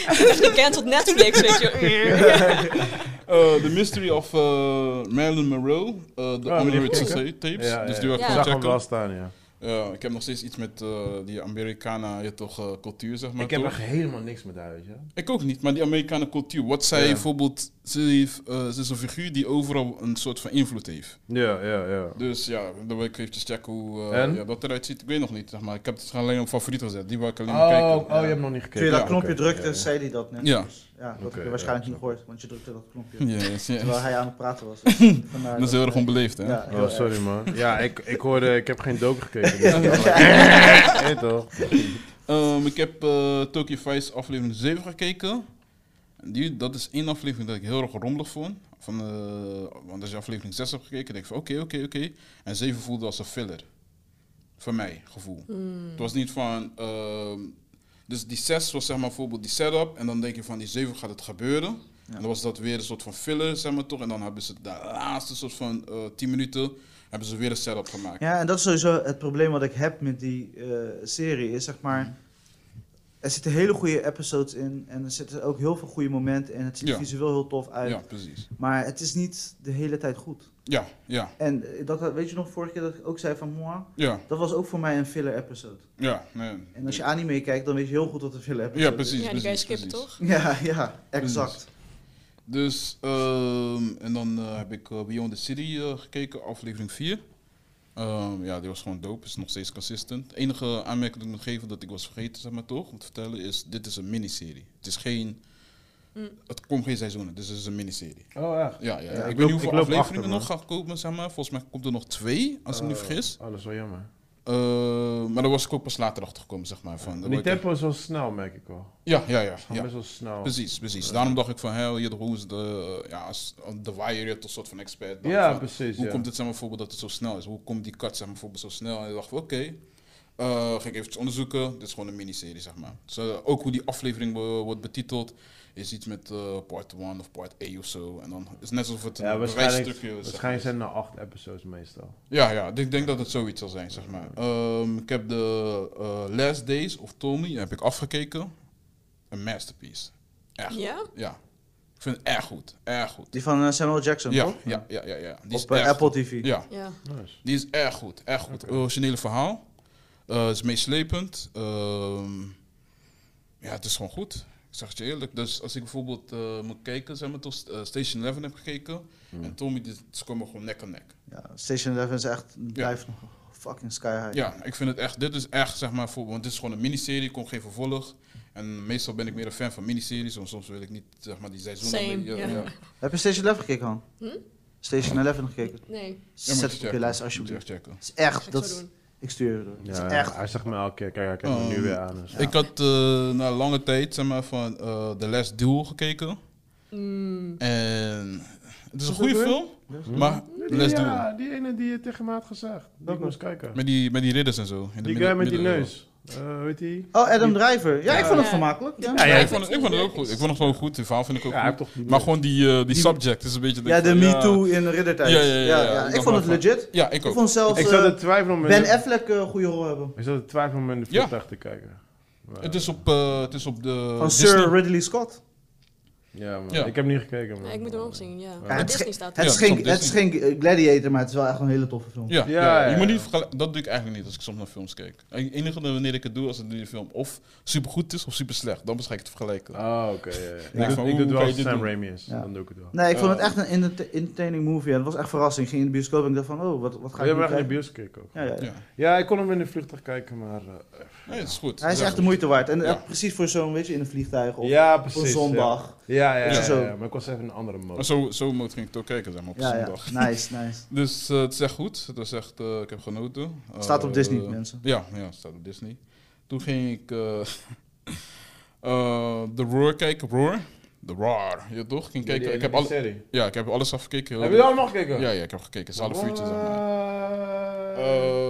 Speaker 1: gecanceld Netflix, weet je.
Speaker 4: Eh, The Mystery of eh, Marilyn Monroe. eh, de
Speaker 2: Ah, heb je
Speaker 4: Underage
Speaker 2: gekeken?
Speaker 4: Society tapes.
Speaker 2: Ja,
Speaker 4: Dus
Speaker 2: ja,
Speaker 4: die wil ik
Speaker 2: ja.
Speaker 1: Ja.
Speaker 4: gewoon
Speaker 2: zag hem wel
Speaker 4: checken.
Speaker 2: staan, ja.
Speaker 4: Ja, ik heb nog steeds iets met eh, die Americana je toch, eh, cultuur, zeg maar.
Speaker 2: ik heb
Speaker 4: toch?
Speaker 2: echt helemaal niks met haar, weet je.
Speaker 4: Ik ook niet, maar die Amerikaanse cultuur. Wat zij
Speaker 2: Ja.
Speaker 4: bijvoorbeeld, ze, heeft, eh, ze is een figuur die overal een soort van invloed heeft.
Speaker 2: Ja, ja, ja.
Speaker 4: Dus ja, dan wil ik eventjes checken hoe eh,
Speaker 2: En?
Speaker 4: ja, dat eruit ziet. Ik weet nog niet, zeg maar. Ik heb het alleen op favoriet gezet. Die wil ik alleen maar
Speaker 2: Oh,
Speaker 4: kijken.
Speaker 2: oh, je hebt nog niet
Speaker 3: Toen
Speaker 2: gekeken.
Speaker 3: je dat
Speaker 4: Ja,
Speaker 3: knopje
Speaker 2: oké.
Speaker 3: drukte,
Speaker 2: Ja, ja.
Speaker 3: zei hij dat net.
Speaker 4: Ja.
Speaker 3: Dus, ja, dat
Speaker 2: Oké,
Speaker 3: heb
Speaker 2: ja,
Speaker 3: je waarschijnlijk
Speaker 2: snap
Speaker 3: niet gehoord, want je drukte dat knopje.
Speaker 4: Yes, yes.
Speaker 3: Terwijl hij aan het praten was.
Speaker 4: Dat is heel erg onbeleefd, hè?
Speaker 3: Ja, heel
Speaker 2: Oh,
Speaker 3: erg.
Speaker 2: sorry man. Ja, ik, ik hoorde, ik heb geen docu gekeken. Nee, toch?
Speaker 4: Ehm, ik heb eh, Tokyo Vice aflevering 7 gekeken. En Die, dat is één aflevering dat ik heel erg rommelig vond. Van, eh, want als je aflevering 6 hebt gekeken, denk ik van oké, oké, oké. En 7 voelde als een filler. Voor mij, gevoel. Het was niet van... ehm, dus die 6 was zeg maar bijvoorbeeld die setup. En dan denk je van die 7 gaat het gebeuren. En dan was dat weer een soort van filler, zeg maar toch. En dan hebben ze de laatste soort van eh 10 minuten... hebben ze weer een setup gemaakt.
Speaker 3: Ja, en dat is sowieso het probleem wat ik heb met die eh, serie. Is zeg
Speaker 2: Mhm.
Speaker 3: maar. Er zitten hele goede episodes in. En er zitten ook heel veel goede momenten. En het ziet
Speaker 4: Ja.
Speaker 3: visueel heel tof uit.
Speaker 4: ja precies.
Speaker 3: Maar het is niet de hele tijd goed.
Speaker 4: Ja, ja,
Speaker 3: En eh, dat weet je nog vorige keer dat ik ook zei van moi.
Speaker 4: ja,
Speaker 3: Dat was ook voor mij een filler episode.
Speaker 4: ja. Nee.
Speaker 3: En als je anime kijkt, dan weet je heel goed wat een filler episode
Speaker 4: Ja, precies.
Speaker 1: Ja, die kan je
Speaker 4: precies,
Speaker 1: skippen,
Speaker 4: precies.
Speaker 1: toch?
Speaker 3: is. Ja, ja, exact.
Speaker 4: Dus, ehm, en dan eh, heb ik eh, Beyond the City eh, gekeken, aflevering 4. Ehm, ja, die was gewoon dope, is nog steeds consistent. Het enige aanmerking dat ik moet geven, dat ik was vergeten, zeg maar toch, om te vertellen, is: dit is een miniserie. Het is geen. Het komt geen seizoenen, dus het is een miniserie.
Speaker 2: Oh, echt?
Speaker 4: Ja,
Speaker 2: Ja,
Speaker 4: ja, ik,
Speaker 2: ik
Speaker 4: weet
Speaker 2: loop-
Speaker 4: niet hoeveel
Speaker 2: ik loop
Speaker 4: afleveringen
Speaker 2: achter,
Speaker 4: nog gaan komen, zeg maar. Volgens mij komt er nog twee, als ik me niet
Speaker 2: Oh,
Speaker 4: vergis.
Speaker 2: Oh, dat is wel jammer.
Speaker 4: Eh, maar daar was ik ook pas later achter gekomen, zeg maar. Van, daar
Speaker 2: Die
Speaker 4: word ik-
Speaker 2: tempo is wel snel, merk ik wel.
Speaker 4: Ja, ja, ja.
Speaker 2: Het gaat
Speaker 4: ja.
Speaker 2: best wel snel.
Speaker 4: Precies,
Speaker 2: Eh.
Speaker 4: precies. Daarom dacht ik van, hé, je hoe is de, eh, ja, als de wire tot soort van expert. Dan
Speaker 2: Ja,
Speaker 4: van,
Speaker 2: precies,
Speaker 4: Hoe
Speaker 2: ja.
Speaker 4: komt het zeg maar, bijvoorbeeld dat het zo snel is? Hoe komt die cut zeg maar, bijvoorbeeld zo snel? En ik dacht van, oké, eh, ging ik eventjes onderzoeken. Dit is gewoon een miniserie, zeg maar. Dus, eh, ook hoe die aflevering wo- wordt betiteld, is iets met eh, part 1 of part A of zo. En dan is het net alsof het een
Speaker 2: Ja, waarschijnlijk,
Speaker 4: bewijsstukje is. zeg maar.
Speaker 2: waarschijnlijk zijn er acht episodes meestal.
Speaker 4: Ja, ja, ik denk dat het zoiets zal zijn, zeg maar. Ehm, ik heb de eh, Last Days of Tommy, heb ik afgekeken. Een masterpiece. Echt.
Speaker 1: Ja?
Speaker 4: Ja. Ik vind het erg goed. Erg goed.
Speaker 3: Die van eh, Samuel Jackson.
Speaker 4: Ja,
Speaker 3: toch?
Speaker 4: ja, ja, ja. ja. Die
Speaker 3: Op eh,
Speaker 4: erg
Speaker 3: Apple
Speaker 4: goed.
Speaker 3: TV.
Speaker 4: Ja,
Speaker 1: Ja.
Speaker 2: Nice.
Speaker 4: die is erg goed. Erg goed. Originele verhaal. Eh is meeslepend. Ehm, ja, het is gewoon goed. Ik zeg het je eerlijk. Dus als ik bijvoorbeeld eh, moet kijken, zeg maar, tot eh, Station 11
Speaker 3: Mm.
Speaker 4: heb gekeken. En Tommy, die, ze komen gewoon nek aan nek.
Speaker 3: Ja, Station 11 is echt, blijft nog fucking sky high.
Speaker 4: Ja, ik vind het echt, dit is echt zeg maar voor, want dit is gewoon een miniserie, kon geen vervolg. En meestal ben ik meer een fan van miniseries, want soms wil ik niet zeg maar die seizoenen.
Speaker 1: Same,
Speaker 4: meer-
Speaker 1: ja.
Speaker 3: Heb je Station 11 gekeken, Han?
Speaker 1: Hm?
Speaker 3: Station 11 nog gekeken?
Speaker 1: Nee,
Speaker 4: Ja, moet
Speaker 3: Zet het op
Speaker 4: checken.
Speaker 3: je lijst
Speaker 4: Moet je
Speaker 3: alsjeblieft.
Speaker 4: echt checken.
Speaker 3: Het is
Speaker 1: ga
Speaker 3: echt,
Speaker 1: ik
Speaker 3: dat
Speaker 1: zo
Speaker 3: is,
Speaker 1: doen.
Speaker 3: ik stuur je door. Het
Speaker 2: Ja,
Speaker 3: is echt,
Speaker 2: Hij zegt me elke keer, kijk, hij kijkt me nu
Speaker 4: Ehm,
Speaker 2: weer aan. dus-
Speaker 4: Ik had eh, na lange tijd zeg maar, van eh The Last Duel gekeken.
Speaker 1: Mm,
Speaker 4: En het is een
Speaker 3: Wat
Speaker 4: goede
Speaker 3: ook weer?
Speaker 4: film,
Speaker 2: Hm?
Speaker 4: maar The Last Duel.
Speaker 2: Ja, die ene die je tegen me had gezegd. Die ik moest kijken.
Speaker 4: Met die, met die ridders en zo. in de
Speaker 2: Die
Speaker 4: midden-
Speaker 2: guy met die
Speaker 4: middeleeuwen.
Speaker 2: neus. Eh, Weet die?
Speaker 3: Oh, Adam Driver. Ja,
Speaker 2: Ja.
Speaker 3: ik vond het
Speaker 1: Ja.
Speaker 3: vermakelijk. Ja,
Speaker 2: Ja,
Speaker 4: Ja,
Speaker 2: ja.
Speaker 4: ik, vond het, ik vond het ook goed. Ik vond het gewoon goed. Die verhaal vind ik ook
Speaker 2: Ja, hij heeft
Speaker 4: goed.
Speaker 2: toch die
Speaker 4: Maar
Speaker 2: neus.
Speaker 4: gewoon die, eh, die subject is een beetje...
Speaker 3: ja de
Speaker 4: van,
Speaker 3: Me Too in Riddertijd.
Speaker 4: Ja, ja, ja, ja. Ik
Speaker 3: Ik
Speaker 4: dacht
Speaker 3: vond het
Speaker 4: wel
Speaker 3: legit.
Speaker 4: Ja, ik
Speaker 3: Ik
Speaker 4: ook.
Speaker 3: vond zelfs
Speaker 2: Ik zat
Speaker 3: eh,
Speaker 2: te twijfelen om in
Speaker 3: Ben
Speaker 2: de-
Speaker 3: Affleck eh, een goede rol hebben.
Speaker 2: ik zat te twijfelen om in de
Speaker 4: Ja.
Speaker 2: vliegtuig te kijken. Maar-
Speaker 4: Het is op, eh, het is op de...
Speaker 3: Van
Speaker 4: Disney.
Speaker 3: Sir Ridley Scott.
Speaker 2: Ja, man.
Speaker 4: Ja.
Speaker 2: Ik heb niet gekeken, man.
Speaker 1: ja, ik moet hem opzien, ja.
Speaker 2: Ja,
Speaker 1: Maar
Speaker 3: het is
Speaker 1: Disney
Speaker 3: ge-
Speaker 1: staat er.
Speaker 3: Het,
Speaker 4: Ja,
Speaker 3: is geen,
Speaker 4: op
Speaker 3: het is geen Gladiator, maar het is wel echt een hele toffe film.
Speaker 4: Ja,
Speaker 2: Ja,
Speaker 4: ja,
Speaker 2: ja,
Speaker 4: je moet
Speaker 2: ja.
Speaker 4: niet vergelijken. Dat doe ik eigenlijk niet als ik soms naar films kijk. Het enige wanneer ik het doe, als het in een film of supergoed is of super slecht, dan ga ik het vergelijken.
Speaker 2: Oh, oké. ja, ja.
Speaker 4: Ja.
Speaker 2: Ik doe-
Speaker 4: Van,
Speaker 2: Ik doe het
Speaker 4: hoe kan
Speaker 2: wel
Speaker 4: je
Speaker 2: als
Speaker 4: dit
Speaker 2: Sam
Speaker 4: doen?
Speaker 2: Raimi is.
Speaker 3: Ja.
Speaker 2: Dan doe ik het wel.
Speaker 3: Nee, ik vond het
Speaker 4: Eh.
Speaker 3: echt een enter- entertaining movie. En het was echt verrassing. Ik ging in de bioscoop en ik dacht van, oh, wat, wat ga
Speaker 2: We
Speaker 3: ik nu
Speaker 2: hebben echt in de bios
Speaker 3: kijken?
Speaker 2: gekeken ook.
Speaker 3: Ja, ja.
Speaker 4: Ja.
Speaker 2: Ja, ik kon hem in de vliegtuig kijken, maar... eh,
Speaker 4: Nee, het is goed.
Speaker 3: Hij is
Speaker 4: Ja.
Speaker 3: echt de moeite waard. En
Speaker 4: Ja.
Speaker 3: echt precies voor zo'n, weet je, in een vliegtuig of
Speaker 2: ja,
Speaker 3: op een
Speaker 2: precies.
Speaker 3: zondag.
Speaker 2: Ja, ja, ja,
Speaker 3: Weet je
Speaker 2: ja,
Speaker 3: zo.
Speaker 2: ja, Maar ik was even in een andere mode.
Speaker 4: Maar zo, zo moet ging ik het ook kijken, zeg maar, op
Speaker 3: Oh. Ja, ja.
Speaker 4: zondag.
Speaker 3: Nice, nice.
Speaker 4: Dus eh, het is echt goed. Het is echt, eh, ik heb genoten.
Speaker 3: Het staat op
Speaker 4: Eh,
Speaker 3: Disney, mensen.
Speaker 4: Ja, ja, het staat op Disney. Toen ging ik eh eh, The Roar kijken. Roar? The Roar, ja toch? Ging kijken. ik heb alle-
Speaker 2: Heb
Speaker 4: ja, ik heb alles afgekeken.
Speaker 2: je dat nog gekeken?
Speaker 4: Ja, ja, ik heb gekeken. Het is een half uurtje, zeg maar.
Speaker 2: maar.
Speaker 4: Ehm,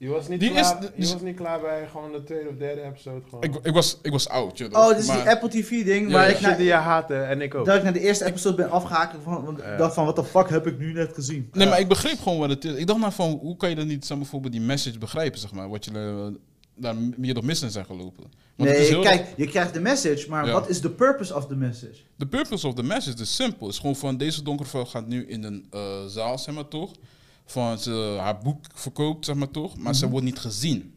Speaker 2: Je was niet
Speaker 4: die
Speaker 2: klaar-
Speaker 4: is-
Speaker 2: je
Speaker 4: die-
Speaker 2: was niet klaar bij gewoon de tweede of derde episode. Gewoon.
Speaker 4: Ik, ik, was, ik was oud, je
Speaker 3: Oh, dit is
Speaker 4: maar-
Speaker 3: die Apple TV ding
Speaker 4: Ja,
Speaker 3: waar
Speaker 4: ja.
Speaker 3: ik
Speaker 2: Shit die
Speaker 3: naar,
Speaker 2: je haatte en ik ook.
Speaker 3: dat ik naar de eerste episode ben afgehaakt. Van, want ik
Speaker 2: Ja.
Speaker 3: dacht van, wat de fuck heb ik nu net gezien?
Speaker 4: Nee, maar ik begreep gewoon wat het is. Ik dacht nou van, hoe kan je dan niet zo bijvoorbeeld die message begrijpen, zeg maar. Wat je eh, daar meer door mis in zijn gelopen. Want het is
Speaker 3: Nee,
Speaker 4: heel
Speaker 3: kijk, je krijgt de message, maar
Speaker 4: Ja.
Speaker 3: wat is de purpose of the message?
Speaker 4: De purpose of the message is simpel. Het is gewoon van deze donkervel gaat nu in een eh, zaal, zeg maar toch. Van ze, haar boek verkoopt, zeg maar toch. Maar
Speaker 2: Mhm.
Speaker 4: ze wordt niet gezien.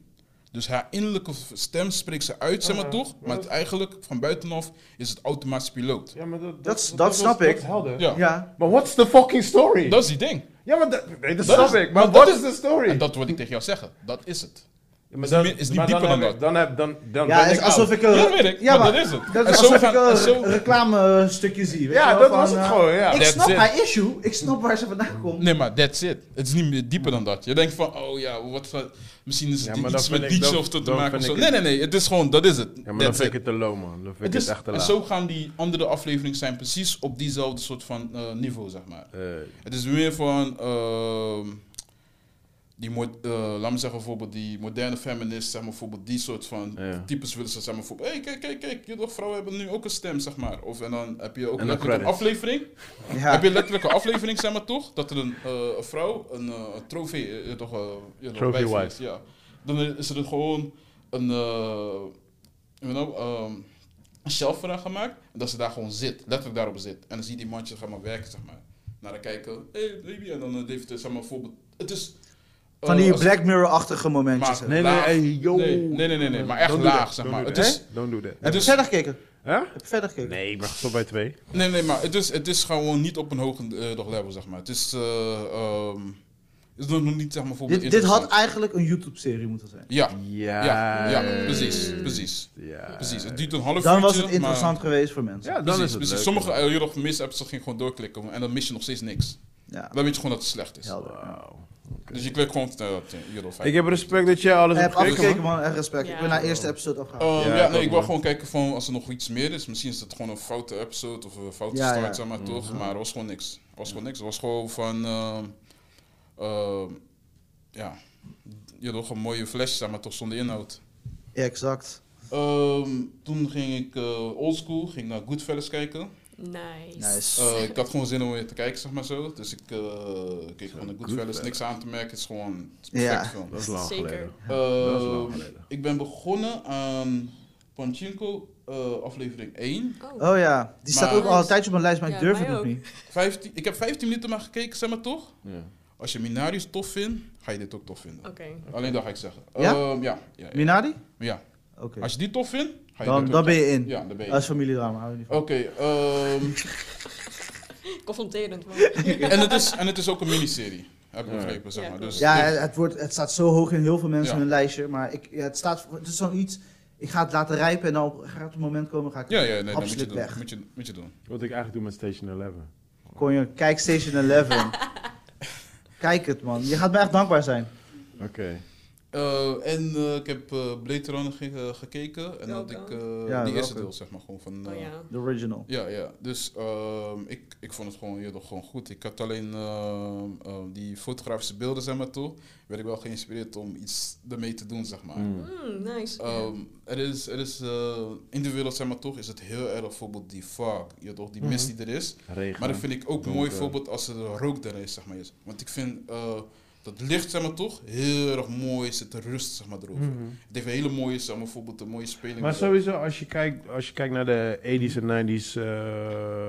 Speaker 4: Dus haar innerlijke v- stem spreekt ze uit, zeg maar
Speaker 2: Ah,
Speaker 4: toch. Maar
Speaker 2: maar
Speaker 4: het eigenlijk, van buitenaf, is het automatisch piloot.
Speaker 2: Ja, maar dat, dat,
Speaker 3: Dat is- dat snap
Speaker 2: is-
Speaker 3: ik.
Speaker 2: Dat is helder.
Speaker 4: Ja,
Speaker 3: Ja,
Speaker 2: Maar what's the fucking story?
Speaker 4: dat is die ding.
Speaker 2: ja, maar dat, nee, dat
Speaker 4: Dat
Speaker 2: snap
Speaker 4: is-
Speaker 2: ik. Maar
Speaker 4: maar dat
Speaker 2: what is the story?
Speaker 4: En dat wil ik tegen jou zeggen. Dat is het.
Speaker 2: Ja, maar
Speaker 4: is niet- is niet
Speaker 2: maar
Speaker 4: dieper dan
Speaker 2: heb ik- Dan, heb, dan, dan
Speaker 4: Nou,
Speaker 3: ja
Speaker 2: ben
Speaker 3: het is
Speaker 2: ik
Speaker 3: alsof
Speaker 2: oud.
Speaker 3: ik een...
Speaker 4: Ja, weet ik.
Speaker 3: Ja, maar
Speaker 4: maar oh, dat is het.
Speaker 3: dat is
Speaker 4: en zo
Speaker 3: alsof ik eh,
Speaker 4: gaan,
Speaker 3: een
Speaker 4: en zo-
Speaker 3: re- reclame-stukje zie. weet je
Speaker 2: Ja,
Speaker 3: wel,
Speaker 2: dat
Speaker 3: van,
Speaker 2: was het
Speaker 3: eh,
Speaker 2: gewoon, ja.
Speaker 3: Ik
Speaker 4: That's
Speaker 3: snap
Speaker 4: it.
Speaker 3: haar issue, ik snap waar ze vandaan komt.
Speaker 4: Nee, maar that's it. Het is niet meer dieper dan dat. Je denkt van, oh ja, wat, voor- misschien is
Speaker 2: Ja,
Speaker 4: het
Speaker 2: maar
Speaker 4: iets
Speaker 2: dan
Speaker 4: met
Speaker 2: vind ik-
Speaker 4: DJ
Speaker 2: dan-
Speaker 4: of te
Speaker 2: dan
Speaker 4: maken
Speaker 2: vind
Speaker 4: of zo.
Speaker 2: ik
Speaker 4: Nee,
Speaker 2: het-
Speaker 4: nee, nee, het is gewoon, dat is het.
Speaker 2: Ja, maar dan
Speaker 4: That's
Speaker 2: vind ik
Speaker 4: it.
Speaker 2: het te low, man. Dan vind ik
Speaker 4: Het
Speaker 2: het
Speaker 4: is,
Speaker 2: echt te
Speaker 4: en
Speaker 2: laag.
Speaker 4: zo gaan die andere afleveringen zijn precies op diezelfde soort van eh, niveau, zeg maar.
Speaker 2: Eh,
Speaker 4: Het is meer van, ehm, die mo- eh, laat me zeggen bijvoorbeeld die moderne feminist, zeg maar bijvoorbeeld die soort van
Speaker 2: Ja.
Speaker 4: types willen ze, zeg maar bijvoorbeeld, hey, kijk, kijk, kijk, je toch, vrouwen hebben nu ook een stem, zeg maar. Of, en dan heb je ook
Speaker 2: dan
Speaker 4: letterlijk een
Speaker 2: credits.
Speaker 4: aflevering,
Speaker 3: Ja.
Speaker 4: heb je letterlijk een aflevering, zeg maar toch? Dat er een, eh, een vrouw een eh, een trofee, eh, eh, toch, eh, ja, toch,
Speaker 2: Trophy
Speaker 4: wijf
Speaker 2: wife.
Speaker 4: heeft, Ja. Dan is er gewoon een, eh you know, ehm, een shelf voor haar gemaakt. En dat ze daar gewoon zit, letterlijk daarop zit. En dan zie je die mandje gaan maar werken, zeg maar. Naar haar kijken, hey, baby. En dan eh, heeft het, zeg maar, bijvoorbeeld, het is... eh,
Speaker 3: Van die
Speaker 4: als-
Speaker 3: Black Mirror-achtige momentjes.
Speaker 4: Maar-
Speaker 3: hè.
Speaker 2: Nee, nee,
Speaker 4: Laag.
Speaker 2: hey, yo.
Speaker 4: Nee, nee, nee, nee, nee, maar echt
Speaker 2: Don't do
Speaker 4: laag,
Speaker 2: that.
Speaker 4: zeg
Speaker 2: Don't
Speaker 4: maar.
Speaker 2: do
Speaker 4: Het
Speaker 2: that.
Speaker 4: is-
Speaker 2: Don't do that.
Speaker 3: Heb je
Speaker 4: is-
Speaker 3: verder gekeken?
Speaker 2: Hè?
Speaker 3: Heb je verder gekeken?
Speaker 2: Nee, ik ben gestopt bij twee.
Speaker 4: Nee, nee, maar het is, het is gewoon niet op een hoog eh, nog level, zeg maar. Het is, eh, ehm, het is nog niet, zeg maar, bijvoorbeeld...
Speaker 3: Dit, dit had
Speaker 4: interessant.
Speaker 3: eigenlijk een YouTube-serie moeten zijn.
Speaker 4: Ja,
Speaker 2: Ja,
Speaker 4: Ja, ja, precies, precies.
Speaker 2: Ja.
Speaker 4: Precies, het duurt een half uur.
Speaker 3: Dan was het interessant geweest voor mensen.
Speaker 2: Ja,
Speaker 4: Precies,
Speaker 2: dan is het
Speaker 4: precies.
Speaker 2: leuk.
Speaker 4: Sommige eh, Europe mis episodes ging gewoon doorklikken en dan mis je nog steeds niks.
Speaker 3: Ja,
Speaker 4: Dan weet je gewoon dat het slecht is.
Speaker 3: helder.
Speaker 2: Wauw.
Speaker 4: Dus je klikt gewoon eh, op de Euro 5.
Speaker 2: Ik heb respect dat jij alles
Speaker 3: Ik
Speaker 2: hebt
Speaker 3: Eh, heb
Speaker 2: gekeken,
Speaker 3: afgekeken, man. Echt respect. Ik
Speaker 1: Ja.
Speaker 3: ben naar de eerste episode afgehaald.
Speaker 4: Eh,
Speaker 2: Ja,
Speaker 4: ja,
Speaker 2: ik ook,
Speaker 4: nee, ik
Speaker 2: man.
Speaker 4: wil gewoon kijken van als er nog iets meer is. Misschien is het gewoon een foute episode of een foute
Speaker 3: Ja,
Speaker 4: start,
Speaker 3: ja.
Speaker 4: zeg
Speaker 2: Mhm.
Speaker 4: maar toch. Maar er was gewoon niks. Er was gewoon niks. Er was gewoon van. ehm, ehm, ja, je had nog een mooie flash, zeg maar toch, zonder inhoud.
Speaker 3: Ja, exact.
Speaker 4: Ehm, toen ging ik eh oldschool, ging naar Goodfellas kijken.
Speaker 1: Nice.
Speaker 3: Nice.
Speaker 2: Oh,
Speaker 4: Eh, ik had gewoon zin om weer te kijken, zeg maar zo. Dus ik eh keek gewoon naar Goodfellas.
Speaker 2: Goodfellas.
Speaker 4: Niks aan te merken, het is gewoon het is een
Speaker 3: Ja.
Speaker 4: perfecte film.
Speaker 2: Dat is lang
Speaker 1: Zeker.
Speaker 2: geleden.
Speaker 4: Eh,
Speaker 2: Dat is lang geleden.
Speaker 4: ik ben begonnen aan Panchinko, eh, aflevering 1.
Speaker 1: Oh,
Speaker 3: Oh ja, die staat
Speaker 4: Maar-
Speaker 3: ook al een tijdje op mijn lijst, maar ik
Speaker 1: Ja,
Speaker 3: durf
Speaker 1: mij
Speaker 3: het nog
Speaker 1: ook.
Speaker 3: niet.
Speaker 4: 15, ik heb 15 minuten maar gekeken, zeg maar toch?
Speaker 2: Ja.
Speaker 4: Als je Minarius tof vindt, ga je dit ook tof vinden.
Speaker 1: oké.
Speaker 4: Alleen dat ga ik zeggen.
Speaker 3: Ja?
Speaker 4: Ehm, ja, ja, ja.
Speaker 3: Minardi?
Speaker 4: Ja.
Speaker 3: Oké.
Speaker 4: Als je die tof vindt, ga je
Speaker 3: Dan,
Speaker 4: dit
Speaker 3: dan
Speaker 4: ook
Speaker 3: ben
Speaker 4: tof-
Speaker 3: je in.
Speaker 4: Ja, dan ben je.
Speaker 3: Als familiedrama, hou je niet van.
Speaker 4: Oké, ehm,
Speaker 1: Confronterend. man.
Speaker 4: en, het is, en het is ook een miniserie. Heb ik
Speaker 2: Ja.
Speaker 4: begrepen, zeg
Speaker 1: Ja,
Speaker 4: maar.
Speaker 1: klopt.
Speaker 4: Dus
Speaker 3: Ja,
Speaker 4: dit-
Speaker 3: het, het wordt, het staat zo hoog in heel veel mensen
Speaker 4: Ja.
Speaker 3: in hun lijstje. Maar ik, ja, het, staat, het is zoiets, ik ga het laten rijpen en dan op, gaat het moment komen, ga ik...
Speaker 4: ja, ja, nee, dat moet je
Speaker 3: Absoluut
Speaker 4: doen.
Speaker 3: weg.
Speaker 4: Moet je, moet je doen.
Speaker 2: Wat ik eigenlijk doe met Station 11.
Speaker 3: Kon je, kijk Station 11. kijk het man, je gaat me echt dankbaar zijn.
Speaker 2: Oké.
Speaker 4: Eh, en eh, ik heb eh Blade Runner ge- eh, gekeken. En had
Speaker 1: Welke?
Speaker 4: ik eh,
Speaker 3: Ja,
Speaker 4: die eerste
Speaker 3: welke?
Speaker 4: deel, zeg maar, gewoon van...
Speaker 1: Oh
Speaker 4: eh,
Speaker 1: ja.
Speaker 3: De original.
Speaker 4: Ja, ja. Dus ehm, ik, ik vond het gewoon, ja, toch gewoon goed. Ik had alleen ehm, ehm, die fotografische beelden, zeg maar, toe. Werd ik wel geïnspireerd om iets ermee te doen, zeg maar.
Speaker 2: Mm.
Speaker 1: Mm, nice.
Speaker 2: Oh,
Speaker 4: Ehm, er is, er is eh, in de wereld, zeg maar, toch, is het heel erg bijvoorbeeld die fog, ja, toch, die mist die er is.
Speaker 2: Regen.
Speaker 4: Maar dat vind ik ook een mooi
Speaker 2: Donker.
Speaker 4: voorbeeld als er rook er is, zeg maar. Is. Want ik vind eh, dat licht, zeg maar, toch, heel erg mooi zit te rust, zeg maar, erover.
Speaker 2: Mhm.
Speaker 4: Het heeft een hele mooie, zeg maar, bijvoorbeeld een mooie speling.
Speaker 2: Maar sowieso, als je kijkt, als je kijkt naar de 80s en 90s eh,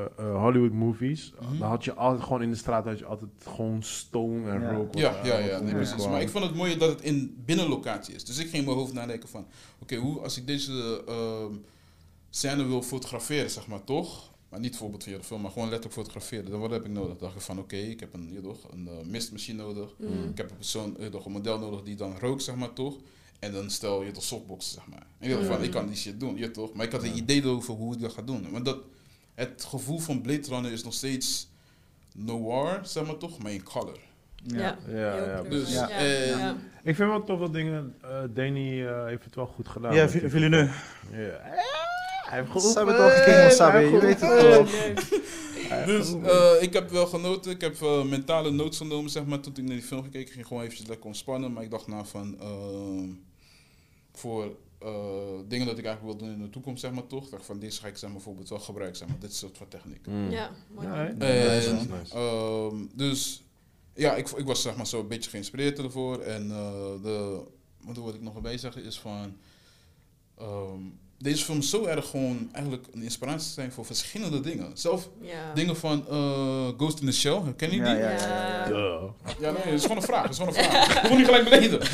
Speaker 2: eh, Hollywood movies,
Speaker 4: Mhm.
Speaker 2: dan had je altijd gewoon in de straat had je altijd gewoon stoom en
Speaker 3: Ja.
Speaker 2: rook.
Speaker 4: Ja,
Speaker 2: wat-
Speaker 4: ja,
Speaker 2: wat
Speaker 4: ja, nee,
Speaker 2: omhoog
Speaker 4: precies.
Speaker 2: kwam.
Speaker 4: Maar ik vond het mooie dat het in binnenlocatie is. Dus ik ging in mijn hoofd nadenken van, oké, hoe als ik deze ehm, scène wil fotograferen, zeg maar, toch? Maar niet bijvoorbeeld via de film, maar gewoon letterlijk fotograferen. Dan wat heb ik nodig? dacht ik van, oké, ik heb een, ja, toch, een eh, mistmachine nodig.
Speaker 1: Mm.
Speaker 4: Ik heb een persoon, ja, toch, een model nodig die dan rookt, zeg maar, toch? En dan stel je toch softboxen, zeg maar. En ik dacht van,
Speaker 1: Mm.
Speaker 4: ik kan die shit doen, ja, toch? Maar ik had een idee over hoe ik dat ga doen. Want dat, het gevoel van Blade Runner is nog steeds noir, zeg maar, toch? Maar in color.
Speaker 1: Ja.
Speaker 2: Ja,
Speaker 1: Heel
Speaker 2: ja, ehm,
Speaker 1: kleur.
Speaker 4: Dus,
Speaker 3: Ja.
Speaker 4: eh,
Speaker 1: Ja.
Speaker 2: Ik vind wel tof dat dingen. eh Danny eh, heeft het wel goed gedaan.
Speaker 3: Ja,
Speaker 2: met
Speaker 3: Vi-
Speaker 2: die-
Speaker 3: Villeneuve.
Speaker 2: Ja. Hij heeft
Speaker 3: Ze
Speaker 2: geoefend.
Speaker 3: hebben het al gekeken, Sabi,
Speaker 2: Hij
Speaker 3: je
Speaker 2: heeft
Speaker 3: weet het
Speaker 2: geoefend.
Speaker 1: Leuk.
Speaker 3: wel.
Speaker 4: Dus eh, ik heb wel genoten. Ik heb eh, mentale nood genomen, zeg maar. Toen ik naar die film gekeken, ik ging gewoon eventjes lekker ontspannen. Maar ik dacht na van... ehm, voor eh, dingen dat ik eigenlijk wil doen in de toekomst, zeg maar, toch? Dacht ik van, deze ga ik zeg maar, bijvoorbeeld wel gebruiken, zeg maar. Dit soort van techniek.
Speaker 2: Mm.
Speaker 1: Ja, mooi.
Speaker 2: Ja, hè?
Speaker 4: Nice,
Speaker 2: En-
Speaker 4: man.
Speaker 2: nice.
Speaker 4: Ehm, dus ja, ik, ik was zeg maar zo een beetje geïnspireerd ervoor. En eh, de, wat wil ik nog erbij zeggen is van... ehm, deze film is zo erg gewoon eigenlijk een inspiratie te zijn voor verschillende dingen. Zelf
Speaker 1: Ja.
Speaker 4: dingen van eh, Ghost in the Shell, ken je die?
Speaker 3: Ja,
Speaker 4: Ja,
Speaker 3: ja.
Speaker 2: Duh.
Speaker 4: nee, dat is gewoon een vraag, dat is gewoon een vraag. Ik word niet gelijk beleden.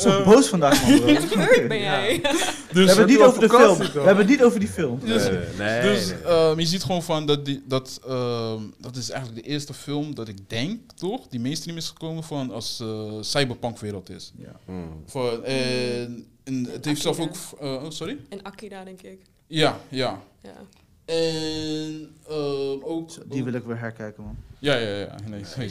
Speaker 3: Zo boos vandaag man bro.
Speaker 1: Leuk ben jij.
Speaker 3: We hebben
Speaker 4: Dus,
Speaker 3: het niet
Speaker 2: wel
Speaker 3: over de film.
Speaker 2: fantastisch,
Speaker 3: We
Speaker 2: hoor.
Speaker 3: hebben het niet over die film.
Speaker 4: dus,
Speaker 2: Nee, nee,
Speaker 4: dus
Speaker 2: nee.
Speaker 4: ehm, je ziet gewoon van dat, die, dat, ehm, dat is eigenlijk de eerste film dat ik denk, toch, die mainstream is gekomen van als eh, cyberpunk wereld is.
Speaker 3: Ja.
Speaker 2: Mm.
Speaker 4: Van, en, en het heeft zelf ook,
Speaker 1: Akira.
Speaker 4: eh, oh, sorry?
Speaker 1: En Akira, denk ik.
Speaker 4: Ja, ja.
Speaker 1: Ja.
Speaker 4: En ehm, ook...
Speaker 3: Zo, Die wil ik weer herkijken man.
Speaker 4: Ja, ja, ja. Nee, sorry.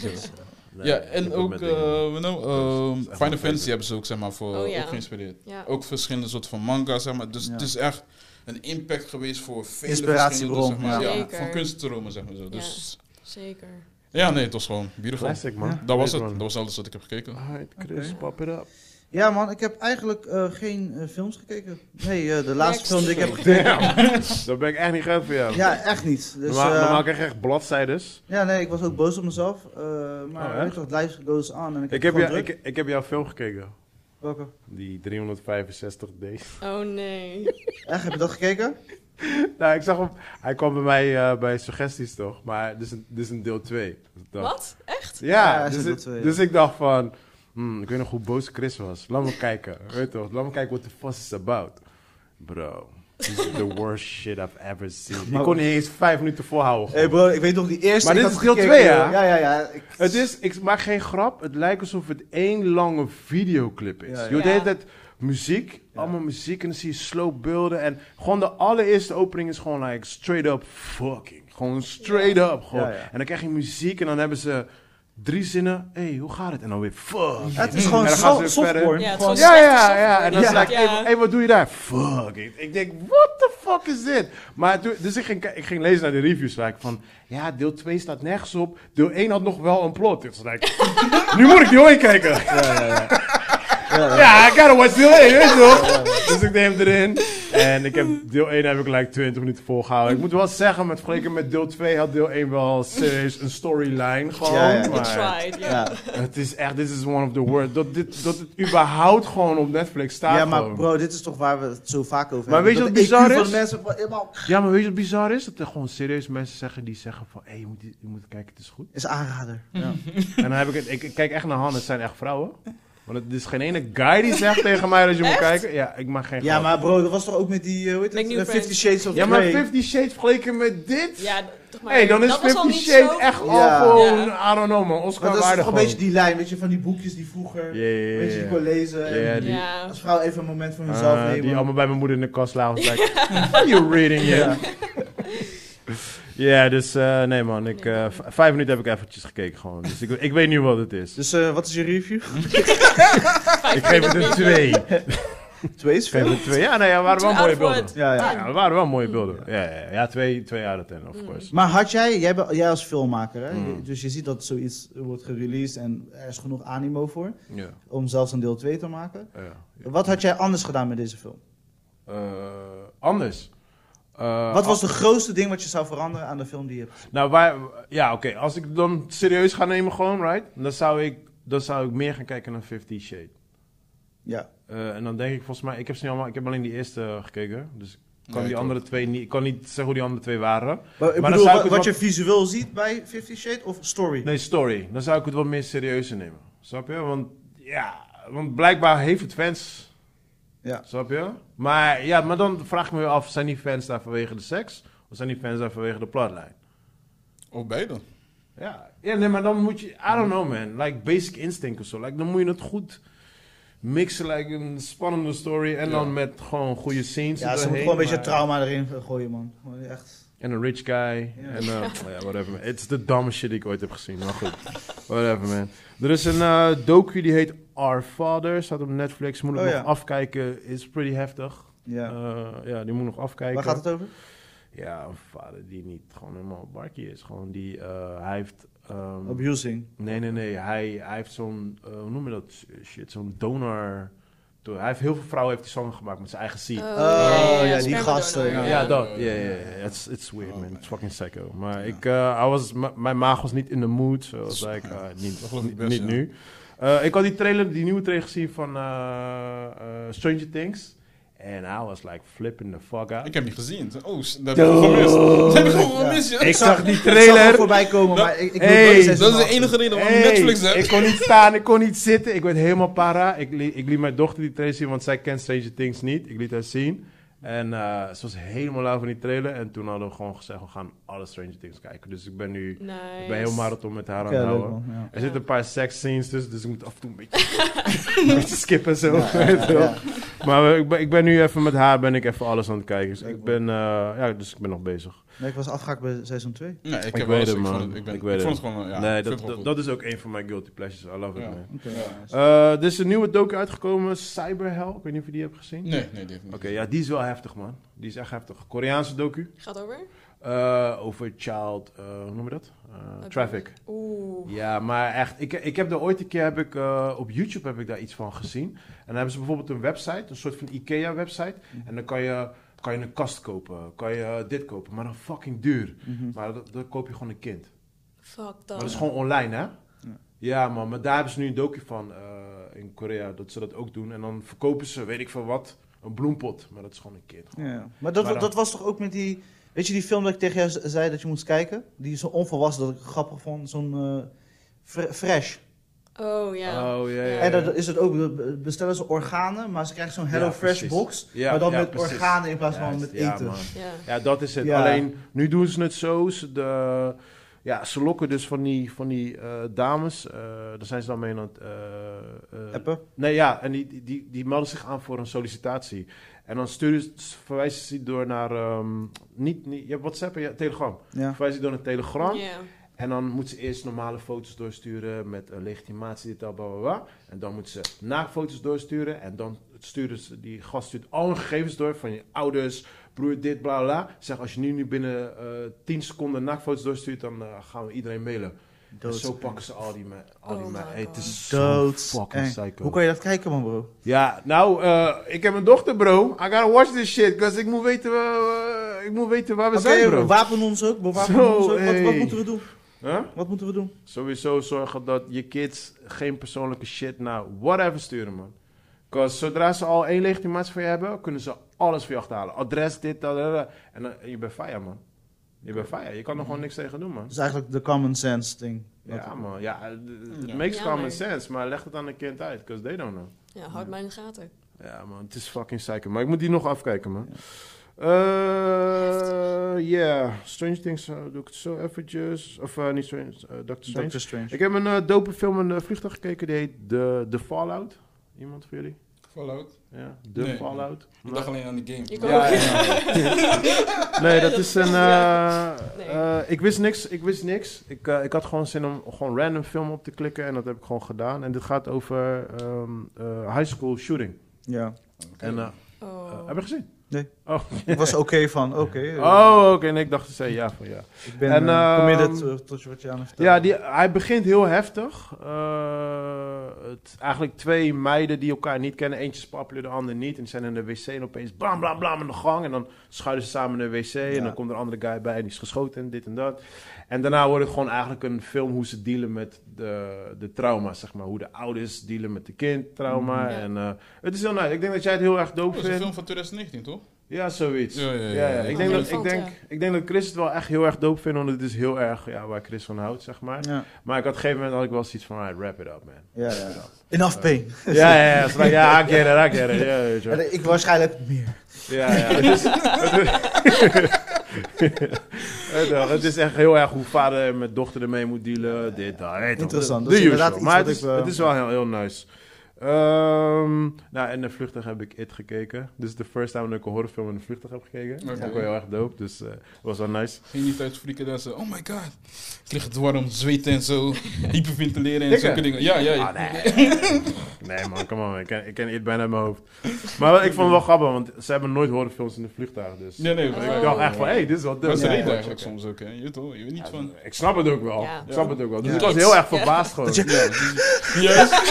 Speaker 2: Nee,
Speaker 4: ja,
Speaker 2: ik
Speaker 4: en
Speaker 2: heb het
Speaker 4: ook
Speaker 2: met
Speaker 4: eh
Speaker 2: dingen.
Speaker 4: we know, ehm,
Speaker 2: echt een
Speaker 4: Final Fantasy
Speaker 2: feestje.
Speaker 4: hebben ze ook, zeg maar, voor
Speaker 1: Oh, ja.
Speaker 4: ook geïnspireerd.
Speaker 1: ja.
Speaker 4: Ook verschillende soorten van manga, zeg maar. Dus
Speaker 3: Ja.
Speaker 4: het is echt een impact geweest voor vele
Speaker 3: Inspiratiebron,
Speaker 4: verschillende, zeg maar,
Speaker 1: ja.
Speaker 4: ja,
Speaker 1: Zeker.
Speaker 4: van kunststromen, zeg maar zo. Dus
Speaker 1: Zeker.
Speaker 4: ja. nee, het was gewoon beautiful.
Speaker 2: Classic, man.
Speaker 4: eh, Dat was
Speaker 2: Weet
Speaker 4: het.
Speaker 2: man.
Speaker 4: Dat was alles wat ik heb gekeken.
Speaker 2: Alright, Chris, pop it up.
Speaker 3: Ja man, ik heb eigenlijk eh, geen eh, films gekeken. Nee, eh, de laatste
Speaker 1: Next.
Speaker 3: film die ik heb gekeken.
Speaker 2: Damn. Dat ben ik echt niet goed voor jou.
Speaker 3: Ja, echt niet. Dus,
Speaker 2: normaal,
Speaker 3: eh,
Speaker 2: normaal krijg ik echt bladzijdes.
Speaker 3: ja, nee, ik was ook boos op mezelf. eh, maar
Speaker 2: Oh,
Speaker 3: weet
Speaker 2: echt?
Speaker 3: je toch, life goes on. En
Speaker 2: Ik
Speaker 3: ik, heb
Speaker 2: heb,
Speaker 3: gewoon
Speaker 2: jou, ik,
Speaker 3: druk.
Speaker 2: ik heb jouw film gekeken.
Speaker 3: Welke?
Speaker 2: Die 365 days.
Speaker 1: Oh nee.
Speaker 3: Echt, heb je dat gekeken?
Speaker 2: nou, ik zag hem. Hij kwam bij mij eh, bij suggesties toch? Maar dit is een, dit is een deel 2.
Speaker 1: Wat? Echt?
Speaker 2: Ja,
Speaker 3: Ja, is
Speaker 2: dus,
Speaker 3: een deel
Speaker 2: ik-
Speaker 3: twee, ja.
Speaker 2: dus ik dacht van. hmm, ik weet nog hoe boos Chris was. Laat me kijken. Weet toch? Laat me kijken what the fuss is about. Bro, this is the worst shit I've ever seen. Ik kon niet eens vijf minuten volhouden.
Speaker 3: Hé hey bro, ik weet nog die eerste.
Speaker 2: Maar
Speaker 3: ik
Speaker 2: dit
Speaker 3: had
Speaker 2: is deel
Speaker 3: gekeken,
Speaker 2: twee, hè?
Speaker 3: joh. Ja, ja, ja. Ik,
Speaker 2: Het is, ik maak geen grap, het lijkt alsof het één lange videoclip is.
Speaker 3: Ja, ja.
Speaker 2: Je deed
Speaker 1: Ja.
Speaker 2: dat muziek, allemaal muziek en dan zie je slow beelden. En gewoon de allereerste opening is gewoon like straight up fucking. Gewoon straight up. Gewoon.
Speaker 3: Ja, ja.
Speaker 2: En dan krijg je muziek en dan hebben ze drie zinnen. Hé, hey, hoe gaat het? En dan weer fuck.
Speaker 3: het is gewoon
Speaker 2: En dan gaan ze
Speaker 3: so
Speaker 2: weer
Speaker 3: softporn.
Speaker 1: Ja, het
Speaker 3: Gewoon-
Speaker 1: was
Speaker 2: Ja,
Speaker 1: slechte
Speaker 2: ja,
Speaker 1: software.
Speaker 2: ja. En dan
Speaker 1: Ja.
Speaker 2: zei ik, hé,
Speaker 1: Ja.
Speaker 2: hey, wat doe je daar? Fuck it. Ik denk, what the fuck is dit? Maar toen, dus ik ging, ki- ik ging lezen naar de reviews. Like, van, ja, deel 2 staat nergens op. Deel 1 had nog wel een plot. Dus like, nu moet ik die ooit kijken. Ja, ja, I gotta watch deel 1, weet je wel. Dus ik neem erin. En ik heb, deel 1 heb ik like 20 minuten volgehouden. Ik moet wel zeggen, met vergeleken met deel 2 had deel 1 wel serieus een storyline gewoon.
Speaker 3: Ja, ja.
Speaker 1: We
Speaker 2: maar-
Speaker 1: tried, ja.
Speaker 3: Ja.
Speaker 2: het is echt, this is one of the worst. Dat, dit, dat het überhaupt gewoon op Netflix staat.
Speaker 3: ja, maar
Speaker 2: gewoon.
Speaker 3: bro, dit is toch waar we het zo vaak over
Speaker 2: Maar
Speaker 3: hebben.
Speaker 2: weet je
Speaker 3: Dat
Speaker 2: wat
Speaker 3: de IQ
Speaker 2: bizar
Speaker 3: van
Speaker 2: is?
Speaker 3: Mensen van, helemaal
Speaker 2: Ja, maar weet je wat bizar is? Dat er gewoon serieus mensen zeggen die zeggen van... Hé, je, moet, die- je moet kijken, het is goed.
Speaker 3: is aanrader. Ja.
Speaker 2: en dan heb ik het... Ik ik kijk echt naar Hannes, het zijn echt vrouwen. Want het is geen ene guy die zegt tegen mij dat je moet
Speaker 1: Echt?
Speaker 2: kijken. Ja, ik mag geen
Speaker 3: Ja,
Speaker 2: grap.
Speaker 3: maar bro, dat was toch ook met die, eh, hoe heet het?
Speaker 1: Like New
Speaker 3: Eh, Fifty
Speaker 1: Friends.
Speaker 3: Shades of
Speaker 2: Ja, maar
Speaker 3: Grey.
Speaker 2: 50 Shades vergeleken met dit?
Speaker 1: Ja, toch maar.
Speaker 2: hey, dan is
Speaker 1: dat was al
Speaker 2: 50
Speaker 1: niet
Speaker 2: Shades
Speaker 1: zo-
Speaker 2: echt
Speaker 3: Ja.
Speaker 2: al gewoon,
Speaker 1: Ja.
Speaker 2: I don't know man,
Speaker 3: Maar
Speaker 2: Oscar
Speaker 3: dat is
Speaker 2: waardig
Speaker 3: toch een beetje
Speaker 2: gewoon.
Speaker 3: die lijn, weet je, van die boekjes die vroeger,
Speaker 2: Ja, ja, ja,
Speaker 3: weet je, je
Speaker 2: ja.
Speaker 3: kon lezen. en
Speaker 2: Ja, die-
Speaker 1: Ja.
Speaker 3: Als vrouw even een moment voor mezelf
Speaker 2: Ah,
Speaker 3: nemen.
Speaker 2: die allemaal bij mijn moeder in de kast lagen. was Like, what are you reading
Speaker 3: ja.
Speaker 2: here? Ja, dus eh, nee man, ik, eh, v- vijf minuten heb ik eventjes gekeken gewoon. Dus ik, ik weet nu wat het is.
Speaker 3: Dus eh, wat is je review?
Speaker 2: ik geef het een twee.
Speaker 3: Twee is
Speaker 2: Ik geef
Speaker 3: veel. Ah.
Speaker 2: het een twee. Ja, nee, ja, waren wel
Speaker 1: Two
Speaker 2: mooie
Speaker 1: out of
Speaker 2: beelden.
Speaker 1: what?
Speaker 3: Ja, ja.
Speaker 2: Ja, er waren wel mooie beelden. Ja, Mm. ja, ja twee, twee out of ten, of course.
Speaker 3: Maar had jij, jij, be- jij als filmmaker, hè?
Speaker 2: Mm.
Speaker 3: je- dus je ziet dat zoiets wordt gereleased en er is genoeg animo voor
Speaker 2: Ja,
Speaker 3: om zelfs een deel 2 te maken.
Speaker 2: ja.
Speaker 3: Wat had jij anders gedaan met deze film?
Speaker 2: Eh, anders. Eh,
Speaker 3: Wat was het grootste ding wat je zou veranderen aan de film die je hebt?
Speaker 2: Nou, waar, ja, oké. Als ik dan serieus ga nemen gewoon, right? Dan zou ik, dan zou ik meer gaan kijken naar Fifty Shade.
Speaker 3: Ja.
Speaker 2: Eh, en dan denk ik volgens mij... Ik heb, ze niet allemaal, ik heb alleen die eerste gekeken. Dus ik kan
Speaker 4: Nee,
Speaker 2: die
Speaker 4: ik
Speaker 2: andere twee niet... Ik kan niet zeggen hoe die andere twee waren.
Speaker 3: Maar ik
Speaker 2: dan
Speaker 3: bedoel,
Speaker 2: zou ik
Speaker 3: wat,
Speaker 2: het
Speaker 3: wat
Speaker 2: wel-
Speaker 3: je visueel ziet bij Fifty Shades of story?
Speaker 2: Nee, story. Dan zou ik het wat meer serieus nemen. Snap je? Want ja... Want blijkbaar heeft het fans...
Speaker 3: Ja.
Speaker 2: Snap je? Maar ja, maar dan vraag ik me weer af... Zijn die fans daar vanwege de seks? Of zijn die fans daar vanwege de plotlijn?
Speaker 4: Of Oh, beide.
Speaker 2: Ja. ja, nee, maar dan moet je, I don't know man, like basic instinct of zo. Like, dan moet je het goed mixen, like een spannende story en
Speaker 4: Ja.
Speaker 2: dan met gewoon goede scenes.
Speaker 3: Ja, ze
Speaker 2: erdoorheen,
Speaker 3: moeten gewoon een beetje
Speaker 2: maar-
Speaker 3: trauma erin gooien, man. Gewoon Echt.
Speaker 2: En een rich guy. En eh, ja, whatever man. Het is de dumbest shit die ik ooit heb gezien, maar goed. whatever man. Er is een eh, docu die heet Our Father, staat op Netflix, moet ik
Speaker 3: Oh,
Speaker 2: nog
Speaker 3: ja.
Speaker 2: afkijken, is pretty heftig.
Speaker 3: Ja.
Speaker 2: Eh, ja, Mm. die moet ik nog afkijken.
Speaker 3: Waar gaat het over?
Speaker 2: Ja, een vader die niet gewoon helemaal barkie is. Gewoon die, eh, hij heeft... ehm,
Speaker 3: Abusing.
Speaker 2: Nee, nee, nee. Hij, hij heeft zo'n, eh, hoe noem je dat shit, zo'n donor. Hij heeft heel veel vrouwen heeft hij zwanger gemaakt met zijn eigen ziet.
Speaker 1: Oh,
Speaker 3: ja, die
Speaker 1: spermadonor.
Speaker 3: gasten,
Speaker 2: ja,
Speaker 3: ja.
Speaker 2: dat. Ja,
Speaker 4: ja,
Speaker 2: ja,
Speaker 4: ja,
Speaker 2: ja.
Speaker 4: ja.
Speaker 2: It's, it's weird,
Speaker 4: Oh,
Speaker 2: man.
Speaker 4: man.
Speaker 2: It's fucking psycho. Maar ik, eh, I was, m- mijn maag was niet in de mood. So I was like, eh,
Speaker 4: Dat geloof
Speaker 2: niet,
Speaker 4: ik best,
Speaker 2: niet
Speaker 4: ja.
Speaker 2: nu. Eh, ik had die trailer, die nieuwe trailer gezien van eh, eh, Stranger Things. En I was like flipping the fuck out.
Speaker 4: Ik heb niet gezien. Oh, s- dat heb ik gemist. Dat heb ik gewoon gemist, ja.
Speaker 2: Ik zag die
Speaker 3: Ik zag wel
Speaker 2: trailer.
Speaker 3: voorbij komen,
Speaker 4: Dat-
Speaker 3: maar ik, ik
Speaker 2: Hey,
Speaker 3: wil
Speaker 4: Dat is de enige reden waarom
Speaker 2: Hey,
Speaker 4: Netflix hebt.
Speaker 2: Ik kon niet staan, ik kon niet zitten. Ik werd helemaal para. Ik, li- ik liet mijn dochter die trailer zien, want zij kent Stranger Things niet. Ik liet haar zien. En eh, ze was helemaal lauw van die trailer. En toen hadden we gewoon gezegd, we gaan alle Stranger Things kijken. Dus ik ben nu ik ben
Speaker 1: Nice.
Speaker 2: heel marathon met haar aan
Speaker 3: Oké,
Speaker 2: het
Speaker 3: leuk,
Speaker 2: houden.
Speaker 3: man, ja.
Speaker 2: Er zitten een paar sex scenes tussen, dus ik moet af en toe een beetje, een beetje skippen en zo. weet je wel.
Speaker 3: Ja.
Speaker 2: Maar eh, ik ben, ik ben nu even met haar, ben ik even alles aan het kijken. Dus ik ben, eh, ja, dus ik ben nog bezig.
Speaker 3: Nee, ik was afgehaakt bij seizoen 2.
Speaker 4: Nee, ik, heb
Speaker 2: weet
Speaker 4: wel eens-
Speaker 2: het,
Speaker 4: ik vond
Speaker 2: man.
Speaker 4: het- Ik, ben,
Speaker 2: Ik
Speaker 4: ik,
Speaker 2: weet
Speaker 4: vond
Speaker 2: het.
Speaker 4: het gewoon, ja,
Speaker 2: nee,
Speaker 4: ik vind
Speaker 2: dat,
Speaker 4: het wel
Speaker 2: dat,
Speaker 4: goed.
Speaker 2: dat is ook een van mijn guilty pleasures. I love it,
Speaker 4: Ja.
Speaker 2: man.
Speaker 3: Oké.
Speaker 4: Ja.
Speaker 2: Eh, er is een nieuwe docu uitgekomen, Cyberhell. Ik weet niet of je die hebt gezien.
Speaker 4: Nee, nee, die heeft
Speaker 2: Oké,
Speaker 4: niet.
Speaker 2: ja, die is wel heftig, man. Die is echt heftig. Koreaanse docu.
Speaker 1: Gaat over?
Speaker 2: eh, over child, eh, hoe noem je dat? Eh, traffic.
Speaker 1: Oeh.
Speaker 2: Ja, maar echt, ik, ik heb daar ooit een keer, heb ik, eh, op YouTube heb ik daar iets van gezien. En dan hebben ze bijvoorbeeld een website, een soort van IKEA-website. En dan kan je, kan je een kast kopen, kan je eh, dit kopen, maar dan fucking duur. Maar dat- dan koop je gewoon een kind.
Speaker 1: Fuck
Speaker 2: Maar dat
Speaker 1: dat.
Speaker 2: is gewoon online, hè? Oh. Ja, man, maar daar hebben ze nu een docu van eh, in Korea, dat ze dat ook doen. En dan verkopen ze, weet ik veel wat, een bloempot. Maar dat is gewoon een kind.
Speaker 3: Ja. Maar dat,
Speaker 2: Maar dan-
Speaker 3: dat was toch ook met die... Weet je die film dat ik tegen jou z- zei dat je moest kijken? Die zo onvolwassen dat ik grappig vond. Zo'n eh, fre- fresh.
Speaker 1: Oh ja.
Speaker 2: Oh, ja, ja,
Speaker 3: En dat is het ook. be- Bestellen ze organen, maar ze krijgen zo'n Hello
Speaker 2: Ja,
Speaker 3: Fresh
Speaker 2: precies.
Speaker 3: box.
Speaker 2: Ja,
Speaker 3: maar dan
Speaker 2: ja,
Speaker 3: met
Speaker 2: precies.
Speaker 3: organen in plaats van
Speaker 2: Juist,
Speaker 3: met
Speaker 2: ja,
Speaker 3: eten.
Speaker 2: man.
Speaker 1: Ja.
Speaker 2: Ja, dat is het.
Speaker 3: Ja.
Speaker 2: Alleen, nu doen ze het zo. Ze, de, ja, ze lokken dus van die, van die eh, dames. eh daar zijn ze dan mee aan het... eh, eh,
Speaker 3: Appen?
Speaker 2: Nee, ja, en die, die- die, die melden zich aan voor een sollicitatie. En dan sturen, ze- verwijzen ze die door naar... ehm, niet, niet, je hebt WhatsApp en je hebt Telegram.
Speaker 3: Ja.
Speaker 2: Verwijzen die door naar Telegram.
Speaker 1: Ja.
Speaker 2: En dan moet ze eerst normale foto's doorsturen met een legitimatie, dit, dat, bla, bla, bla. En dan moet ze naakfoto's doorsturen. En dan sturen ze, die gast stuurt al hun gegevens door van je ouders, broer, dit, bla, bla. bla. Zeg, als je nu, nu binnen eh 10 seconden naakfoto's doorstuurt, dan eh, gaan we iedereen mailen. En
Speaker 3: Dood.
Speaker 2: zo pakken ze al die me- al die
Speaker 1: Oh
Speaker 2: me-
Speaker 1: my
Speaker 2: Hey, het is zo
Speaker 3: Dood.
Speaker 2: fucking
Speaker 3: eng.
Speaker 2: psycho.
Speaker 3: eh, Hoe kan je dat kijken, man, bro?
Speaker 2: Ja, nou, eh, ik heb een dochter, bro. I gotta watch this shit, because ik moet weten, eh, ik moet weten waar we
Speaker 3: Oké,
Speaker 2: zijn, bro.
Speaker 3: wapen ons ook. Bewapen
Speaker 2: Zo,
Speaker 3: ons ook. Wat, wat
Speaker 2: hey.
Speaker 3: moeten we doen?
Speaker 2: Huh?
Speaker 3: Wat moeten we doen?
Speaker 2: Sowieso zorgen dat je kids geen persoonlijke shit naar whatever sturen, man. Because zodra ze al één legitimatie voor je hebben, kunnen ze alles voor je achterhalen. Adres, dit, dat, dat, dat. En dan, en je bent fire, man. Je bent fire. Je kan er gewoon niks tegen doen, man.
Speaker 3: Dat is eigenlijk de common sense ding.
Speaker 2: Ja, man. Ja, d- d- it
Speaker 4: Ja.
Speaker 2: makes
Speaker 1: Ja,
Speaker 2: common
Speaker 1: maar-
Speaker 2: sense, maar leg het aan een kind uit, because they don't know.
Speaker 1: Ja, houd mij in de gaten.
Speaker 2: Ja, man, het is fucking psycho. Maar ik moet die nog afkijken, man. Eh, ja, Strange Things eh, doe ik het zo eventjes. Of eh, niet Strange, eh, Doctor Strange.
Speaker 3: Doctor Strange.
Speaker 2: Ik heb een eh, dope film in de vliegtuig gekeken, die heet The, The Fallout. Iemand van jullie?
Speaker 4: Fallout.
Speaker 2: Ja, The
Speaker 4: Nee.
Speaker 2: Fallout.
Speaker 4: Ik dacht alleen aan de game.
Speaker 1: Ik
Speaker 2: Ja,
Speaker 1: ook.
Speaker 2: ja, ja. nee, dat is een. eh,
Speaker 1: Nee.
Speaker 2: eh, ik wist niks. Ik wist niks. Ik, eh, ik had gewoon zin om gewoon random film op te klikken en dat heb ik gewoon gedaan. En dit gaat over ehm, eh, high school shooting.
Speaker 3: Ja.
Speaker 4: Oké.
Speaker 2: En, eh, eh,
Speaker 1: Oh.
Speaker 2: heb je gezien?
Speaker 3: Ik was oké van, oké. eh,
Speaker 2: Oh, oké. En ik dacht, ze zei ja van ja.
Speaker 3: Ik ben
Speaker 2: En,
Speaker 3: en,
Speaker 2: ehm,
Speaker 3: committed eh, tot wat je aan het vertellen
Speaker 2: Ja, die, hij begint heel heftig. Eh, het, eigenlijk twee meiden die elkaar niet kennen. Eentje is popular, de ander niet. En die zijn in de wc en opeens blam, blam, blam in de gang. En dan schuilen ze samen in de wc. En
Speaker 3: Ja.
Speaker 2: dan komt er een andere guy bij en die is geschoten en dit en dat. En daarna wordt het gewoon eigenlijk een film hoe ze dealen met de, de trauma's, zeg maar. Hoe de ouders dealen met de kind trauma.
Speaker 1: Mhm. Ja.
Speaker 2: En eh, het is heel nice. Ik denk dat jij het heel erg
Speaker 4: Oh,
Speaker 2: dope
Speaker 4: dat is een
Speaker 2: vindt.
Speaker 4: film van 2019, toch?
Speaker 2: Ja, zoiets.
Speaker 4: Ja, ja, ja.
Speaker 2: Ja, ja. Ik,
Speaker 1: Ah,
Speaker 2: denk dat, ik,
Speaker 1: relevant,
Speaker 2: denk,
Speaker 1: ja.
Speaker 2: ik denk dat Chris het wel echt heel erg dope vindt, want het is heel erg ja, waar Chris van houdt, zeg maar.
Speaker 3: Ja.
Speaker 2: Maar ik had op een gegeven moment had ik wel zoiets van, alright, wrap it up, man.
Speaker 3: Ja, ja. Enough pain.
Speaker 2: Ja, ja, ja, snap- ja, I get it, I get it. Ja, weet je wel.
Speaker 3: En Ik waarschijnlijk meer.
Speaker 2: ja, ja. Het is, Weet je wel, het is echt heel erg hoe vader en met dochter ermee moet dealen, dit, dat. weet je wel.
Speaker 3: Interessant,
Speaker 2: The
Speaker 3: dat is
Speaker 2: usual.
Speaker 3: inderdaad iets
Speaker 2: Maar
Speaker 3: wat
Speaker 2: het is,
Speaker 3: ik, eh,
Speaker 2: het is wel heel, heel nice. Ehm, nou, en de vluchtig heb ik It gekeken. Dit is de first time dat ik een horrorfilm in de vluchtig heb gekeken. Dat
Speaker 4: Oké.
Speaker 2: vond ik wel heel erg dope, dus eh was wel nice.
Speaker 4: Ging niet uit frieken dat ze, oh my god. Het ligt warm, zweten en zo. Hyperventileren en
Speaker 2: Dikke.
Speaker 4: zulke dingen. Ja, ja. ja.
Speaker 2: Ah, nee. nee man, kom on. Ik ken, ik ken It bijna uit mijn hoofd. Maar wel, ik vond het wel grappig, want ze hebben nooit horrorfilms in de vliegtuig. Dus
Speaker 4: Nee, nee.
Speaker 1: Oh.
Speaker 2: ik dacht echt van, hé, hey, dit is wel dope.
Speaker 4: Dat is de
Speaker 3: Ja,
Speaker 4: reden
Speaker 2: Ja.
Speaker 4: eigenlijk soms ook, hè. Je weet toch? Je weet niet van...
Speaker 2: Ik snap het ook wel.
Speaker 1: Ja.
Speaker 2: Ik snap het ook wel. Dus
Speaker 3: Ja.
Speaker 2: ik was heel erg verbaasd gewoon.
Speaker 4: Ja, dus- juist.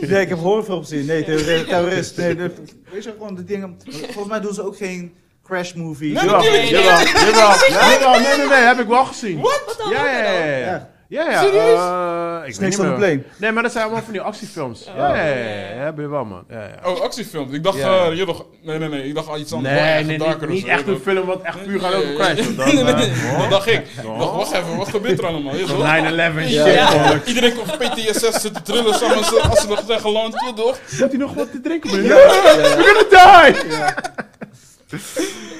Speaker 3: Nee, ik heb horrorfilm gezien. Nee, terror- terrorist. Nee, nee. Weet je gewoon de dingen. Volgens mij doen ze ook geen crash movie.
Speaker 4: Nee,
Speaker 2: Jawel,
Speaker 1: natuurlijk niet.
Speaker 2: jawel, jawel, jawel. Nee, nee, nee, heb ik wel gezien.
Speaker 1: Wat dan?
Speaker 2: Ja, ja,
Speaker 1: Wat dan?
Speaker 2: ja, ja, ja.
Speaker 3: Ja.
Speaker 2: Ja, ja.
Speaker 3: Serieus?
Speaker 2: eh, ik weet
Speaker 3: Snakes
Speaker 2: niet
Speaker 3: on a
Speaker 2: meer.
Speaker 3: plane.
Speaker 2: Nee, maar dat zijn allemaal van die actiefilms. Ja,
Speaker 1: Oh.
Speaker 2: ja, ja, ja, ja, heb je wel, man. Ja, ja.
Speaker 4: Oh, actiefilm. Ik dacht,
Speaker 2: Ja.
Speaker 4: eh, je dacht... Nee, nee, nee. Ik dacht al iets anders.
Speaker 2: Nee,
Speaker 4: Echt
Speaker 2: nee,
Speaker 4: darker
Speaker 2: niet,
Speaker 4: of
Speaker 2: niet
Speaker 4: zo,
Speaker 2: echt
Speaker 4: weet
Speaker 2: een
Speaker 4: je
Speaker 2: film, want echt puur gaat over
Speaker 4: Ja, ja, ja.
Speaker 2: Christ. want
Speaker 4: Nee,
Speaker 2: dan,
Speaker 4: nee,
Speaker 2: eh,
Speaker 4: nee. Dat dacht ik.
Speaker 2: Ja.
Speaker 4: Ik dacht, wacht even, wat gebeurt er allemaal? Je weet toch?
Speaker 2: 9-11 shit.
Speaker 4: Ja.
Speaker 2: man.
Speaker 4: Iedereen komt van PTSS zitten trillen samen als ze- als ze nog zijn geland, je toch?
Speaker 2: Moet hij nog wat te drinken, man? We're gonna die!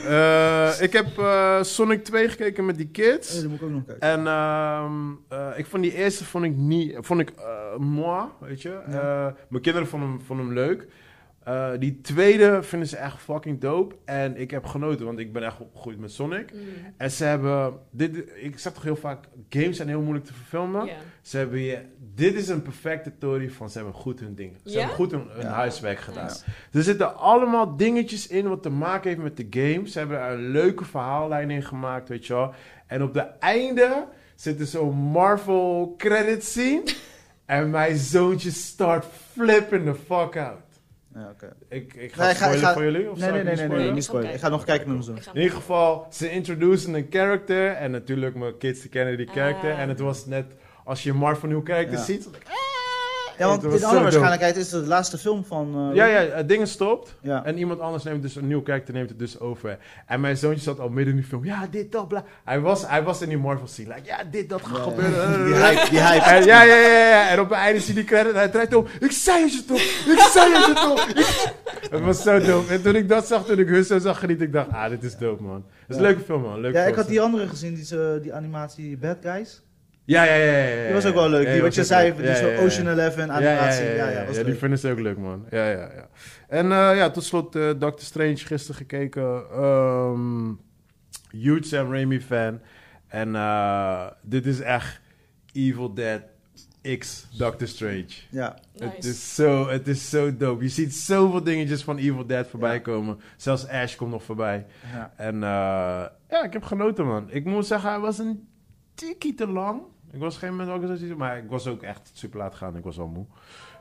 Speaker 2: Eh, ik heb eh, Sonic 2 gekeken met die kids.
Speaker 3: moet ik ook nog kijken.
Speaker 2: En ehm, eh, ik vond die eerste vond ik niet, vond ik eh, moi, weet je. Eh, mijn kinderen vonden hem, vonden hem leuk. Eh, die tweede vinden ze echt fucking dope. En ik heb genoten, want ik ben echt opgegroeid met Sonic.
Speaker 1: Mm,
Speaker 2: En ze hebben, dit, ik zeg toch heel vaak, games zijn heel moeilijk te verfilmen.
Speaker 1: ja.
Speaker 2: Ze hebben je, dit is een perfecte story van ze hebben goed hun dingen. Ze
Speaker 1: Ja?
Speaker 2: hebben goed hun, hun
Speaker 3: Ja.
Speaker 2: huiswerk gedaan.
Speaker 1: Nice.
Speaker 2: Er zitten allemaal dingetjes in wat te maken heeft met de game. Ze hebben er een leuke verhaallijn in gemaakt, weet je wel. En op de einde zit er zo'n Marvel credit scene. en mijn zoontje start flipping the fuck out.
Speaker 3: Ja, oké.
Speaker 2: Ik, ik ga
Speaker 3: Nee,
Speaker 2: het
Speaker 3: ik ga- ik
Speaker 2: spoilen
Speaker 3: ga-
Speaker 2: voor jullie? Of
Speaker 3: Nee,
Speaker 2: zal
Speaker 3: nee,
Speaker 2: ik niet
Speaker 3: nee, nee, nee,
Speaker 2: spoilen?
Speaker 3: niet spoilen.
Speaker 1: Oké.
Speaker 3: Ik ga nog kijken met hem zo.
Speaker 1: Ik ga
Speaker 2: In ieder geval, ze introducen een character. En natuurlijk, mijn kids die kennen die character.
Speaker 1: Ah.
Speaker 2: En het was net, als je een Marvel nieuw character
Speaker 3: Ja.
Speaker 2: ziet... dan denk ik, "Ah!"
Speaker 3: Ja, want
Speaker 2: Het
Speaker 3: in
Speaker 2: was
Speaker 3: alle
Speaker 2: zo dope.
Speaker 3: waarschijnlijkheid is het de laatste film van. eh,
Speaker 2: Ja, ja, het ding stopt.
Speaker 3: ja.
Speaker 2: En iemand anders neemt dus een nieuw karakter neemt het dus over. En mijn zoontje zat al midden in die film. Ja, dit, dat, bla. Hij was, hij was in die Marvel scene. Like, ja, dit, dat gaat
Speaker 3: Ja,
Speaker 2: gebeuren.
Speaker 3: Die hype, die hype.
Speaker 2: En, ja, ja, ja, ja. En op het einde zie je die credit. Hij draait om. Ik zei het je toch. Ik zei het je toch. Ik- Het was zo dope. En toen ik dat zag, toen ik hun zo zag genieten, ik dacht, ah, dit is dope, man. Het is een
Speaker 3: Ja.
Speaker 2: leuke film, man. Leuke
Speaker 3: Ja, ik
Speaker 2: film.
Speaker 3: had die andere gezien, die, ze- die animatie Bad Guys.
Speaker 2: Ja, ja, ja, ja, ja, ja.
Speaker 3: Die was ook wel leuk.
Speaker 2: Ja,
Speaker 3: die wat je
Speaker 2: was ook
Speaker 3: zei,
Speaker 2: leuk.
Speaker 3: die
Speaker 2: Ja,
Speaker 3: zo
Speaker 2: ja, ja.
Speaker 3: Ocean Eleven animatie. Ja, ja, was
Speaker 2: die
Speaker 3: leuk.
Speaker 2: vinden ze ook leuk, man. Ja, ja, ja. En eh, ja, tot slot eh Doctor Strange gisteren gekeken. Ehm huge Sam Raimi fan. En eh, dit is echt Evil Dead X Doctor Strange.
Speaker 3: Ja,
Speaker 2: Het
Speaker 1: Nice.
Speaker 2: is zo, het is zo dope. Je ziet zoveel dingetjes van Evil Dead voorbij
Speaker 3: Ja.
Speaker 2: komen. Zelfs Ash komt nog voorbij.
Speaker 3: ja.
Speaker 2: En eh, ja, ik heb genoten, man. Ik moet zeggen, hij was een tikkie te lang. Ik was geen moment ook eens iets, maar ik was ook echt super laat gegaan. Ik was al moe.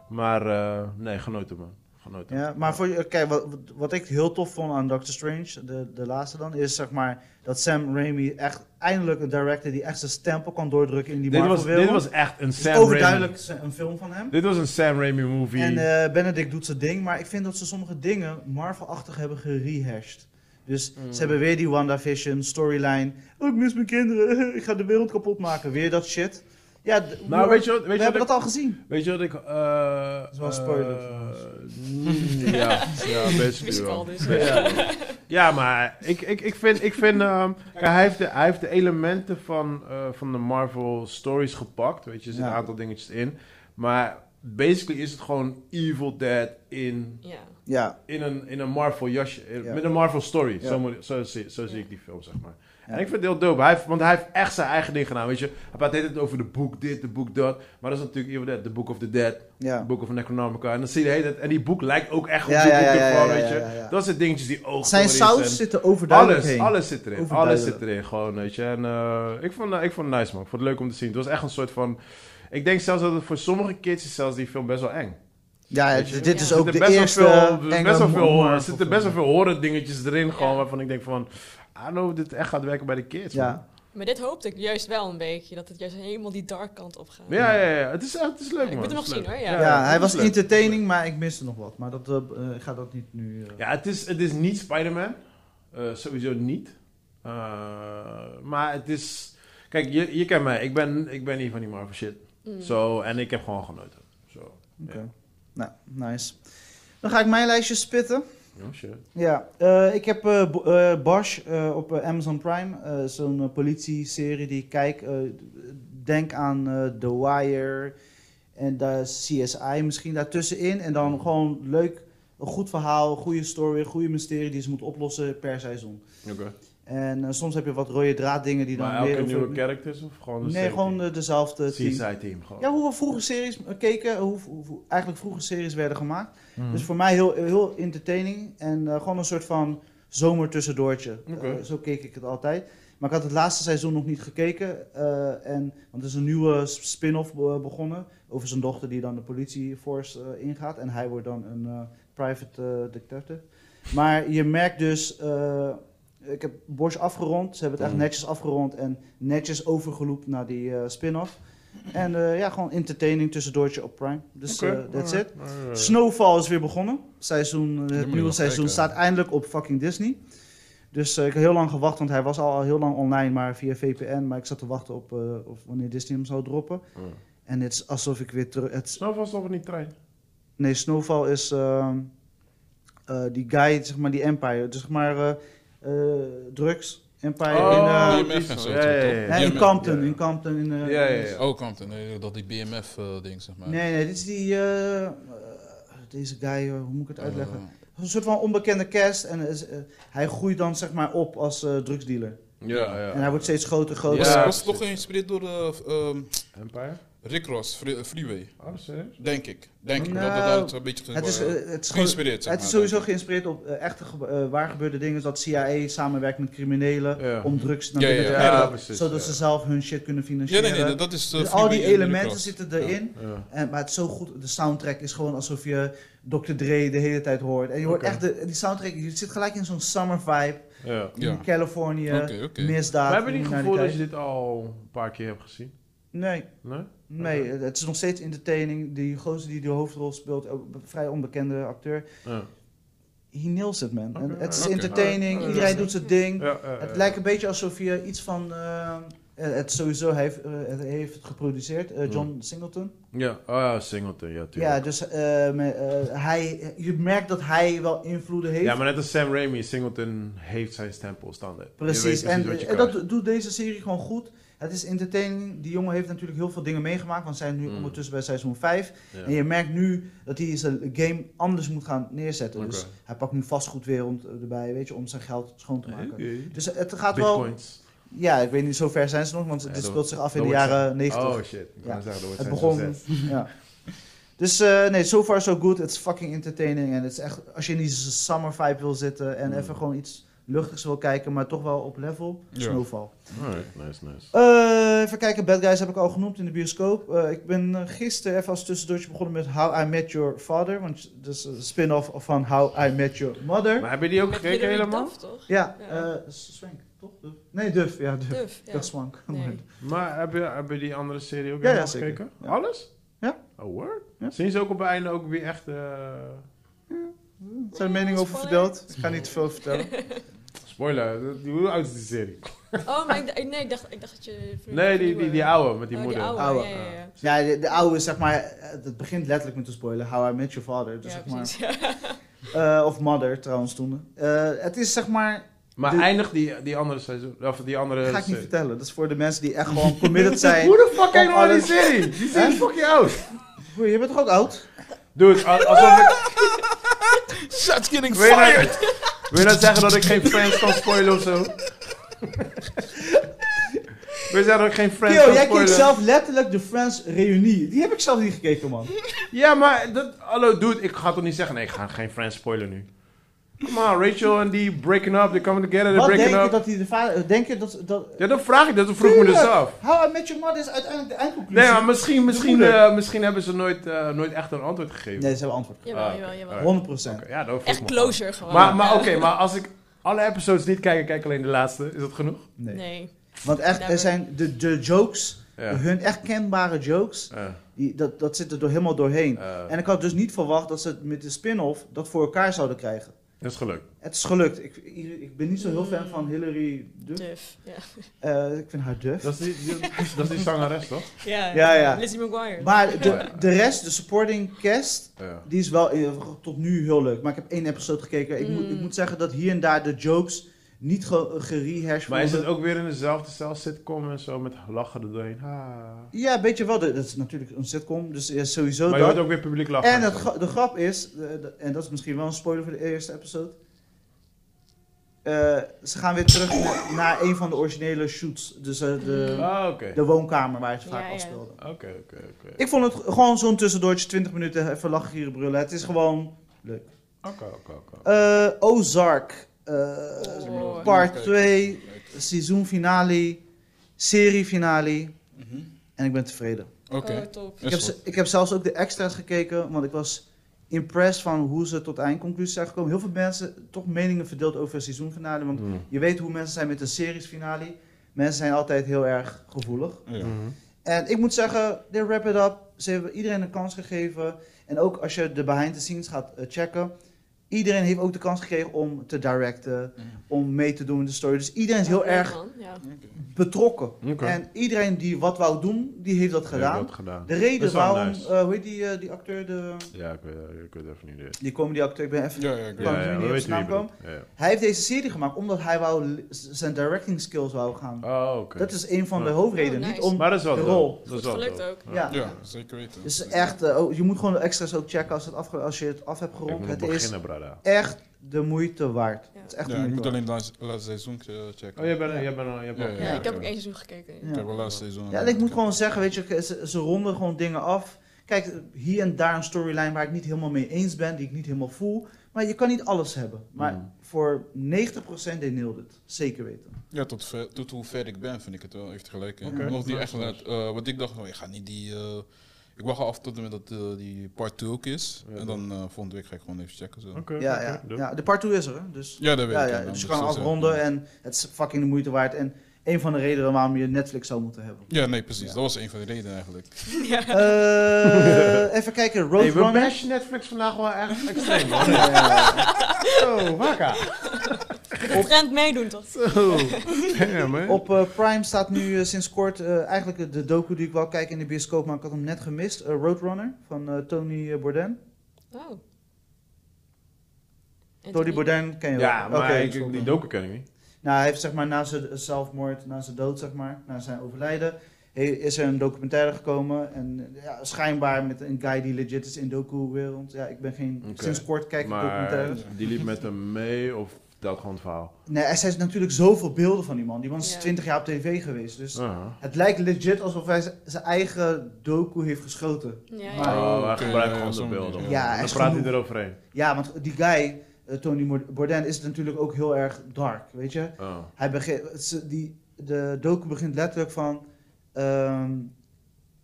Speaker 2: Maar eh, nee, genoten, man. Genoten.
Speaker 3: Ja, maar voor, je- kijk, wat, wat ik heel tof vond aan Doctor Strange, de, de laatste dan, is zeg maar dat Sam Raimi echt eindelijk een director die echt zijn stempel kan doordrukken in die
Speaker 2: dit, was,
Speaker 3: Marvel-wereld.
Speaker 2: dit was echt een
Speaker 3: Het is
Speaker 2: Sam Raimi.
Speaker 3: overduidelijk eh, een film van hem.
Speaker 2: Dit was een Sam Raimi movie.
Speaker 3: En eh, Benedict doet zijn ding, maar ik vind dat ze sommige dingen Marvel-achtig hebben gerehashed. Dus
Speaker 2: Mm.
Speaker 3: ze hebben weer die WandaVision storyline. Oh, ik mis mijn kinderen. ik ga de wereld kapot maken. Weer dat shit. Ja, d-
Speaker 2: Maar Nou, weet je wat- weet je
Speaker 3: we
Speaker 2: wat
Speaker 3: hebben
Speaker 2: ik-
Speaker 3: dat al gezien.
Speaker 2: Weet je wat ik... eh
Speaker 3: is wel
Speaker 2: eh,
Speaker 3: spoiler.
Speaker 2: mm, ja, ja, best
Speaker 1: Wist ik al
Speaker 2: wel.
Speaker 1: dus.
Speaker 2: Ja. Ja, maar ik, ik, ik vind, ik vind ehm, kijk, hij, heeft de, hij heeft de elementen van, eh, van de Marvel stories gepakt. Weet je, er zitten
Speaker 3: Ja.
Speaker 2: een aantal dingetjes in. Maar basically is het gewoon Evil Dead in,
Speaker 1: Ja.
Speaker 3: Ja.
Speaker 2: in, een, in een Marvel jasje. eh,
Speaker 3: Ja.
Speaker 2: Met een Marvel story.
Speaker 3: Ja.
Speaker 2: Zo, moet- zo, zie, zo zie ik die film, zeg maar.
Speaker 3: Ja.
Speaker 2: En ik vind het heel dope. Hij heeft, want hij heeft echt zijn eigen ding gedaan. Weet je, hij praat het over de boek dit, de boek dat. Maar dat is natuurlijk Evil Dead, de Book of the Dead.
Speaker 3: Ja.
Speaker 2: Boek of Necronomicon. En dan zie je de hele tijd- En die boek lijkt ook echt op
Speaker 3: Ja,
Speaker 2: die
Speaker 3: ja,
Speaker 2: boek
Speaker 3: ja, ja,
Speaker 2: ervan,
Speaker 3: ja,
Speaker 2: weet
Speaker 3: ja,
Speaker 2: je.
Speaker 3: ja, ja.
Speaker 2: Dat soort dingetjes die ogen.
Speaker 3: Zijn saus zit er overduidelijk
Speaker 2: Alles,
Speaker 3: heen.
Speaker 2: alles zit erin. Alles
Speaker 3: Overduidelijk.
Speaker 2: zit erin, gewoon, weet je. En eh, ik, vond, eh, ik vond het nice, man. Ik vond het leuk om te zien. Het was echt een soort van... Ik denk zelfs dat het voor sommige kids is zelfs die film best wel eng.
Speaker 3: Ja,
Speaker 2: Weet je,
Speaker 3: d- dit
Speaker 1: er
Speaker 3: is
Speaker 1: zitten
Speaker 3: ook de
Speaker 2: best wel
Speaker 3: eerste
Speaker 2: veel,
Speaker 3: enge
Speaker 2: best wel veel,
Speaker 3: horror-
Speaker 2: horror- er zitten best wel veel horror dingetjes erin, gewoon,
Speaker 1: Ja.
Speaker 2: waarvan ik denk van... I don't know of dit echt gaat werken bij de kids, man.
Speaker 3: Ja.
Speaker 1: Maar dit hoopte ik juist wel een beetje. Dat het juist helemaal die dark kant op gaat.
Speaker 2: Ja, ja, ja. Het is, het is leuk,
Speaker 1: ik
Speaker 2: man.
Speaker 1: moet hem nog
Speaker 2: Het is
Speaker 1: zien,
Speaker 2: leuk.
Speaker 1: hoor, ja.
Speaker 3: Ja, hij
Speaker 2: het is
Speaker 3: was
Speaker 2: leuk.
Speaker 3: entertaining, maar ik miste nog wat. Maar dat, eh, eh, ik ga dat niet nu... eh,
Speaker 2: Ja, het is, het is niet Spider-Man. Eh, sowieso niet. Eh, maar het is... Kijk, je, je kent mij. Ik ben, ik ben niet van die Marvel shit.
Speaker 1: Mm.
Speaker 2: Zo, en ik heb gewoon genoten. Zo.
Speaker 3: Oké.
Speaker 2: Ja.
Speaker 3: Nou, nice. Dan ga ik mijn lijstje spitten.
Speaker 2: Oh, shit.
Speaker 3: Ja, eh, ik heb eh, Bo- eh, Bosch eh, op eh, Amazon Prime. eh, Zo'n eh, politie-serie die ik kijk. eh, denk aan eh, The Wire en daar CSI misschien daartussenin. En dan gewoon leuk, een goed verhaal, goede story, goede mysterie die ze moeten oplossen per seizoen.
Speaker 2: Oké.
Speaker 3: En eh, soms heb je wat rode draaddingen die dan
Speaker 2: Maar
Speaker 3: weer...
Speaker 2: elke
Speaker 3: over-
Speaker 2: nieuwe characters of gewoon een
Speaker 3: Nee, gewoon eh, dezelfde team.
Speaker 2: CSI-team. gewoon.
Speaker 3: Ja, hoe we vroeger series eh, keken, hoe, hoe- hoe eigenlijk vroeger series werden gemaakt.
Speaker 2: Mhm.
Speaker 3: Dus voor mij heel, heel entertaining en eh, gewoon een soort van zomer tussendoortje.
Speaker 2: Oké.
Speaker 3: Eh, zo keek ik het altijd. Maar ik had het laatste seizoen nog niet gekeken. eh, en, want er is een nieuwe s- spin-off be- begonnen over zijn dochter die dan de politieforce eh, ingaat. En hij wordt dan een eh, private eh, detective. Maar je merkt dus, eh, ik heb Bosch afgerond. Ze hebben het echt
Speaker 2: Mm.
Speaker 3: netjes afgerond en netjes overgeloept naar die eh, spin-off. En eh, ja, gewoon entertaining tussendoortje op Prime. Dus
Speaker 2: Oké,
Speaker 3: eh, that's it.
Speaker 2: alright.
Speaker 3: Snowfall is weer begonnen. Seizoen, eh,
Speaker 4: moet
Speaker 3: het
Speaker 4: ik
Speaker 3: nieuwe
Speaker 4: nog
Speaker 3: seizoen
Speaker 4: kijken.
Speaker 3: staat eindelijk op fucking Disney. Dus eh, ik heb heel lang gewacht, want hij was al heel lang online, maar via VPN. Maar ik zat te wachten op eh, of wanneer Disney hem zou droppen.
Speaker 4: Oh.
Speaker 2: Mm.
Speaker 3: En het is alsof ik weer terug... het-
Speaker 2: Snel vast over die trein.
Speaker 3: Nee, Snowfall is ehm, eh, die guy, zeg maar, die Empire. Dus zeg maar eh, eh, drugs, Empire in... eh,
Speaker 2: Oh,
Speaker 4: BMF en
Speaker 2: die
Speaker 4: zo,
Speaker 2: zo.
Speaker 4: toch?
Speaker 2: Ja, ja,
Speaker 3: hè,
Speaker 2: ja.
Speaker 4: Ja,
Speaker 3: in
Speaker 4: maar-
Speaker 3: Compton,
Speaker 2: ja.
Speaker 3: in Compton. In, eh,
Speaker 2: Ja, ja, ja.
Speaker 4: Oh, Compton, nee, dat die BMF-ding, eh, zeg maar.
Speaker 3: Nee, nee, dit is die... eh, eh, deze guy, eh, hoe moet ik het
Speaker 4: Eh,
Speaker 3: uitleggen? een soort van onbekende cast. En eh, z- eh, hij groeit dan zeg maar op als eh, drugsdealer.
Speaker 2: Ja, ja.
Speaker 3: En hij wordt steeds groter, groter.
Speaker 4: was,
Speaker 2: Ja,
Speaker 4: was toch
Speaker 2: precies.
Speaker 4: geïnspireerd door eh, ehm,
Speaker 2: Empire?
Speaker 4: Rick Ross, Free- Freeway,
Speaker 2: Oh, serieus?
Speaker 4: denk ik. Denk ik,
Speaker 3: Nou,
Speaker 4: dat dat het een beetje
Speaker 3: Het is, eh, het is, gewoon-
Speaker 4: geïnspireerd, zeg
Speaker 3: het is
Speaker 4: maar,
Speaker 3: sowieso
Speaker 4: denk ik.
Speaker 3: geïnspireerd op eh, echte ge- eh, waar gebeurde dingen. Zodat CIA samenwerkt met criminelen
Speaker 2: Ja.
Speaker 3: om drugs naar
Speaker 4: Ja,
Speaker 3: binnen
Speaker 4: ja,
Speaker 3: te
Speaker 4: ja.
Speaker 3: halen.
Speaker 4: Ja,
Speaker 2: precies,
Speaker 3: zodat
Speaker 2: ja.
Speaker 3: ze zelf hun shit kunnen
Speaker 4: Ja,
Speaker 3: financieren.
Speaker 4: nee, nee, dat is... eh,
Speaker 3: Dus al die
Speaker 4: Freeway en Rick
Speaker 3: elementen
Speaker 4: Ross.
Speaker 3: zitten erin.
Speaker 2: Ja.
Speaker 3: En, maar het is zo goed. De soundtrack is gewoon alsof je Dr. Dre de hele tijd hoort. En je hoort
Speaker 2: Oké.
Speaker 3: echt de, die soundtrack. Je zit gelijk in zo'n summer vibe.
Speaker 2: ja.
Speaker 4: Ja.
Speaker 3: In Californië.
Speaker 4: Oké, oké.
Speaker 3: Misdaad.
Speaker 2: Maar hebben jullie het gevoel dat
Speaker 3: criminaliteit.
Speaker 2: je dit al een paar keer hebt gezien?
Speaker 3: Nee.
Speaker 2: Nee?
Speaker 3: Nee, het is nog steeds entertaining. Die gozer die de hoofdrol speelt, ook een vrij onbekende acteur.
Speaker 2: Ja.
Speaker 3: He nails it, man. En
Speaker 2: Oké,
Speaker 3: het is
Speaker 4: oké.
Speaker 3: entertaining,
Speaker 2: Alright.
Speaker 3: iedereen doet zijn ding.
Speaker 2: Ja, ja, ja.
Speaker 3: Het lijkt een beetje alsof je iets van... eh, het sowieso hij heeft, eh, het heeft het geproduceerd, eh, John Singleton.
Speaker 2: Ja, oh ja, Singleton, ja,
Speaker 3: Ja,
Speaker 2: tuurlijk.
Speaker 3: dus eh, me- eh, hij, je merkt dat hij wel invloeden
Speaker 2: Ja,
Speaker 3: heeft.
Speaker 2: maar net als Sam Raimi, Singleton heeft zijn stempel standaard. Je weet
Speaker 3: Precies, en,
Speaker 2: wat je
Speaker 3: en
Speaker 2: krijgt.
Speaker 3: dat doet deze serie gewoon goed. Het is entertaining. Die jongen heeft natuurlijk heel veel dingen meegemaakt, want we zijn nu
Speaker 2: Mm.
Speaker 3: ondertussen bij seizoen 5.
Speaker 2: Ja.
Speaker 3: En je merkt nu dat hij zijn game anders moet gaan neerzetten. Dus
Speaker 2: Oké.
Speaker 3: hij pakt nu vastgoed weer om, eh, erbij, weet je, om zijn geld schoon te maken.
Speaker 2: Oké.
Speaker 3: Dus het gaat wel...
Speaker 2: Bitcoins.
Speaker 3: Ja, ik weet niet, zo ver zijn ze nog, want
Speaker 2: Ja,
Speaker 3: dit
Speaker 2: dat-
Speaker 3: speelt zich af in
Speaker 2: dat
Speaker 3: de
Speaker 2: wordt-
Speaker 3: jaren 90.
Speaker 2: Oh shit, ik
Speaker 3: Ja.
Speaker 2: kan zeggen, dat wordt
Speaker 3: het
Speaker 2: zijn
Speaker 3: begon...
Speaker 2: succes.
Speaker 3: Ja. Dus eh, nee, so far so good. Het is fucking entertaining. En het is echt, als je in die summer vibe wil zitten en
Speaker 2: Mm.
Speaker 3: even gewoon iets luchtigs wil kijken, maar toch wel op level,
Speaker 4: Ja.
Speaker 3: Snowfall.
Speaker 2: Alright, nice, nice.
Speaker 3: Eh, even kijken, Bad Guys heb ik al genoemd in de bioscoop. Eh, ik ben eh, gisteren even als tussendoortje begonnen met How I Met Your Father. Want dat is een spin-off van How I Met Your Mother.
Speaker 2: Maar heb je die ook
Speaker 1: Met
Speaker 2: gekeken
Speaker 1: Hilary
Speaker 2: helemaal?
Speaker 1: Duff, toch?
Speaker 3: ja,
Speaker 1: Ja.
Speaker 3: eh, Swank, toch? Duf? Nee, Duf. Ja, Duf.
Speaker 1: Duff, ja.
Speaker 3: Dat is Swank.
Speaker 1: Nee.
Speaker 2: Maar heb je, heb je die andere serie ook
Speaker 3: Ja,
Speaker 2: helemaal
Speaker 3: ja, zeker.
Speaker 2: gekeken?
Speaker 3: Ja.
Speaker 2: Alles?
Speaker 3: Ja.
Speaker 2: Oh word?
Speaker 3: Ja.
Speaker 2: Zien ze ook op het einde ook weer echt... eh,
Speaker 3: Zijn mening over verdeeld. Ik ga niet te veel vertellen.
Speaker 2: Spoiler, die, hoe oud is die serie?
Speaker 1: Oh, maar ik, d- ik- nee, ik dacht, ik dacht dat je...
Speaker 2: Nee, die, die, die oude met die
Speaker 1: Oh,
Speaker 2: moeder.
Speaker 1: Die oude,
Speaker 3: Oude.
Speaker 1: ja, ja, ja.
Speaker 3: Dus Ja, de, de oude is zeg maar, eh, het begint letterlijk met te spoiler, How I Met Your Father. Dus
Speaker 1: Ja,
Speaker 3: zeg maar,
Speaker 1: precies. Ja.
Speaker 3: eh, of Mother trouwens toen. Eh, het is zeg maar,
Speaker 2: Maar
Speaker 3: De-
Speaker 2: eindigt die, die andere seizoen, of die andere...
Speaker 3: ga ik niet
Speaker 2: serie.
Speaker 3: vertellen. Dat is voor de mensen die echt gewoon committed zijn.
Speaker 2: Hoe de fuck ken je nou die
Speaker 3: Alles-
Speaker 2: serie? Die serie is
Speaker 3: Hè?
Speaker 2: fucking oud.
Speaker 3: Broer, je bent toch ook oud?
Speaker 2: Dude, a- alsof ik...
Speaker 4: Shots getting
Speaker 2: Wil je,
Speaker 4: fired!
Speaker 2: nou, wil je nou zeggen dat ik geen Friends kan spoilen of zo? wil je zeggen dat ik geen Friends
Speaker 3: Yo,
Speaker 2: kan
Speaker 3: jij keek
Speaker 2: spoilen?
Speaker 3: zelf letterlijk de Friends Reunie. Die heb ik zelf niet gekeken, man.
Speaker 2: Ja, maar... Dat, hallo, dude, ik ga toch niet zeggen... Nee, ik ga geen Friends spoilen nu. Come on, Rachel en die breaking up. They coming together, they're
Speaker 3: Wat denk
Speaker 2: breaking
Speaker 3: je
Speaker 2: up.
Speaker 3: dat hij de vader... eh, Denk je dat... dat
Speaker 2: Ja, dat vraag ik, dat vroeg ik me dus
Speaker 3: Tuurlijk.
Speaker 2: af.
Speaker 3: How I Met Your Mother is uiteindelijk de eindconclusie.
Speaker 2: Nee, maar misschien, misschien,
Speaker 3: moeder.
Speaker 2: eh, misschien hebben ze nooit, eh, nooit echt een antwoord gegeven.
Speaker 3: Nee, ze hebben antwoord.
Speaker 1: Jawel,
Speaker 2: Ah,
Speaker 1: jawel,
Speaker 2: oké.
Speaker 1: jawel.
Speaker 2: Alright.
Speaker 3: 100 procent.
Speaker 2: Oké, ja, dat vroeg
Speaker 1: Echt
Speaker 2: me
Speaker 1: closer gewoon.
Speaker 2: af. Maar, maar
Speaker 1: Ja.
Speaker 2: oké, maar als ik alle episodes niet kijk, ik kijk alleen de laatste. Is dat genoeg?
Speaker 3: Nee.
Speaker 1: Nee.
Speaker 3: Want echt, er
Speaker 1: Never.
Speaker 3: zijn de, de jokes,
Speaker 2: Ja.
Speaker 3: hun echt kenbare jokes,
Speaker 2: Eh,
Speaker 3: die, dat, dat zit er door, helemaal doorheen.
Speaker 2: eh,
Speaker 3: En ik had dus niet verwacht dat ze het met de spin-off dat voor elkaar zouden krijgen.
Speaker 2: dat is gelukt.
Speaker 3: Het is gelukt. Ik, ik ik ben niet zo heel fan van Hillary Duff.
Speaker 1: Duf. Ja.
Speaker 3: Eh, ik vind haar duf.
Speaker 2: Dat is die, die- dat is die zangeres, toch?
Speaker 1: Ja,
Speaker 3: Ja, ja.
Speaker 1: Lizzie McGuire.
Speaker 3: Maar
Speaker 2: Oh ja.
Speaker 3: de, de rest, de supporting cast,
Speaker 2: Ja.
Speaker 3: die is wel eh, tot nu heel leuk. Maar ik heb één episode gekeken. Ik, moet,
Speaker 1: Mm.
Speaker 3: ik moet zeggen dat hier en daar de jokes niet ge- gerehashed
Speaker 2: Maar is het
Speaker 3: worden.
Speaker 2: ook weer in dezelfde cel sitcom en zo met lachen er doorheen? Ah.
Speaker 3: Ja, weet je wel. de- Dat is natuurlijk een sitcom, dus eh, sowieso
Speaker 2: Maar je
Speaker 3: dat.
Speaker 2: hoort ook weer publiek lachen.
Speaker 3: En het,
Speaker 2: zo.
Speaker 3: gra- de grap is, eh, de- en dat is misschien wel een spoiler voor de eerste episode. Eh, ze gaan weer terug na- naar een van de originele shoots. Dus eh, de,
Speaker 2: Ah, oké.
Speaker 3: de woonkamer waar het vaak
Speaker 1: Ja, ja.
Speaker 3: afspeelde.
Speaker 2: Oké, oké, oké.
Speaker 3: Ik vond het gewoon zo'n tussendoortje, 20 minuten even lachen hier brullen. Het is gewoon.
Speaker 2: Oké, oké, oké.
Speaker 3: eh, Ozark, eh,
Speaker 1: Oh.
Speaker 3: part 2, seizoenfinale, seriefinale.
Speaker 4: Mhm.
Speaker 3: En ik ben tevreden.
Speaker 4: Oké.
Speaker 1: Oh, top.
Speaker 3: Ik heb, ze- ik heb zelfs ook de extra's gekeken, want ik was impressed van hoe ze tot eindconclusie zijn gekomen. Heel veel mensen toch meningen verdeeld over een seizoenfinale, want
Speaker 2: Mm.
Speaker 3: je weet hoe mensen zijn met een seriesfinale. Mensen zijn altijd heel erg gevoelig.
Speaker 4: Ja.
Speaker 2: Mhm.
Speaker 3: En ik moet zeggen, they wrap it up. Ze hebben iedereen een kans gegeven. En ook als je de behind the scenes gaat eh, checken, iedereen heeft ook de kans gekregen om te directen,
Speaker 4: Mm.
Speaker 3: om mee te doen in de story. Dus iedereen is heel
Speaker 1: Ja,
Speaker 3: erg
Speaker 1: man, Ja.
Speaker 3: betrokken.
Speaker 2: Oké.
Speaker 3: En iedereen die wat wou doen, die heeft dat
Speaker 2: Ja,
Speaker 3: gedaan.
Speaker 2: dat gedaan.
Speaker 3: De
Speaker 2: Dat
Speaker 3: reden
Speaker 2: is wel
Speaker 3: waarom,
Speaker 2: nice.
Speaker 3: eh, hoe heet die, eh, die acteur, de,
Speaker 2: Ja, ik weet, ik weet even niet. dit.
Speaker 3: die comedyacteur, ik ben even...
Speaker 4: Ja, ja, ik weet
Speaker 3: Kan
Speaker 2: Ja,
Speaker 4: het.
Speaker 3: ik
Speaker 2: ja,
Speaker 3: nu
Speaker 2: we
Speaker 3: niet op
Speaker 2: weten
Speaker 3: zijn
Speaker 2: wie je
Speaker 3: naam
Speaker 2: bedoelt. Ja, ja.
Speaker 3: Hij heeft deze serie gemaakt omdat hij wou, z- zijn directing skills wou gaan.
Speaker 2: Oh, oké.
Speaker 3: Dat is een van de
Speaker 2: Ja.
Speaker 1: Oh,
Speaker 3: hoofdredenen,
Speaker 1: nice.
Speaker 3: niet om...
Speaker 2: Maar dat is wel
Speaker 3: de
Speaker 2: dope.
Speaker 3: rol.
Speaker 2: Dat is
Speaker 1: Goed
Speaker 2: wel
Speaker 1: gelukt
Speaker 2: dope.
Speaker 1: ook.
Speaker 3: Ja.
Speaker 4: Ja, zeker weten.
Speaker 3: Dus
Speaker 4: Zeker.
Speaker 3: echt, eh, oh, je moet gewoon de extra's ook checken als, het afge- als je het af hebt
Speaker 2: Ik
Speaker 3: gerond.
Speaker 2: moet
Speaker 3: Het
Speaker 2: nog
Speaker 3: is
Speaker 2: beginnen, brada.
Speaker 3: echt de moeite waard.
Speaker 1: Ja.
Speaker 3: Het is echt
Speaker 4: Ja,
Speaker 3: de
Speaker 4: ik
Speaker 3: moeite
Speaker 4: moet
Speaker 3: waard.
Speaker 4: alleen het laatste- laatste seizoen eh, checken.
Speaker 2: Oh, jij bent, jij bent, al- jij bent
Speaker 4: Ja,
Speaker 2: al-
Speaker 4: ja,
Speaker 1: Ja, ik heb ook
Speaker 4: oké.
Speaker 1: één seizoen gekeken.
Speaker 3: Ja.
Speaker 4: Ik heb wel laatste seizoen.
Speaker 3: Ja, en ik moet gewoon zeggen, weet je, ze, ze ronden gewoon dingen af. Kijk, hier en daar een storyline waar ik niet helemaal mee eens ben, die ik niet helemaal voel. Maar je kan niet alles hebben. Maar
Speaker 2: Mhm.
Speaker 3: voor 90% they nailed it. Zeker weten.
Speaker 4: Ja, tot, ver, tot hoe ver ik ben, vind ik het wel echt gelijk. hè.
Speaker 2: Oké.
Speaker 4: Nog die
Speaker 2: Nice,
Speaker 4: echt,
Speaker 2: nice.
Speaker 4: eh, wat ik dacht, van, ik ga niet die. eh, ik wacht al af tot en met dat eh, die part 2 ook is.
Speaker 2: Ja,
Speaker 4: en dan eh, volgende week ga ik gewoon even checken. Zo.
Speaker 2: Oké,
Speaker 3: ja,
Speaker 2: oké,
Speaker 3: ja,
Speaker 2: doe.
Speaker 3: ja, de part 2 is er, hè, dus...
Speaker 4: Ja, dat weet
Speaker 3: Ja,
Speaker 4: ik.
Speaker 3: ja,
Speaker 4: ja, dan
Speaker 3: dus je
Speaker 4: moet
Speaker 3: kan
Speaker 4: ik zo
Speaker 3: afronden
Speaker 4: zeggen.
Speaker 3: en het is fucking de moeite waard. En een van de redenen waarom je Netflix zou moeten hebben.
Speaker 4: Ja, nee, precies.
Speaker 3: Ja.
Speaker 4: Dat was een van de redenen eigenlijk.
Speaker 3: Eh, even kijken,
Speaker 2: Hey, we
Speaker 3: Roadrunner.
Speaker 2: bashen Netflix vandaag wel echt extreem. Oh, hoor.
Speaker 3: Eh,
Speaker 2: Zo, wakka.
Speaker 1: De trend meedoen toch?
Speaker 2: Zo. Damn, man.
Speaker 3: Oh. op eh, Prime staat nu eh, sinds kort eh, eigenlijk de docu die ik wou kijken in de bioscoop, maar ik had hem net gemist. Eh, Roadrunner van eh, Tony eh, Bourdain.
Speaker 1: Oh.
Speaker 3: Tony Bourdain ken je wel.
Speaker 2: Ja, maar
Speaker 3: Oké.
Speaker 2: ik- die doken ken ik niet.
Speaker 3: Nou, hij heeft zeg maar na zijn zelfmoord, na zijn dood zeg maar, na zijn overlijden, he- is er een documentaire gekomen. En eh, ja, schijnbaar met een guy die legit is in docu-wereld. Ja, ik ben geen,
Speaker 2: Oké.
Speaker 3: sinds kort kijk ik
Speaker 2: Maar
Speaker 3: documentaires.
Speaker 2: die liep met hem mee of dat gewoon het verhaal?
Speaker 3: Nee, er zijn natuurlijk zoveel beelden van die man. Die man is
Speaker 1: Ja.
Speaker 3: 20 jaar op tv geweest. Dus
Speaker 2: Aha.
Speaker 3: het lijkt legit alsof hij z- zijn eigen docu heeft geschoten.
Speaker 1: Ja,
Speaker 3: Maar-
Speaker 1: ja.
Speaker 2: Oh, hij
Speaker 4: oké,
Speaker 2: gebruikt
Speaker 4: ja,
Speaker 2: gewoon
Speaker 4: zo'n
Speaker 2: de beelden.
Speaker 4: manier.
Speaker 2: man.
Speaker 3: Ah, Ja,
Speaker 2: En
Speaker 3: hij
Speaker 2: dan
Speaker 3: is
Speaker 2: praat hij
Speaker 3: genoeg.
Speaker 2: eroverheen.
Speaker 3: Ja, want die guy, eh, Tony Bourdain, is natuurlijk ook heel erg dark, weet je.
Speaker 2: Oh.
Speaker 3: Hij begint, ze- die, de docu begint letterlijk van, ehm,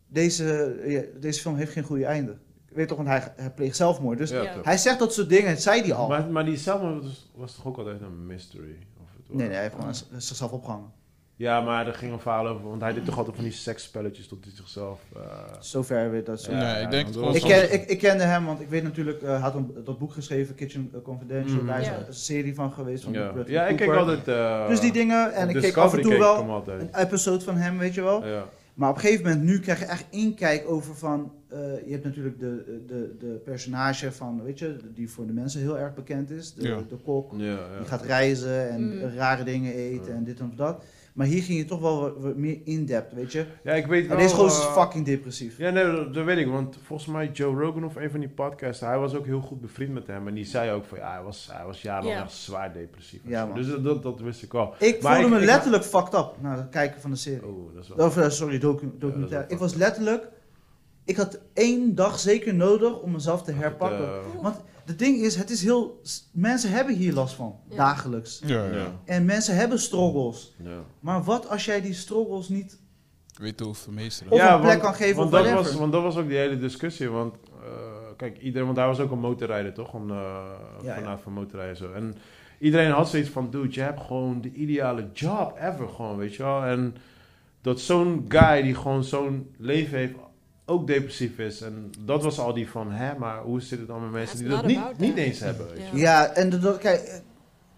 Speaker 3: deze, ja, deze film heeft geen goede einde. Ik weet toch, want hij, hij pleegt zelfmoord. Dus
Speaker 2: Ja,
Speaker 1: Ja.
Speaker 2: toch.
Speaker 3: hij zegt dat soort dingen, zei hij al.
Speaker 2: Maar, maar die Selma was, was toch ook altijd een mystery? Of het was-
Speaker 3: Nee, nee, hij heeft gewoon z- zichzelf opgehangen.
Speaker 2: Ja, maar er ging een verhaal over, want hij deed toch altijd van die seksspelletjes tot hij zichzelf... eh,
Speaker 3: Zover weet dat.
Speaker 2: Ja,
Speaker 4: nee,
Speaker 2: ja,
Speaker 4: ik denk
Speaker 2: want
Speaker 4: dat was
Speaker 3: Ik,
Speaker 2: soms-
Speaker 4: wel-
Speaker 3: ken, ik, ik kende hem, want ik weet natuurlijk, eh, hij had een, dat boek geschreven, Kitchen Confidential.
Speaker 2: Mhm.
Speaker 3: Daar is
Speaker 1: Ja.
Speaker 3: een serie van geweest. Van
Speaker 2: ja.
Speaker 3: Bradley
Speaker 2: ja, ik keek
Speaker 3: Cooper.
Speaker 2: altijd... eh,
Speaker 3: Dus die dingen, en ik keek af
Speaker 2: Discovery
Speaker 3: en toe
Speaker 2: keek ik
Speaker 3: wel
Speaker 2: hem altijd.
Speaker 3: een episode van hem, weet je wel.
Speaker 2: Ja.
Speaker 3: Maar op een gegeven moment, nu krijg je echt inkijk over van... eh, je hebt natuurlijk de, de, de personage van, weet je, die voor de mensen heel erg bekend is. De,
Speaker 4: Ja.
Speaker 3: de kok,
Speaker 2: Ja, ja.
Speaker 3: die gaat reizen en
Speaker 1: Mm.
Speaker 3: rare dingen eten
Speaker 2: Ja.
Speaker 3: en dit en dat. Maar hier ging je toch wel wat, wat meer in-depth, weet je.
Speaker 2: ja, ik weet
Speaker 3: En
Speaker 2: wel...
Speaker 3: deze gozer is
Speaker 2: eh,
Speaker 3: fucking depressief.
Speaker 2: Ja, nee, dat, dat weet ik. Want volgens mij Joe Rogan of een van die podcasten, hij was ook heel goed bevriend met hem. En die zei ook van, ja, hij was, hij was jarenlang
Speaker 1: Ja.
Speaker 2: echt zwaar depressief. en
Speaker 3: Ja,
Speaker 2: zo.
Speaker 3: man.
Speaker 2: dus dat, dat, dat wist ik wel.
Speaker 3: Ik
Speaker 2: Maar
Speaker 3: voelde
Speaker 2: ik-
Speaker 3: me
Speaker 2: ik-
Speaker 3: letterlijk fucked up na het kijken van de serie.
Speaker 2: Oh, dat is wel...
Speaker 3: Of, eh, sorry, docu-
Speaker 2: Ja,
Speaker 3: documentaire.
Speaker 2: dat is
Speaker 3: ik
Speaker 2: wel
Speaker 3: was letterlijk... Ik had één dag zeker nodig om mezelf te herpakken.
Speaker 2: Eh,
Speaker 3: Want het ding is, het is heel... s- Mensen hebben hier last van,
Speaker 1: Ja.
Speaker 3: dagelijks.
Speaker 4: Ja, ja.
Speaker 2: ja.
Speaker 3: En mensen hebben struggles.
Speaker 2: ja.
Speaker 3: Maar wat als jij die struggles niet...
Speaker 4: Weet hoe vermeesteren.
Speaker 3: Of
Speaker 2: Ja,
Speaker 3: een plek
Speaker 2: want-
Speaker 3: kan geven
Speaker 2: want
Speaker 3: of
Speaker 2: dat
Speaker 3: whatever.
Speaker 2: was, Want dat was ook die hele discussie. Want eh, kijk, iedereen, want hij was ook een motorrijder, toch? Een, eh
Speaker 3: Ja,
Speaker 2: vanuit van motorrijden zo. En iedereen had zoiets van, dude, je hebt gewoon de ideale job ever, gewoon, weet je wel. En dat zo'n guy die gewoon zo'n leven heeft, ook depressief is. En dat was al die van, hè, maar hoe zit het dan met mensen
Speaker 1: It's
Speaker 2: die dat
Speaker 1: not
Speaker 2: niet,
Speaker 1: about
Speaker 2: niet
Speaker 1: that.
Speaker 2: eens hebben? weet je?
Speaker 1: Ja.
Speaker 3: Ja, en dat- dat, kijk, eh,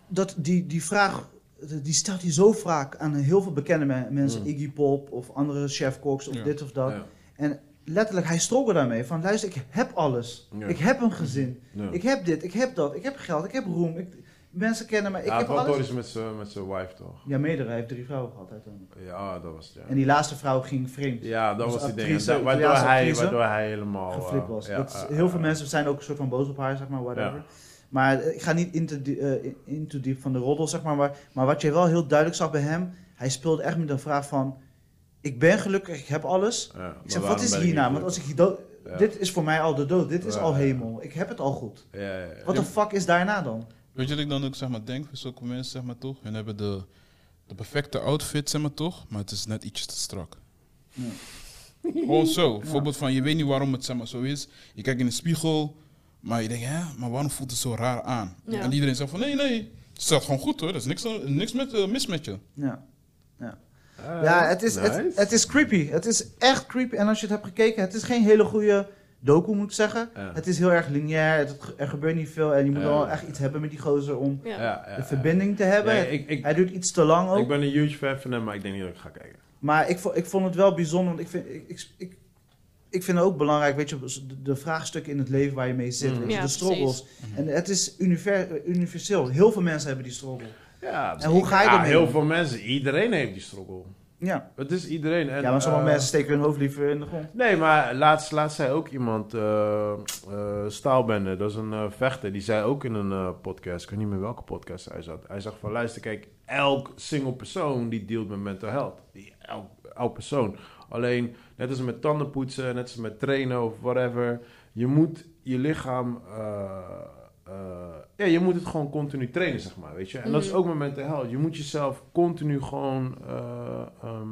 Speaker 3: dat, die, die vraag... Die stelt je zo vaak aan heel veel bekende me- mensen.
Speaker 2: Mm.
Speaker 3: Iggy Pop of andere chefkoks of
Speaker 4: Ja.
Speaker 3: dit of dat.
Speaker 2: Ja.
Speaker 3: Letterlijk, hij struggle daarmee. Van luister, ik heb alles.
Speaker 2: Ja.
Speaker 3: Ik heb een gezin.
Speaker 2: Ja.
Speaker 3: Ik heb dit, ik heb dat. Ik heb geld, ik heb roem. Ik, mensen kennen mij. Ik
Speaker 2: Hij had
Speaker 3: heb
Speaker 2: wel
Speaker 3: alles.
Speaker 2: alles met zijn met zijn wife, toch?
Speaker 3: Ja, meerdere. Hij heeft drie vrouwen gehad uiteindelijk.
Speaker 2: Ja, dat was het, ja.
Speaker 3: En die laatste vrouw ging vreemd.
Speaker 2: Ja, dat
Speaker 3: Dus
Speaker 2: was die ding.
Speaker 3: actrice,
Speaker 2: Da- Waardoor
Speaker 3: Italiaanse
Speaker 2: hij,
Speaker 3: actrice,
Speaker 2: waardoor hij helemaal... eh,
Speaker 3: geflipt was.
Speaker 2: ja,
Speaker 3: dat is-
Speaker 2: eh,
Speaker 3: heel veel
Speaker 2: eh,
Speaker 3: mensen zijn ook een soort van boos op haar, zeg maar, whatever.
Speaker 2: Ja.
Speaker 3: Maar eh, ik ga niet in te, die- eh, in- in te diep van de roddel, zeg maar, maar. Maar wat je wel heel duidelijk zag bij hem, hij speelde echt met een vraag van... Ik ben gelukkig, ik heb alles.
Speaker 2: Ja, maar
Speaker 3: Ik zeg, wat
Speaker 2: waarom
Speaker 3: is
Speaker 2: ben
Speaker 3: hierna?
Speaker 2: niet
Speaker 3: Want als
Speaker 2: gelukkig?
Speaker 3: ik hier dood...
Speaker 2: Ja.
Speaker 3: Dit is voor mij al de dood. Dit is
Speaker 2: Ja,
Speaker 3: al
Speaker 2: ja.
Speaker 3: hemel. Ik heb het al goed.
Speaker 2: Ja, ja, ja.
Speaker 3: Wat de fuck is daarna dan?
Speaker 4: Weet je wat ik dan ook zeg maar denk voor zulke mensen, zeg maar toch? Hun hebben de, de perfecte outfit, zeg maar toch? Maar het is net ietsje te strak.
Speaker 3: Ja.
Speaker 4: Gewoon zo. Bijvoorbeeld van, je weet niet waarom het zeg maar zo is. Je kijkt in de spiegel, maar je denkt, hè, maar waarom voelt het zo raar aan?
Speaker 1: Ja.
Speaker 4: En iedereen zegt van, nee, nee, het staat gewoon goed hoor. Er is niks, niks met, eh, mis met je.
Speaker 3: Ja.
Speaker 2: Eh,
Speaker 3: Ja, het is,
Speaker 2: nice.
Speaker 3: het, het is creepy. Het is echt creepy. En als je het hebt gekeken, het is geen hele goede docu, moet ik zeggen.
Speaker 2: Ja.
Speaker 3: Het is heel erg lineair. Het, er gebeurt niet veel. En je moet
Speaker 2: Ja.
Speaker 3: wel echt iets hebben met die gozer om
Speaker 1: Ja.
Speaker 2: Ja, ja,
Speaker 3: de
Speaker 2: ja.
Speaker 3: verbinding te
Speaker 2: Ja,
Speaker 3: hebben.
Speaker 2: ik, ik,
Speaker 3: Hij duurt iets te lang ook.
Speaker 2: ik ben een huge fan van hem, maar ik denk niet dat ik ga kijken.
Speaker 3: Maar ik, vo- ik vond het wel bijzonder. Want ik vind, ik, ik, ik, ik vind het ook belangrijk, weet je, de, de vraagstukken in het leven waar je mee zit.
Speaker 2: Mm. Mhm.
Speaker 3: weet je,
Speaker 1: Ja,
Speaker 3: de struggles.
Speaker 4: precies.
Speaker 3: En het is univer- universeel. Heel veel mensen hebben die struggle.
Speaker 2: Ja,
Speaker 3: En hoe ga je
Speaker 2: ja,
Speaker 3: ermee
Speaker 2: Heel
Speaker 3: om?
Speaker 2: veel mensen, iedereen heeft die struggle.
Speaker 3: Ja,
Speaker 2: Het is iedereen. En,
Speaker 3: ja maar sommige
Speaker 2: eh,
Speaker 3: mensen steken hun hoofd liever in de grond.
Speaker 2: Nee, maar laatst, laatst zei ook iemand, eh eh, Staalbende, dat is een eh, vechter, die zei ook in een eh, podcast, ik weet niet meer welke podcast hij zat. Hij zegt van, luister, kijk, elk single persoon die dealt met mental health. Die, elk, elk persoon. Alleen, net als met tandenpoetsen, net als met trainen of whatever, je moet je lichaam, eh, eh, ja, je moet het gewoon continu trainen, zeg maar, weet je. En dat is
Speaker 1: Mhm.
Speaker 2: ook met mental health. Je moet jezelf continu gewoon... eh, ehm,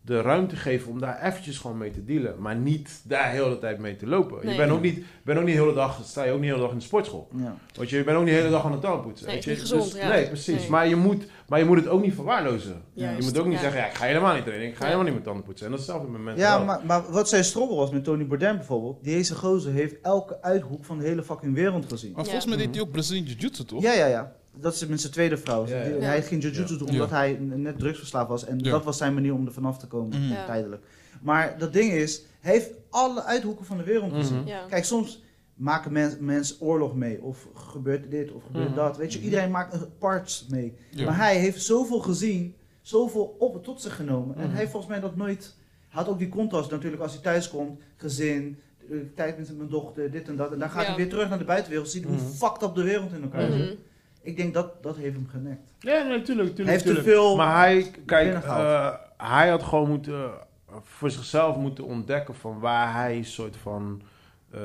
Speaker 2: de ruimte geven om daar eventjes gewoon mee te dealen. Maar niet daar heel de hele tijd mee te lopen. Je
Speaker 1: Nee.
Speaker 2: bent ook niet, bent ook niet de hele dag, sta je ook niet de hele dag in de sportschool.
Speaker 3: Ja.
Speaker 2: Want je bent ook niet de hele dag aan het tandpoetsen.
Speaker 1: Nee,
Speaker 2: weet je? dus-
Speaker 1: is niet gezond, ja.
Speaker 2: Nee, precies.
Speaker 1: Nee.
Speaker 2: Maar, je moet, maar je moet het ook niet verwaarlozen.
Speaker 1: Juist,
Speaker 2: je moet ook niet
Speaker 1: ja.
Speaker 2: zeggen, ja, ik ga helemaal niet trainen. Ik ga
Speaker 1: Ja.
Speaker 2: helemaal niet met tanden poetsen. En datzelfde met mensen
Speaker 3: Ja,
Speaker 2: wel.
Speaker 3: maar, maar wat zijn struggle was met Tony Bourdain bijvoorbeeld. Deze gozer heeft elke uithoek van de hele fucking wereld gezien.
Speaker 4: Maar
Speaker 1: Ja.
Speaker 4: volgens mij deed hij ook Brazilian Jiu-Jitsu toch?
Speaker 3: Ja, ja, ja. Dat is met zijn tweede vrouw.
Speaker 2: Ja, ja.
Speaker 3: Die-
Speaker 1: Ja.
Speaker 3: Hij ging jujutsu
Speaker 2: Ja.
Speaker 3: doen omdat hij n- net drugsverslaafd was. En
Speaker 4: Ja.
Speaker 3: dat was zijn manier om er vanaf te
Speaker 2: Mm.
Speaker 3: komen,
Speaker 4: Mhm.
Speaker 1: Ja.
Speaker 3: tijdelijk. Maar dat ding is, hij heeft alle uithoeken van de wereld
Speaker 2: Mhm.
Speaker 3: gezien.
Speaker 1: Ja.
Speaker 3: Kijk, soms maken mens- mensen oorlog mee. Of gebeurt dit, of gebeurt
Speaker 2: Mhm.
Speaker 3: dat. Weet je, iedereen maakt een parts mee.
Speaker 4: Ja.
Speaker 3: Maar hij heeft zoveel gezien, zoveel op tot zich genomen. En
Speaker 2: Mhm.
Speaker 3: hij heeft volgens mij dat nooit. Hij had ook die contrast natuurlijk als hij thuis komt, gezin, eh, tijd met mijn dochter, dit en dat. En dan gaat
Speaker 1: Ja.
Speaker 3: hij weer terug naar de buitenwereld, ziet
Speaker 2: Mhm.
Speaker 3: hoe fucked up de wereld in elkaar zit.
Speaker 1: Mhm.
Speaker 3: Ik denk dat dat heeft hem genekt.
Speaker 2: Ja, natuurlijk, natuurlijk.
Speaker 3: Hij heeft te veel
Speaker 2: Maar hij, kijk,
Speaker 3: binnengehaald.
Speaker 2: eh, hij had gewoon moeten, eh, voor zichzelf moeten ontdekken van waar hij een soort van eh,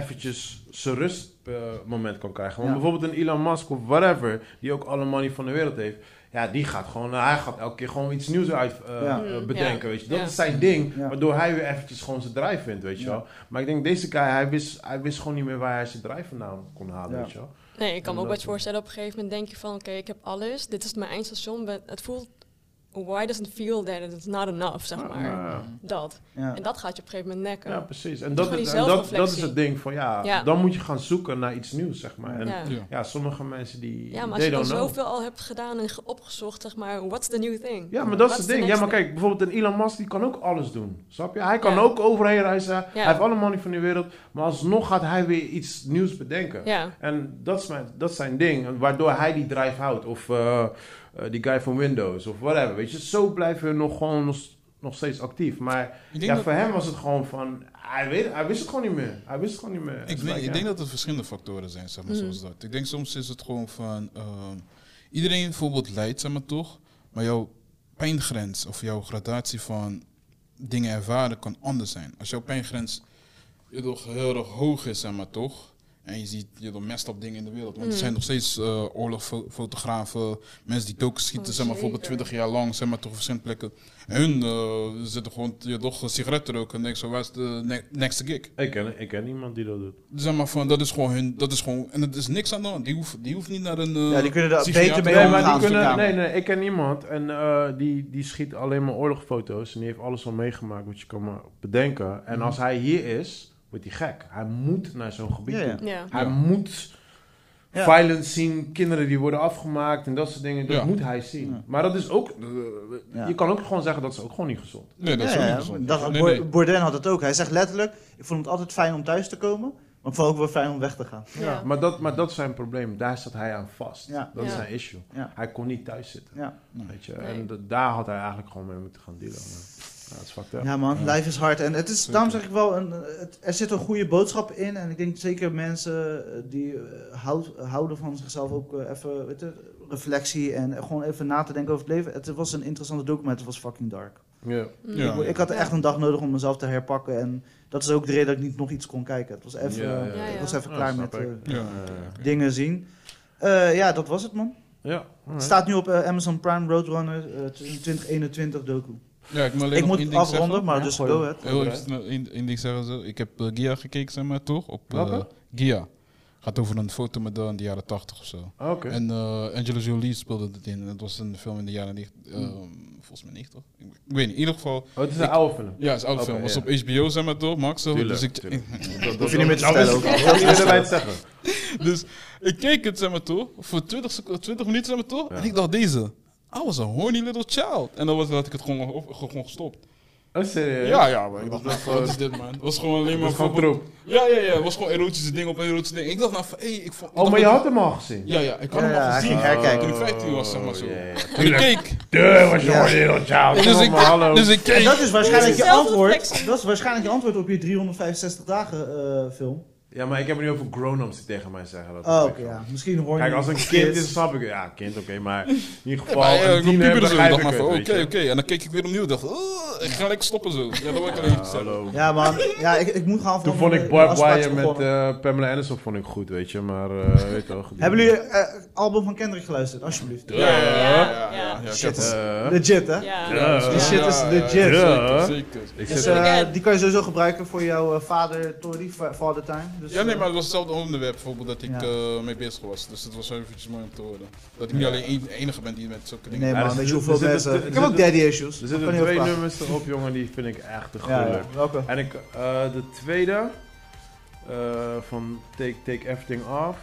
Speaker 2: eventjes zijn rustmoment kan krijgen. Want
Speaker 3: Ja.
Speaker 2: bijvoorbeeld een Elon Musk of whatever, die ook alle money van de wereld heeft. Ja, die gaat gewoon, eh, hij gaat elke keer gewoon iets nieuws uit eh,
Speaker 3: Ja.
Speaker 2: eh, bedenken, weet je. Dat
Speaker 1: Mm, Ja.
Speaker 2: is zijn ding,
Speaker 3: Ja.
Speaker 2: waardoor hij weer eventjes gewoon zijn drive vindt, weet je
Speaker 3: Ja.
Speaker 2: wel. Maar ik denk, deze guy, hij wist, hij wist gewoon niet meer waar hij zijn drive vandaan kon halen,
Speaker 3: Ja.
Speaker 2: weet je wel.
Speaker 1: Nee, ik kan me ook
Speaker 2: dat-
Speaker 1: wat voorstellen. Op een gegeven moment denk je van, oké, ik heb alles. Dit is mijn eindstation. Ben- Het voelt why doesn't feel that it's not enough, zeg maar.
Speaker 2: Ah,
Speaker 1: Dat.
Speaker 3: Ja.
Speaker 1: En dat gaat je op een gegeven moment nekken.
Speaker 2: ja,
Speaker 1: Ja,
Speaker 2: precies. En dat,
Speaker 1: Dus Gewoon
Speaker 2: is,
Speaker 1: die
Speaker 2: en dat, dat
Speaker 1: zelfreflectie.
Speaker 2: is het ding van ja,
Speaker 1: Ja.
Speaker 2: dan moet je gaan zoeken naar iets nieuws, zeg maar. En ja,
Speaker 1: ja.
Speaker 4: Ja.
Speaker 2: sommige mensen die.
Speaker 1: maar als
Speaker 2: they
Speaker 1: je dan
Speaker 2: don't know.
Speaker 1: zoveel al hebt gedaan en ge- opgezocht, zeg maar, what's the new thing?
Speaker 2: Ja, maar dat is
Speaker 1: What's
Speaker 2: het
Speaker 1: the
Speaker 2: ding. Ja,
Speaker 1: next
Speaker 2: maar
Speaker 1: thing?
Speaker 2: kijk, bijvoorbeeld een Elon Musk die kan ook alles doen. Snap je? Hij kan
Speaker 1: Ja.
Speaker 2: ook overheen reizen. Hij
Speaker 1: Ja.
Speaker 2: heeft alle money van de wereld. Maar alsnog gaat hij weer iets nieuws bedenken.
Speaker 1: Ja,
Speaker 2: En dat is, mijn, dat is zijn ding, en waardoor hij die drive houdt. Of eh, eh, die guy van Windows, of whatever. Weet je, zo blijven we nog gewoon nog, nog steeds actief. Maar
Speaker 4: Ik denk
Speaker 2: ja,
Speaker 4: dat-
Speaker 2: voor hem was het gewoon van, hij, weet, hij wist het gewoon niet meer. Hij wist het gewoon niet meer.
Speaker 4: Ik, denk, ik denk dat er verschillende factoren zijn, zeg maar,
Speaker 1: Mhm.
Speaker 4: zoals dat. Ik denk soms is het gewoon van... ehm, iedereen bijvoorbeeld lijdt, zeg maar, toch? Maar jouw pijngrens of jouw gradatie van dingen ervaren kan anders zijn. Als jouw pijngrens je toch heel erg hoog is, zeg maar, toch? En je ziet je dan mest op dingen in de wereld. Want er
Speaker 1: Mhm.
Speaker 4: zijn nog steeds eh oorlogsfotografen, mensen die doken schieten,
Speaker 1: Oh,
Speaker 4: zeg maar, bijvoorbeeld
Speaker 1: zeker.
Speaker 4: 20 jaar lang, zeg maar, toch op verschillende plekken. En hun eh, zitten gewoon, je toch, sigaretten roken en denken zo, waar is de ne- next gig?
Speaker 2: Ik ken, ik ken niemand die dat doet.
Speaker 4: Zeg maar van, dat is gewoon hun, dat is gewoon, en dat is niks aan de hand. Die hoeft, die hoeft niet naar een. eh,
Speaker 3: Ja, die kunnen daar
Speaker 4: psychiater-
Speaker 3: beter mee
Speaker 2: Nee,
Speaker 3: Nee,
Speaker 2: maar die
Speaker 3: omgaan,
Speaker 2: kunnen,
Speaker 3: Suriname.
Speaker 2: nee, nee, ik ken iemand en eh, die, die schiet alleen maar oorlogsfoto's. En die heeft alles al meegemaakt wat je kan maar bedenken.
Speaker 3: Mhm.
Speaker 2: En als hij hier is, wordt hij gek. Hij moet naar zo'n gebied
Speaker 3: Ja,
Speaker 2: toe.
Speaker 3: ja.
Speaker 1: ja.
Speaker 2: Hij
Speaker 4: Ja.
Speaker 2: moet
Speaker 3: Ja.
Speaker 2: violence zien, kinderen die worden afgemaakt en dat soort dingen. Dat
Speaker 4: Ja.
Speaker 2: moet hij zien.
Speaker 3: Ja.
Speaker 2: Maar dat is ook. eh,
Speaker 3: Ja.
Speaker 2: Je kan ook gewoon zeggen dat is ook gewoon niet gezond.
Speaker 4: Nee, dat is
Speaker 3: Ja,
Speaker 4: ook
Speaker 3: ja,
Speaker 4: niet gezond.
Speaker 3: dat-
Speaker 4: nee,
Speaker 3: Bour-
Speaker 4: nee.
Speaker 3: Bourdain had het ook. Hij zegt letterlijk, ik vond het altijd fijn om thuis te komen, maar ik vond het ook wel fijn om weg te gaan.
Speaker 1: Ja. Ja.
Speaker 2: Maar, dat, maar dat is zijn probleem. Daar zat hij aan vast.
Speaker 3: Ja.
Speaker 2: Dat is
Speaker 1: Ja.
Speaker 2: zijn issue.
Speaker 3: Ja.
Speaker 2: Hij kon niet thuis zitten.
Speaker 3: Ja,
Speaker 2: Weet je?
Speaker 1: Nee.
Speaker 2: En dat- daar had hij eigenlijk gewoon mee moeten gaan dealen. Maar, ja, dat is fucked up.
Speaker 3: ja man,
Speaker 4: Ja.
Speaker 3: life is hard. En het is,
Speaker 4: Zeker.
Speaker 3: daarom zeg ik wel, een, het- er zit een goede boodschap in. En ik denk zeker mensen eh, die eh, houd- houden van zichzelf ook eh, even weet je, reflectie en gewoon even na te denken over het leven. Het was een interessante document, het was fucking dark.
Speaker 2: Ja.
Speaker 1: Mm.
Speaker 4: Ja.
Speaker 3: Ik had echt een dag nodig om mezelf te herpakken. En dat is ook de reden dat ik niet nog iets kon kijken. Het was even,
Speaker 2: Ja, ja,
Speaker 1: ja.
Speaker 3: Ik was even
Speaker 2: Ja,
Speaker 3: klaar
Speaker 2: snap
Speaker 3: met
Speaker 2: ik.
Speaker 3: eh,
Speaker 4: Ja.
Speaker 2: Eh,
Speaker 3: dingen zien. Eh, ja, dat was het man.
Speaker 2: ja.
Speaker 3: Het
Speaker 2: alright.
Speaker 3: staat nu op eh, Amazon Prime Roadrunner eh, 2021 docu.
Speaker 4: ja, ik moet alleen
Speaker 3: Ik
Speaker 4: nog
Speaker 3: moet
Speaker 4: één
Speaker 3: het
Speaker 4: ding
Speaker 3: afronden,
Speaker 4: zeggen.
Speaker 3: maar
Speaker 2: Ja,
Speaker 3: dus
Speaker 2: gooi
Speaker 3: go
Speaker 2: hem.
Speaker 3: ahead.
Speaker 4: Heel even snel één één ding zeggen. Zo. Ik heb eh, Gia gekeken, zeg maar, toch? Op, eh,
Speaker 2: Welke?
Speaker 4: Gia. Gaat over een fotomodel in de jaren 80 of zo.
Speaker 2: Oké.
Speaker 4: En eh Angela Jolie speelde het in. Het was een film in de jaren 90, eh, volgens mij 90. Ik, ik weet niet. In ieder geval.
Speaker 2: Oh, het is een oude film.
Speaker 4: Ja, het is een oude
Speaker 2: Oké,
Speaker 4: film. was
Speaker 2: ja.
Speaker 4: op HBO, zeg maar, toch? Max? Zo.
Speaker 2: Tuurlijk,
Speaker 4: Dus ik,
Speaker 2: tuurlijk.
Speaker 3: Dat hoef je niet meer te vertellen ook.
Speaker 2: Ik wil niet meer bij het zeggen.
Speaker 4: Dus ik keek het, zeg maar toch, voor 20, seco- 20 minuten, zeg maar toch,
Speaker 2: Ja.
Speaker 4: en ik dacht deze. I was a horny little child. En dan was, had ik het gewoon, op- gewoon gestopt.
Speaker 2: Oh, serieus?
Speaker 4: Ja, ja, maar ik
Speaker 2: Dat
Speaker 4: dacht,
Speaker 2: is
Speaker 4: nou, wat is dit, man? Het was gewoon alleen
Speaker 2: Dat
Speaker 4: maar...
Speaker 2: is gewoon
Speaker 4: voor-
Speaker 2: troep.
Speaker 4: Ja, ja, ja. Het was gewoon erotische ding op erotische ding. Ik dacht nou, van, hé, ik vond... ik
Speaker 2: Oh,
Speaker 4: dacht
Speaker 2: maar je
Speaker 4: dat-
Speaker 2: had hem al gezien?
Speaker 4: Ja, ja, ik had
Speaker 3: Ja,
Speaker 4: hem
Speaker 3: ja,
Speaker 4: al
Speaker 3: hij
Speaker 4: gezien.
Speaker 3: ging herkijken.
Speaker 4: Toen ik 15 was, zeg maar zo.
Speaker 2: Ja, ja.
Speaker 4: En ik keek.
Speaker 2: Duh, was je
Speaker 3: Ja.
Speaker 2: hoor little child.
Speaker 4: Dus
Speaker 2: Kom
Speaker 4: ik,
Speaker 2: op, maar hallo.
Speaker 4: dus ik
Speaker 3: En dat
Speaker 4: keek.
Speaker 3: is waarschijnlijk je
Speaker 1: Zelfreflectie.
Speaker 3: antwoord. Dat is waarschijnlijk je antwoord op je 365 dagen eh, film.
Speaker 2: Ja, maar ik heb het nu over grown-ups die tegen mij zeggen dat.
Speaker 3: Oh,
Speaker 2: ik
Speaker 3: oké,
Speaker 2: weet
Speaker 3: ja.
Speaker 2: van.
Speaker 3: Misschien hoor je.
Speaker 2: Kijk, als een
Speaker 3: niet.
Speaker 2: kind is, snap ik het. Ja, kind, oké, maar in ieder geval.
Speaker 4: Maar, eh,
Speaker 2: een
Speaker 4: ik mijn
Speaker 2: tiener
Speaker 4: puber zo. Ik
Speaker 2: begrijp ik
Speaker 4: dacht maar
Speaker 2: het,
Speaker 4: van,
Speaker 2: weet
Speaker 4: oké,
Speaker 2: je.
Speaker 4: oké. En dan keek ik weer opnieuw. Ik dacht, oh, ik ga lekker stoppen zo. Ja, dat wil ik alleen niet
Speaker 2: Ja,
Speaker 4: zeggen.
Speaker 2: hallo.
Speaker 3: Ja man, ja, ik, ik moet gaan
Speaker 2: Toen
Speaker 3: afronden.
Speaker 2: vond
Speaker 3: De
Speaker 2: ik Barbed
Speaker 3: afspraak is
Speaker 2: Wire met
Speaker 3: Oh, begonnen.
Speaker 2: eh, Pamela Anderson vond ik goed, weet je, maar eh, weet toch. die-
Speaker 3: Hebben jullie eh, het album van Kendrick geluisterd, alsjeblieft?
Speaker 4: Ja, ja, ja. ja, ja, ja.
Speaker 1: Ja.
Speaker 4: ik heb
Speaker 3: Shit,
Speaker 4: hem.
Speaker 3: is-
Speaker 2: Eh,
Speaker 3: Legit, hè?
Speaker 1: Ja.
Speaker 2: Ja.
Speaker 4: Ja,
Speaker 3: Die shit
Speaker 4: ja,
Speaker 3: is
Speaker 4: ja,
Speaker 3: legit.
Speaker 2: Ja.
Speaker 4: Zeker, zeker.
Speaker 2: ik
Speaker 3: Dus
Speaker 2: zit
Speaker 3: eh,
Speaker 1: Again.
Speaker 3: die kan je sowieso gebruiken voor jouw eh, vader, Tori, va- Father Time. Dus,
Speaker 4: Ja, nee,
Speaker 3: eh,
Speaker 4: maar het was hetzelfde onderwerp bijvoorbeeld dat ik
Speaker 3: Ja.
Speaker 4: eh, mee bezig was. Dus het was eventjes mooi om te horen. Dat ik niet alleen een- de enige ben die met zulke dingen...
Speaker 3: Nee
Speaker 2: Ja,
Speaker 3: man,
Speaker 2: er
Speaker 3: weet je
Speaker 2: zit- er
Speaker 3: hoeveel
Speaker 2: zitten- er
Speaker 3: mensen... Ik heb
Speaker 2: zitten-
Speaker 3: ook daddy issues.
Speaker 2: er
Speaker 3: Dat
Speaker 2: zitten
Speaker 3: kan je
Speaker 2: twee
Speaker 3: ook vragen.
Speaker 2: nummers erop, jongen, die vind ik echt te
Speaker 3: Ja,
Speaker 2: gruwelijk.
Speaker 3: ja. welke?
Speaker 2: En ik, eh, de tweede eh, van take, take Everything Off.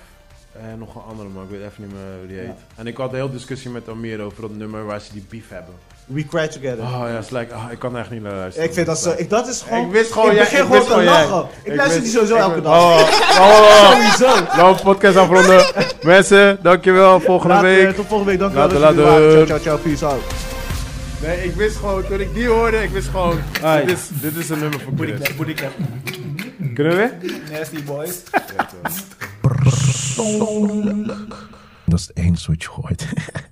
Speaker 2: En nog een andere, maar ik weet even niet meer hoe die heet.
Speaker 3: Ja.
Speaker 2: En ik had een hele discussie met Amir over dat nummer waar ze die beef hebben.
Speaker 3: We Cry Together.
Speaker 2: Oh ja, is like, ah, ik kan echt niet naar
Speaker 3: Ja,
Speaker 2: luisteren.
Speaker 3: ik vind dat zo... Ik, dat is gewoon...
Speaker 2: Ik wist gewoon
Speaker 3: ik
Speaker 2: jij-
Speaker 3: begin
Speaker 2: ik
Speaker 3: gewoon
Speaker 2: wist
Speaker 3: te
Speaker 2: gewoon jij.
Speaker 3: lachen. Ik,
Speaker 2: Ik
Speaker 3: luister
Speaker 2: wist-
Speaker 3: die sowieso
Speaker 2: ik
Speaker 3: elke
Speaker 2: wist-
Speaker 3: dag.
Speaker 2: Oh, oh, oh.
Speaker 3: Sowieso.
Speaker 2: Laten we podcast afronden. Mensen, dankjewel. Volgende
Speaker 3: Later, eh,
Speaker 2: week.
Speaker 3: Tot volgende week. Dankjewel
Speaker 2: Later,
Speaker 3: dat jullie er
Speaker 2: later. eh,
Speaker 3: waren. Ciao, ciao, ciao. Peace out.
Speaker 2: Nee, ik wist gewoon, toen ik die hoorde, ik wist gewoon,
Speaker 3: Ai.
Speaker 2: dit is, dit is een nummer voor Chris.
Speaker 3: Booty cap.
Speaker 2: Kunnen we?
Speaker 3: Nasty boys.
Speaker 5: Dat is het enige wat je hoort.